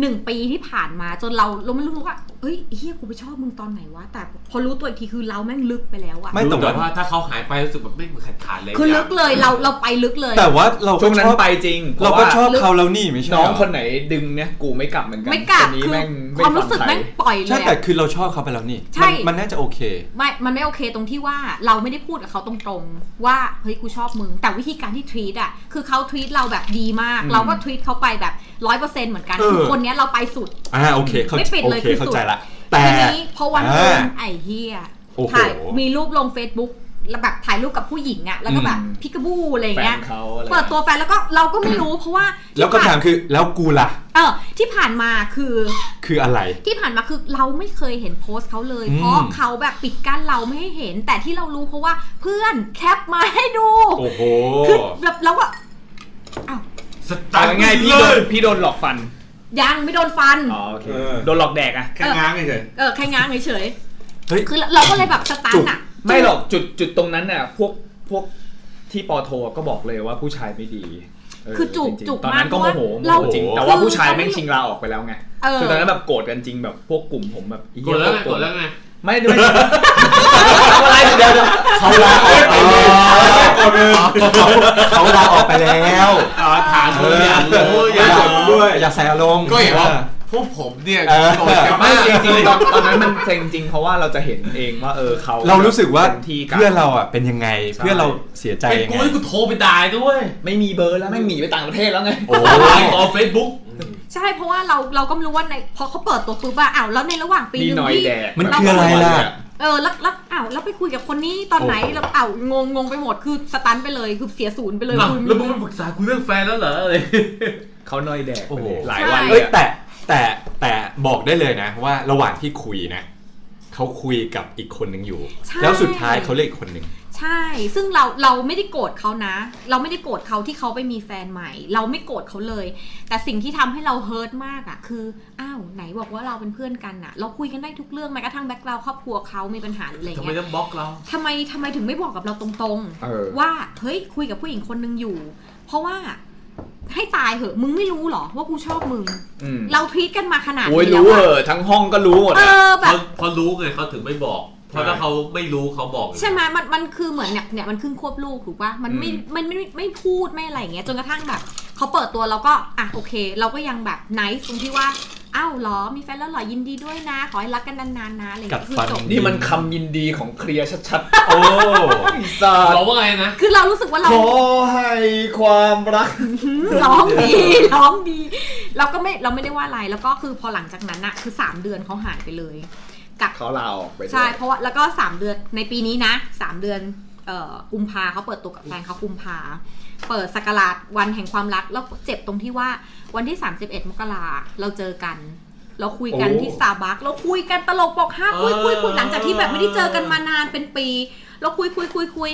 หนึ่งปีที่ผ่านมาจนเราเราไม่รู้ว่าเอ้ยเฮียกูไปชอบมึงตอนไหนวะแต่พอรู้ตัวอีกทีคือเราแม่งลึกไปแล้วอะ
ไม่
รู้แต่ว่าถ้าเขาหายไปรู้สึกแบบไม่เหมือนขาดขาดเลย
คือลึกเลยเราเราไปลึกเลย
แต่ว่าเราก็
ช่วงนั้
ช
น
อบ
ไปจริง
เราก็ชอบ
พะว่
เขาแล้วนี่ไม่ใช่
า
เหร
น้องคนไหนดึงเนี่ยกูไม่กลับเหมือนกัน
ไม่กลับ
นนี้
คือ
แม่งไ
ความรู้สึกแม่งปล่อยเล
ใช่
ย
แต่
อะ
คือเราชอบเขาไปแล้วนี่
ใช่
มันมันน่าจะโอเค
ไม่มันไม่โอเคตรงที่ว่าเราไม่ได้พูดกับเขาตรงๆ ว่าเฮ้ยกูชอบมึง แต่วิธีการที่ท e ีตอ่ะคือเขาท e ีตเราแบบดีมาก เราก็ท e ีตเขาไปแบบร้อยเปอร์เซ็นต์เหมือนกัน
เออ
คือคนเนี้ยเราไปสุด
อ่าโอเคเขา
ไม่ปิด
โอ
เลย
เค
คือ
เข้า
สุด
ใจละ แต่
ทีนี้พอวันหนึง
อ่า
ไอ้เฮีย
โอ้โห
ถ่ายมีรูปลง Facebook แล้วแบบถ่ายรูปกับผู้หญิงอ่ะแล้วก็แบบ
อืม
พิกาบูอะไรอย่าง
แฟ
เงี้
น
ย
เขาอะไร
เปิดตัวแฟนแล้วก็เราก็ไม่รู้เพราะว่า
แล้วก็ถามคือแล้วกูล่ะ
เออที่ผ่านมาคือ
คืออะไร
ที่ผ่านมาคือเราไม่เคยเห็นโพสต์เขาเลย
อืม
เพราะเขาแบบปิดกั้นเราไม่ให้เห็น แต่ที่เรารู้เพราะว่าเพื่อนแคปมาให้ดู
โอ้โห
คือแบบแล้วก็
สตั
เอา
น
ง่ายๆพี่
เล
โด
ย
นพี่โดนหลอกฟัน
ยังไม่โดนฟัน
อ๋อโอเค
เออ
โดนหลอกแดกอะ
แค่ง้างเฉย
เออแค่ง้างเฉย
เฮ้ย
ๆคือเราก็เลยแบบสตันอะ
ไม่หรอกจุดจุดตรงนั้นน่ะพวกพวกที่ปอโทก็บอกเลยว่าผู้ชายไม่ดีเ
คือจุก
ริงๆ
จุก
ตอน
มา
นั้
ก
นก็โมโหโม
เรา
โหจริง แต่
คือ
ว่าผู้ชายแม่ง
เขาไม่
ชิงลาออกไปแล้วไง
เออ
คือตอนนั้นแบบโกรธกันจริงแบบพวกกลุ่มผมแบบเหี้ย
กดแล้วไง
โค
กด
รธ
แล้วไง
ไม่ไม่ อะไรเดี๋ยวเดี๋ยว
เขาลาออกไปแล้วเขาลาออกไปแล้ว
อ๋อถามเลยอยากรู้อยากรู้
ด้วย
อยากใส่อารมณ์
ก็เห็นว่าพวกผมเนี่ย
เออ
โกรธกัน
ไม่
มาก
จริงๆตอนตอนนั้นมันเซ็งจริงเพราะว่าเราจะเห็นเองว่าเออเขา
เรารู้สึกว่า
ต็มที่กัน
เพื่อนเราอ่ะเป็นยังไง
ใช่
เพื่อนเราเสียใจ
เป็น
ยัง
กู
ไง
ให้กูโทรไปด่าด้วย
ไม่มีเบอร์แล้วแม่งหนีไปต่างประเทศแล้วไง
โอ้ย
ต่อเฟซบุ๊ก
ใช่เพราะว่าเราเราก็ไม่รู้ว่าในพอเขาเปิดตัวปุ๊บว่าอ้าวแล้วในระหว่างปี
มี
ห
ห
นึ่
น่
ง
อย
ที่
แดก
มันคืออะไรล่ะ
เออแล้วแล้วอ้าวแล้วไปคุยกับคนนี้ตอนไหนแล้วอ้าวงงงงไปหมดคือสตันไปเลยคือเสียศูนย์ไปเลยคุย
แล้วมึง
ไรู้
ไม่ปรึกษากูเรื่องแฟนแล้วเหรออะไร
เขาหน่อยแดก
โอ้
ไป
โห
เลยหลายวันเล
เอ้
ย
ย
อะ
แต่แต่แต่บอกได้เลยนะว่าระหว่างที่คุยนะเขาคุยกับอีกคนหนึ่งอยู่
ใช่
แล้วสุดท้ายเขาเลือกอีกคนหนึ่ง
ใช่ ซึ่งเราเราไม่ได้โกรธเขานะ เราไม่ได้โกรธเขาที่เขาไปมีแฟนใหม่ เราไม่โกรธเขาเลย แต่สิ่งที่ทำให้เราเฮิร์ตมากอะคือ อ้าว ไหนบอกว่าเราเป็นเพื่อนกันอะเราคุยกันได้ทุกเรื่องแม้กระทั่งแบ็คกราวครอบครัวเขามีปัญหาหรืออะไร
ทำไม
เงี้ย
ต้องบล็อกเรา
ทำไมทำไมถึงไม่บอกกับเราตรง
เออ
ๆ ว่า เฮ้ย คุยกับผู้หญิงคนหนึงอยู่ เพราะว่าให้ตายเหอะ มึงไม่รู้เหรอว่ากูชอบมึง
อืม
เราทวีตกันมาขนาด
โอ้ย
นี้แล้ว
รู้เอ
อะ
อทั้งห้องก็รู้หมด
เอ
อะ
อ
เพ
แบบ
ราะเพราะรู้ไงเขาถึงไม่บอก เพราะถ้าเขาไม่รู้เขาบอกอยู่
ใช่ไหมมันมันคือเหมือนเนี่ยเนี่ยมันขึ้นควบลูกถูกปะมันไม่มันไม่ไม่ไม่พูดไม่อะไรอย่างเงี้ยจนกระทั่งแบบเขาเปิดตัวเราก็อ่ะโอเค เราก็ยังแบบไนท์ตรงที่ว่าอ้าวเหรอมีแฟนแล้วเหรอยินดีด้วยนะ ขอให้รักกันนานๆนะอะไรอย่าง
กั
เงี้ย
ด
คือ
ฟัน
จบ
นี่มันคำยินดีของเคลียร์ชัด
โอ้
ๆไอ้สัส
บอกว่าไงนะ
คือเรารู้สึกว่า
ข
เรา
อให้ความรัก
ร้องดี ร้องดี เราก็ไม่เราไม่ได้ว่าอะไรแล้วก็คือพอหลังจากนั้นอะคือ 3 เดือนเขาหายไปเลยกับ
เขาลาออกไปด้วย
ใช่ เพราะว่าแล้วก็ 3 เดือนในปีนี้นะ 3 เดือนเอ่อกุมภาเขาเปิดตัวกับแฟนเขากุมภาเปิดสกราชวันแห่งความรัก แล้วเจ็บตรงที่ว่าวันที่ 31 มกราเราเจอกัน เราคุยกัน
โอ้
ที่สตาร์บัคเราคุยกันตลกบอกห้าคุยคุยคุย
เออ
หลังจากที่แบบไม่ได้เจอกันมานานเป็นปี เราคุยคุยคุยคุย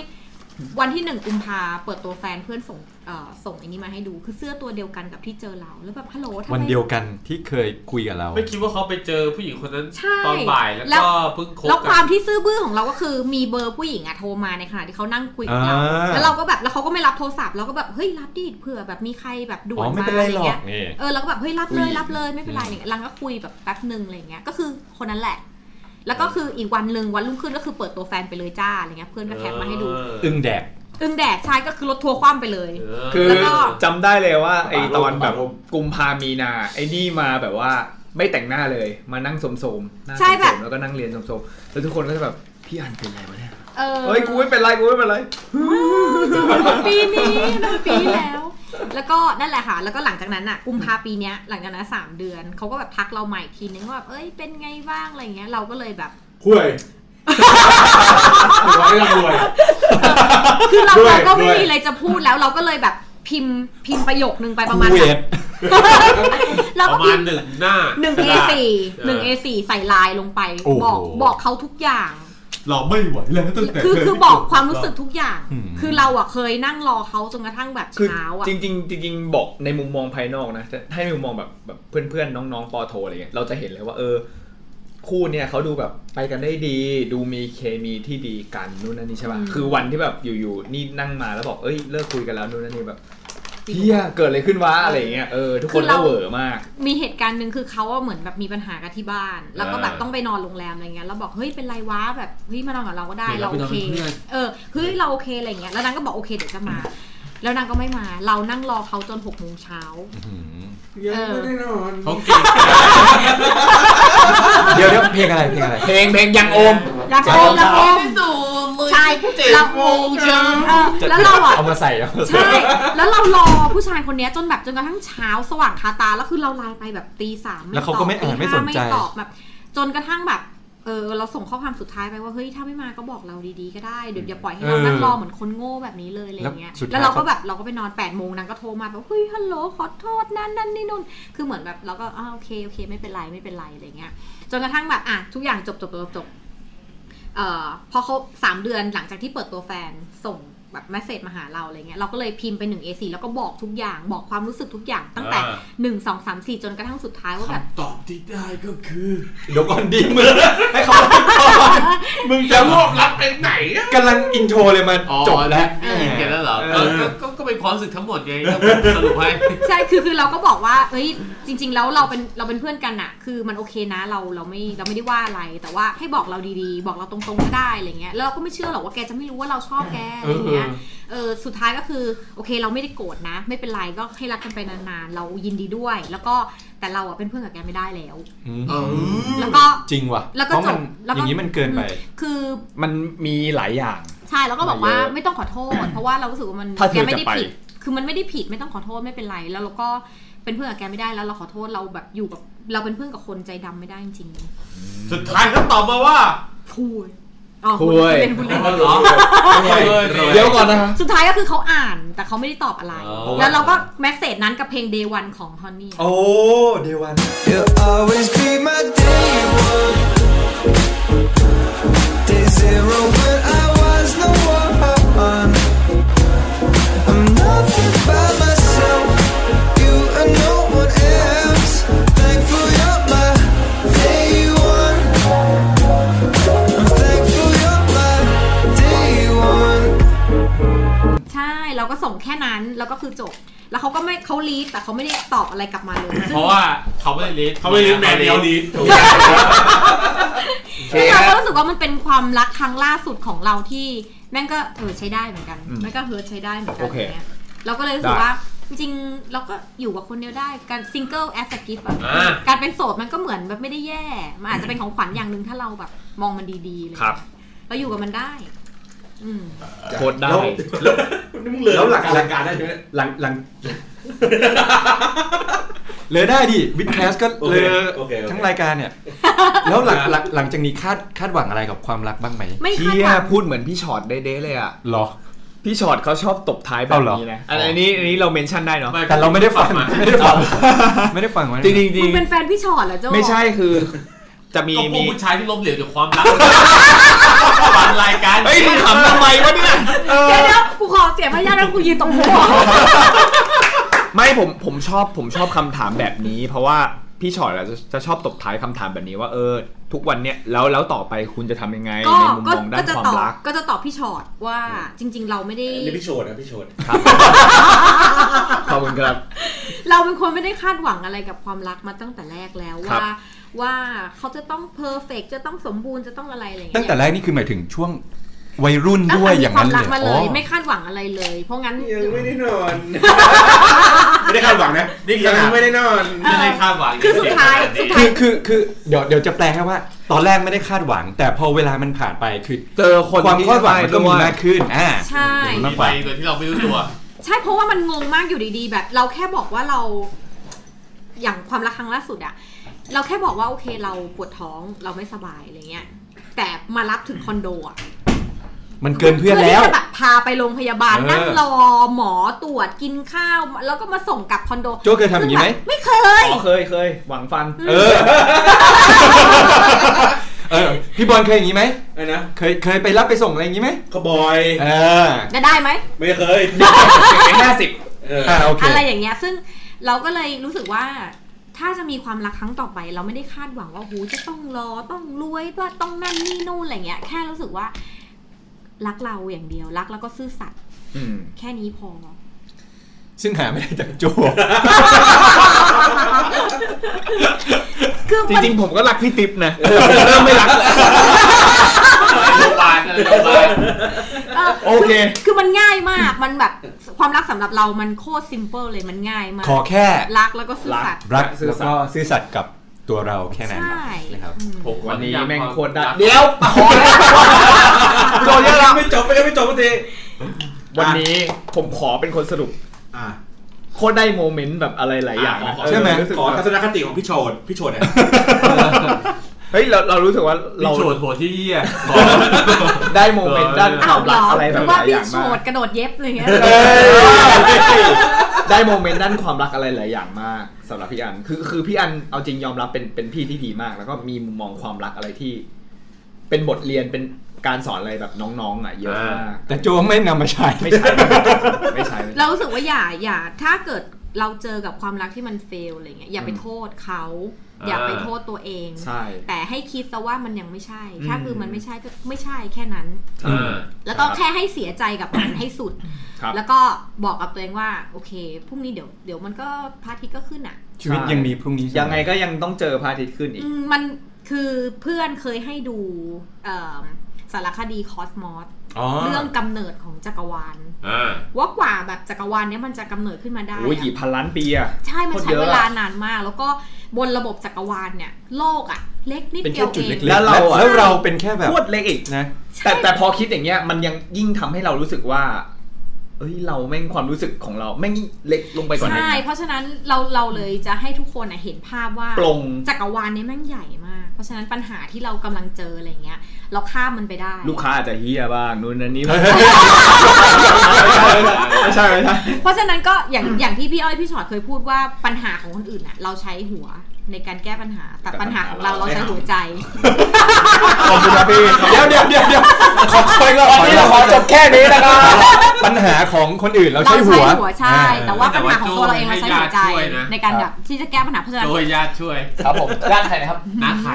วันที่หนึ่งกุมภาเปิดตัวแฟนเพื่อนส่งเอ่อส่งอันนี้มาให้ดู คือเสื้อตัวเดียวกันกับที่เจอเรา แล้วแบบฮัลโหลทำไม
วันเดียวกันที่เคยคุยกับเรา
ไม่คิดว่าเขาไปเจอผู้หญิงคนนั้น
ใช่
ตอนบ่ายแล้ว
แล้ว
ก็เพิ่งคบ
แล้วค
กั
วาม
น
ที่ซื่อบื้อของเราก็คือมีเบอร์ผู้หญิงอะโทรมาในขณะที่เขานั่งคุยกับเรา
อ่า
แล้วเราก็แบบแล้วเขาก็ไม่รับโทรศัพท์เราก็แบบเฮ้ยรับดิเผื่อแบบมีใครแบบด่ว
อ๋อ
น
ไม่
มา
เป็น
อะ
ไร
ไร
หรอ
เงี้
ก
ย
นี่
เออแล้วก็แบบเฮ้ยรับเลย
อืม
รับเลยไม่เป็นไร
อืม
อะไรเนี่ยรังก็คุยแบบแป๊บหนึ่งอะไรเงี้ยก็คือคนนั้นแหละ แล้วก็คืออีกวันหนึ่งวันรุ่งขึ้นก็คือเปิดตัวแฟนไปเลยจ้าอะไรเงี้ยเพื่อนก็แคปมาให้ดู
อึ้งแดก
อึ้งแดกชายก็คือรถทัวร์คว่ำไปเลย
เออ
คือ
แล้วก็
จำได้เลยว่าไอตอนแบบ
ปากลม
กุมภามีนา ไอนี่มาแบบว่าไม่แต่งหน้าเลยมานั่งโสมๆหน้า
ใช่แบบ
โสมๆแล้วก็นั่งเรียนโสมๆแล้วทุกคนก็จะแบบพี่อันเป็นไรวะเนี่ย
เออ
เฮ้ยกูไม่เป็นไรกูไม่เป็นไร
ปีนี้นะปีแล้ว แล้วก็นั่นแหละค่ะ แล้วก็หลังจากนั้นอ่ะกุมภาปีเนี้ยหลังจากนั้นสามเดือนเขาก็แบบทักเราใหม่อีกทีนึงว่าแบบเอ้ยเป็นไงบ้างอะไรเงี้ยเราก็เลยแบบ
คุยร้อยร่ำรวย
คือเรา
ด้วย
เราก็ไม่
ด้วย
มีอะไรจะพูดแล้วเราก็เลยแบบพิมพ์พิมพ์ประโยคนึงไปประมาณ
คูเว
แบบ
ต
เรา
ป
ก็
ระมา
พิ
ณ
มพ์
หนึ่งหน้า
หนึ่ง
กระ
A
ดาษ
สี่หนึ่ง A
เออ
สี่ใส่ลายลงไป
โอ้โห
บอกบอกเขาทุกอย่าง
เราไม่ไหวแล้วตั้งแต่
คือ
เธ
คือ
ที่
บอกความรู้สึกทุกอย่าง
อืม
คือเราอ่ะเคยนั่งรอเขาจนกระทั่งแบบ
คือ
เช้าอ่ะ
จริงจริงๆจริงๆบอกในมุมมองภายนอกนะแต่ให้มุมมองแบบแบบเพื่อนๆน้องๆปอโทอะไรเงี้ยเราจะเห็นเลยว่า เออ คู่เนี่ยเขาดูแบบไปกันได้ดี ดูมีเคมีที่ดีกันนู่นนั่นนี่ใช่ป่ะ
อืม
คือวันที่แบบอยู่ๆนี่นั่งมาแล้วบอกเอ้ยเลิกคุยกันแล้วนู่นนั่นนี่แบบ
จริง
เฮียเกิดอะไรขึ้นวะอะไรเงี้ยเออทุกคน
คือ
ก็
เรา
เหวอมาก
มีเหตุการณ์หนึ่งคือเขาอ่ะเหมือนแบบมีปัญหากับที่บ้าน แล้วก็แบบ
อ่า
ต้องไปนอนโรงแรมอะไรเงี้ยแล้วบอกเฮ้ยเป็นไรวะแบบเฮ้ยมานอนกับเราก็ได้
เดี๋ยว
เรา
เรา
โอเค
ไปนอนเป็นเพื่อน
เออเฮ้ยเราโอเคอะไรเงี้ยแล้วนางก็บอกโอเคเดี๋ยวจะมา แล้วนางก็ไม่มาเรานั่งรอเขาจนหกโมงเช้า
อืม
ยังไม่ได้นอน
เขาเก่ง
เดี๋ยวเดี๋ยวเพลงอะไรเพลงอะไร
เพลงเพลงยังโอม
อยากโอมอยากโอมใช่เราโอมเช้าแล้วเราอ่ะ
เอามาใส่เอา มาใส่
ใช่ แล้วเรารอผู้ชายคนเนี้ยจนแบบจนกระทั่งเช้าสว่างคาตา แล้วคือเราไลน์ไปแบบตีสาม
แล้วเขาก็ไม่อ่านไม่สนใจ
ตอบแบบ จนกระทั่งแบบเออเราส่งข้อความสุดท้ายไปว่าเฮ้ยถ้าไม่มาก็บอกเราดีๆก็ได้เดี๋ยวอย่าปล่อยให้เรา
เออ
นั่งรอเหมือนคนโง่แบบนี้เลยอะไรเงี้ย
แล้วสุดท้าย
แล้วเราก็แบบเราก็ไปนอน8ปดโมงนางก็โทรมาแบบเฮ้ยฮัลโหลขอโทษนั่นนั่นนี่นู่นคือเหมือนแบบเราก็อ้าวโอเคโอเค ไม่เป็นไรไม่เป็นไรอะไรเงี้ย จนกระทั่งแบบอ่ะทุกอย่างจบจบจบจบ เอ่อพอเขาสามเดือนหลังจากที่เปิดตัวแฟนส่งแบบแมสเซจมาหาเราอะไรเงี้ยเราก็เลยพิมพ์ไปหนึ่ง A4 แล้วก็บอกทุกอย่างบอกความรู้สึกทุกอย่างตั้งแต่หนึ่งสองสามสี่จนกระทั่งสุดท้ายว่าแบบ
คำตอบที่ได้ก็คือ
เดี๋ยวก่อนดีมือ ให้เขา
มึงจะรวบรัดไปไหนอะ
กำลังอินโทรเลยมัน
อ๋อ
จบแล้ว
ได้ยินกันแล้วเหรอก็ก็ก็ก็เป็นความรู้สึกทั้งหมดไงก็สรุปให้
ใช่คือคือเราก็บอกว่าเอ้ยจริง ๆ แล้วเราเป็นเราเป็นเพื่อนกันอะคือมันโอเคนะเราเราไม่เราไม่ได้ว่าอะไร แต่ว่าให้บอกเราดีๆ บอกเราตรงๆก็ได้อะไรเงี้ยแล้วเราก็ไม่เชื่อหรอกว่าแกจะไม่รู้ว่าเราชอบแกอะไรเงี้ยเออสุดท้ายก็คือโอเคเราไม่ได้โกรธนะ ไม่เป็นไรก็ให้รักกันไปนานๆ เรายินดีด้วย แล้วก็แต่เราอะเป็นเพื่อนกับแกไม่ได้แล้ว แล้วก็
จริงว่ะ
แล้วก็
เพราะมัน
จบแล้ว
อ
ก็
ย่างนี้มันเกินไป
คือ
มันมีหลายอย่าง
ใช่แล้วก็บอกว่า
เยอะ
ไม่ต้องขอโทษ เพราะว่าเรารู้สึกว่ามัน
ถ้าเธ
แก
อ
ไม่
จะ
ได้
ไป
ผิด คือมันไม่ได้ผิดไม่ต้องขอโทษไม่เป็นไร แล้วเราก็เป็นเพื่อนกับแกไม่ได้แล้วเราขอโทษเราแบบอยู่กับเราเป็นเพื่อนกับคนใจดำไม่ได้จริง
สุดท้ายก็ตอบมาว่า
ๆคุยอ๋อ
คุย
เล่นคุณเล่น
เหรอ
เดี๋ยวก่อนนะคะ
สุดท้ายก็คือเขาอ่านแต่เขาไม่ได้ตอบอะไร
อ๋อ
แล้วเราก็แมสเซจนั้นกับเพลง day one ของฮอนนี่
โอ้เดวัน
You'll always be my day one. Day zero when I was the one. I'm nothing by myself. You and no one else. Thankful you're my day one. I'm thankful you're my day one.
ใช่เราก็ส่งแค่นั้นแล้วก็คือจบ แล้วเขาก็ไม่เขาลีดแต่เขาไม่ได้ตอบอะไรกลับมาเลยซึ่ง
เพราะว่าเขาไม่ได้ลิสต์
เขาไม่ลิ้นแมนเดียวลิ้นถูก
ซึ่งเราก็รู้สึกว่ามันเป็นความรักครั้งล่าสุดของเราที่แม่งก็เออใช้ได้เหมือนกันแม่งก็เฮิร์ตใช้ได้เหมือนกัน
โอเค
ย่างงี้ยเราก็เลยรู้สึกว่าจริงๆเราก็อยู่กับคนเดียวได้การซิงเกิลแอสกิฟต์
อ่า
การเป็นโสดมันก็เหมือนแบบไม่ได้แย่มันอาจจะเป็นของขวัญอย่างหนึ่งถ้าเราแบบมองมันดีๆเลย
ครับ
เราอยู่กับมันได้ อืม
โคตรได้
แล้ว
มึงเหลือ
แล้วหลังหลัง
การได้ใช่ไหม
หลังหลังเลอได้ดิวิดแคสก็
โอ
เล
เค
อ
โอเคโอเค
ทั้งรายการเนี่ย แล้วหลังหลังหลังจากนี้คาดคาดหวังอะไรกับความรักบ้างไหม
ไม่คาด
เฮี
ห
ย
วัง
พูดเหมือนพี่ช็อตเด้ๆเลยอ่ะ
หรอ
พี่ช็อตเขาชอบตบท้ายแบบนี้นะ
เอาเหรออั
อันนี้อันนี้เราเมนชั่นได้เนาะ
แต่เราไม่ได้ฟังไม่ได้ฟังไม่ได้ฟังไว้
จริงจริง
คุณเป็นแฟนพี่ชอตเหรอโจ
ไม่ใช่คือ จะมี
ก็พวก
มี
ผู้ชายที่ล้มเหลวจากความรักฝันรายการ
เฮ้ยมึงถามทำไมวะเนี่ย
เดี๋ยวเดี๋ยวกูขอเสียมารยาทแล้วกูยืนตรงหัว
ไม่ผมผมชอบผมชอบคำถามแบบนี้ เพราะว่าพี่ชอตอะจะจะชอบตบท้ายคำถามแบบนี้ว่าเออ ทุกวันเนี่ยแล้วแล้วต่อไปคุณจะทำยังไง
ก็
ในมุม
ก็
มองด้า
ก็
น
จะ
ควา
ต
ม
อบ
รัก
ก็จะตอบพี่ชอตว่าจริง ๆ เราไม่ได้
นี่พี่โชดนะพี่โชด
ขอบคุณครับ
เราเป็นคนไม่ได้คาดหวังอะไรกับความรักมาตั้งแต่แรกแล้ว
ครับ
ว่า ว่าเขาจะต้องเพอร์เฟกจะต้องสมบูรณ์จะต้องอะไรอะไรอย่าง
ตั้ง
เงี้ย
แต่แรกนี่คือหมายถึงช่วงวัยรุ่น
ตั้ง
ด้ว
แต่
ย
มี
อย่าง
ควา
นั้นเล
มรัก
ย
มาเล
อ๋อย
ไม่คาดหวังอะไรเลย เพราะงั้น
ยังไม่ได้นอน ไม่ได้คาดหวังนะ
นี่ข
ยัง
นาด
ไม่ได้นอน
ไม่ได้คาดหวัง
คือสุดท้ายสุดท้า
คื
ย
อคือคือเดี๋ยวเดี๋ยวจะแปลให้ว่า ตอนแรกไม่ได้คาดหวัง แต่พอเวลามันผ่านไปคือ
เจอคน
ความ
ที่
คาดหวังมันก็มี
ใช่ด้ย
มากขึ้นอ่า
ใช่
มากก
ไป
ว่า
โดยที่เราไม่รู้ตัว
ใช่เพราะว่ามันงงมากอยู่ดีๆ แบบ เราแค่บอกว่าเรา อย่างความรักครั้งล่าสุดอะเราแค่บอกว่าโอเคเราปวดท้องเราไม่สบายอะไรเงี้ย แต่มารับถึงคอนโดอะ
มันเกินเพื่อนแล้ว
ที่จะแบบพาไปโรงพยาบาล
เออ
นั่งรอหมอตรวจกินข้าว แล้วก็มาส่งกลับคอนโด
โจ้เคยทำอย่างนี้ไหม
ไม่เคย
อ๋อเคยเคยหวังฟัน
เออ เออ พี่บอลเคยอย่างนี้ไหม
ไอ้นะ
เคย เคยไปรับไปส่งอะไรอย่างนี้ไหม
ขบอย
เออ
จะได้ไหม
ไม่เคย
เป็นห้าสิบ
เออ
อ่า โอเค
อะไรอย่างเงี้ย ซึ่งเราก็เลยรู้สึกว่า ถ้าจะมีความรักครั้งต่อไป เราไม่ได้คาดหวังว่าโหจะต้องรอต้องรวยว่าต้องนั่นนี่นู่นอะไรเงี้ย แค่รู้สึกว่า รักเราอย่างเดียวรักแล้วก็ซื่อสัตย์แค่นี้พอ
ซึ่งหาไม่ได้จาก โจ
คือ
จ
มัน
ริงๆ ผมก็รักพี่ติ๊บนะเริ่มไม่รักแล้ว
โรงพยาบาลอะไรโรงพยาบาล
เออ
โอเค
คือมันง่ายมากมันแบบความรักสำหรับเรามันโคตรซิมเ l ิลเลยมันง่ายมาก
ขอแค่
รักแล้วก็ซื่อสัตย์
รักแล้วก็ซื่อสัตย์กับตัวเราแค่นั้น
ใช่
นะครับ
อืม
ผมขอ
วันนี้
ย้ำ
แม่ง
วา
โคตรได้
รัก
เดี๋ยวขอแล้วโดนเยอะแล้ว
ไม่จบไม่จบไม่จบสักที
วันนี้ผมขอเป็นคนสรุป
อ่ะ
โคตรได้โมเมนต์แบบอะไรหลายอย่างนะ
อ่ะ
ใช่ไหม
เออรู้สึก
ขอ
ว่า
ทัศนคติของพี่โชดพี่โชดเนี่ย
เฮ้ยเราเรารู้สึกว่า
เรา
เรา
โฉดหัวที่เยี่ย
ได้โมเมนต์ด้านความรักอะไรแบบห
ว่า
ลายอ
พี่
ย่าง
โฉ
มา
ด
ก
กระโดดเย็บอะไรเงี้ย
ได้โมเมนต์ด้านความรักอะไรหลายอย่างมากสำหรับพี่อันคือคือพี่อันเอาจริงยอมรับเป็นเป็นพี่ที่ดีมาก แล้วก็มีมุมมองความรักอะไรที่ เป็นบทเรียนเป็นการสอนอะไรแบบน้องๆอ่ะเยอะมาก
แต่โจไม่นำมาใช้
ไม่ใช่ไม่ใช่
เรารู้สึกว่าอย่าอย่าถ้าเกิดเราเจอกับความรักที่มันเฟลอะไรเงี้ยอย่าไป
อืม
โทษเขา
อ่า
อย่าไปโทษตัวเอง
ใช่
แต่ให้คิดซะว่ามันยังไม่ใช่ ถ้า
อืม
คือมันไม่ใช่ก็ไม่ใช่แค่นั้น
เออ
แล้วก็
ครับ
แค่ให้เสียใจกับมันให้สุด
ครับ
แล้วก็บอกกับตัวเองว่าโอเคพรุ่งนี้เดี๋ยวเดี๋ยวมันก็พระอาทิตย์ก็ขึ้นอ่ะ
ชีวิตยังมีพรุ่งนี้
ยังไงก็ยังต้องเจอพระอาทิตย์ขึ้นอีก
อืมมันคือเพื่อนเคยให้ดูเอิ่มสารคดีคอสมอส
อ๋อ
เรื่องกำเนิดของจักรวาล
เออ
ว่ากว่าแบบจักรวาลเนี้ยมันจะกำเนิดขึ้นมาได้
โอ้ย
อะ
กี่พันล้านปีอะ
ใช่ มัน
โคตร
ใช้
เยอะอะ
เวลานานมาก แล้วก็บนระบบจักรวาลเนี่ย โลกอะเล็กนิด
เป็น
เดี
แค่
ยว
จุด
เอ
เล็ก
ง
ๆ
แล้วเราอะ
แล้วเราเป็นแค่แบบ
โคตรเล็กอีก
นะ
แต่แต่พอคิดอย่างเงี้ยมันยังยิ่งทำให้เรารู้สึกว่า เอ้ยเราแม่งความรู้สึกของเราแม่งยิ่งเล็กลงไปกว่านั้น
ใช่
อีก
เพราะฉะนั้นเราเราเลยจะให้ทุกคนอะเห็นภาพว่า
ปลง
จักรวาลเนี้แม่งใหญ่มาก เพราะฉะนั้นปัญหาที่เรากำลังเจออะไรเงี้ย เราข้ามมันไปได้
ลูกค้าอาจจะเฮียบ้างนู่นนั่นนี่ ไม่ใช่ไม่ใช่ไม่ใช่
เพราะฉะนั้นก็อย่างอย่างที่พี่อ้อยพี่ชอดเคยพูดว่าปัญหาของคนอื่นอะเราใช้หัวในการแก้ปัญหา แต่ปัญหาของเราเราใช้หัวใจ
ขอบคุณครับพี่
เดี๋ยวเดี๋ยวเดี๋ยวเดี๋ยวขอคอยก่อน
วันนี้เราขอจบแค่นี้นะครับ
ปัญหาของคนอื่นเรา
เรา
ใช้
ใช้
หั
หั
ว
วใช่ แต่ว่า
แต่
ปัญ
ว่า
หาของตัวเราเอง
โจ้
เราใช้หัวใจ
ให้ญาติช่วยนะ
ในการแบบที่จะแก้ปัญหาเพราะฉะนั้น
โดยญาติช่วย
ครับผมด้านใครนะครับ
น้าไข่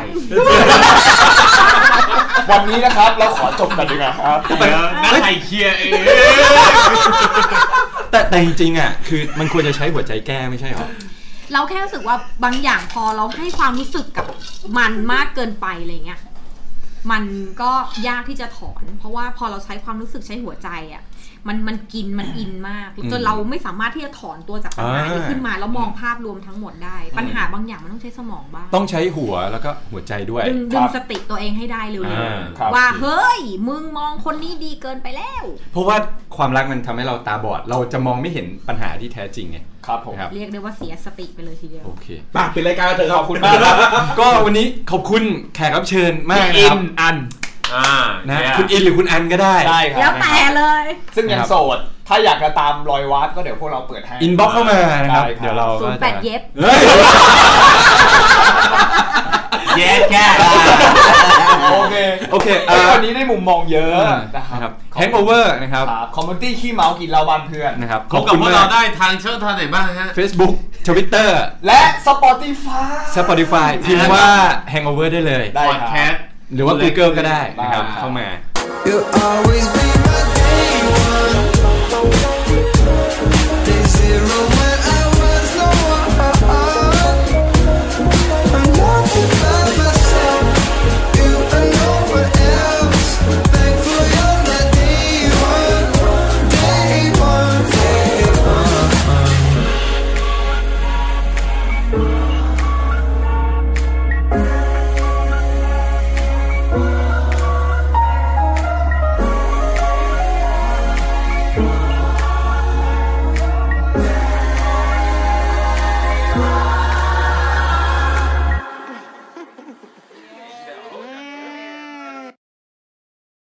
วันนี้นะครับเราขอจบกันดีกว่าครับ
เออน้าไข่เคลียร์เอง
แต่แต่จริงๆอ่ะคือมันควรจะใช้หัวใจแก้ไม่ใช่หรอ
เราแค่รู้สึกว่าบางอย่างพอเราให้ความรู้สึกกับมันมากเกินไปอะไรเงี้ยมันก็ยากที่จะถอน เพราะว่าพอเราใช้ความรู้สึกใช้หัวใจอ่ะมันมันกินมันอินมาก
อืม
จนเราไม่สามารถที่จะถอนตัวจากปัญหานี้
อ่า
ขึ้นมาแล้วมองภาพรวมทั้งหมดได้ ปัญหาบางอย่างมันต้องใช้สมองบ้าง
ต้องใช้หัวแล้วก็หัวใจด้วย
ดึง
ค
ดึ
รั
ง
บ
สติตัวเองให้ได้เร็ว
อ่า
ครับ
ๆว่าเฮ้ยมึงมองคนนี้ดีเกินไปแล้ว
เพราะว่าความรักมันทำให้เราตาบอด เราจะมองไม่เห็นปัญหาที่แท้จริงไง
ครับผม
นะครับ
เรียกได้ว่าเสียสติไปเลยทีเดียว
โอเค
ปากปิดรายการเถอะขอบคุณมากครับ
ก็วันนี้ขอบคุณแขกรับเชิญมากนะ
อิ
ครับ
นอัน
อ่า
นะ
เย
คุณอินหรือคุณอันก็ได้
ได้ค
แล้
รั
ว
บ
แต่เลย
ซึ่งยังโสด ถ้าอยากจะตามรอยวาร์ปก็เดี๋ยวพวกเราเปิดให้
อินบ็อกเข้ามานะครับ
ได้ครับ
เดี๋ยวเรา
ศู
ก็
นย์แป
จะ
ดเย็บ
เฮ้ย
แย่แก่
โอเค
โอเคเอ่
เฮ้ย
อ
วันนี้ได้มุมมองเยอะนะ
นะ
ค
ค
รั
รั
บบ
Hangover นะครับ
คอมมูนิตี้ขี้เมากินเหล้าบ้านเพื่อน
นะครับ
พบกับพวกเราได้ทางเชิญทางไหนบ้างฮะ
Facebook Twitter
และ Spotify
Spotify พิมพ์ว่า Hangover ได้เลย
ได้
พ
ค
อดแครับ สต์
หรือว่า Google ก็ได้นะครับ
ได้
เข้ามา
You always be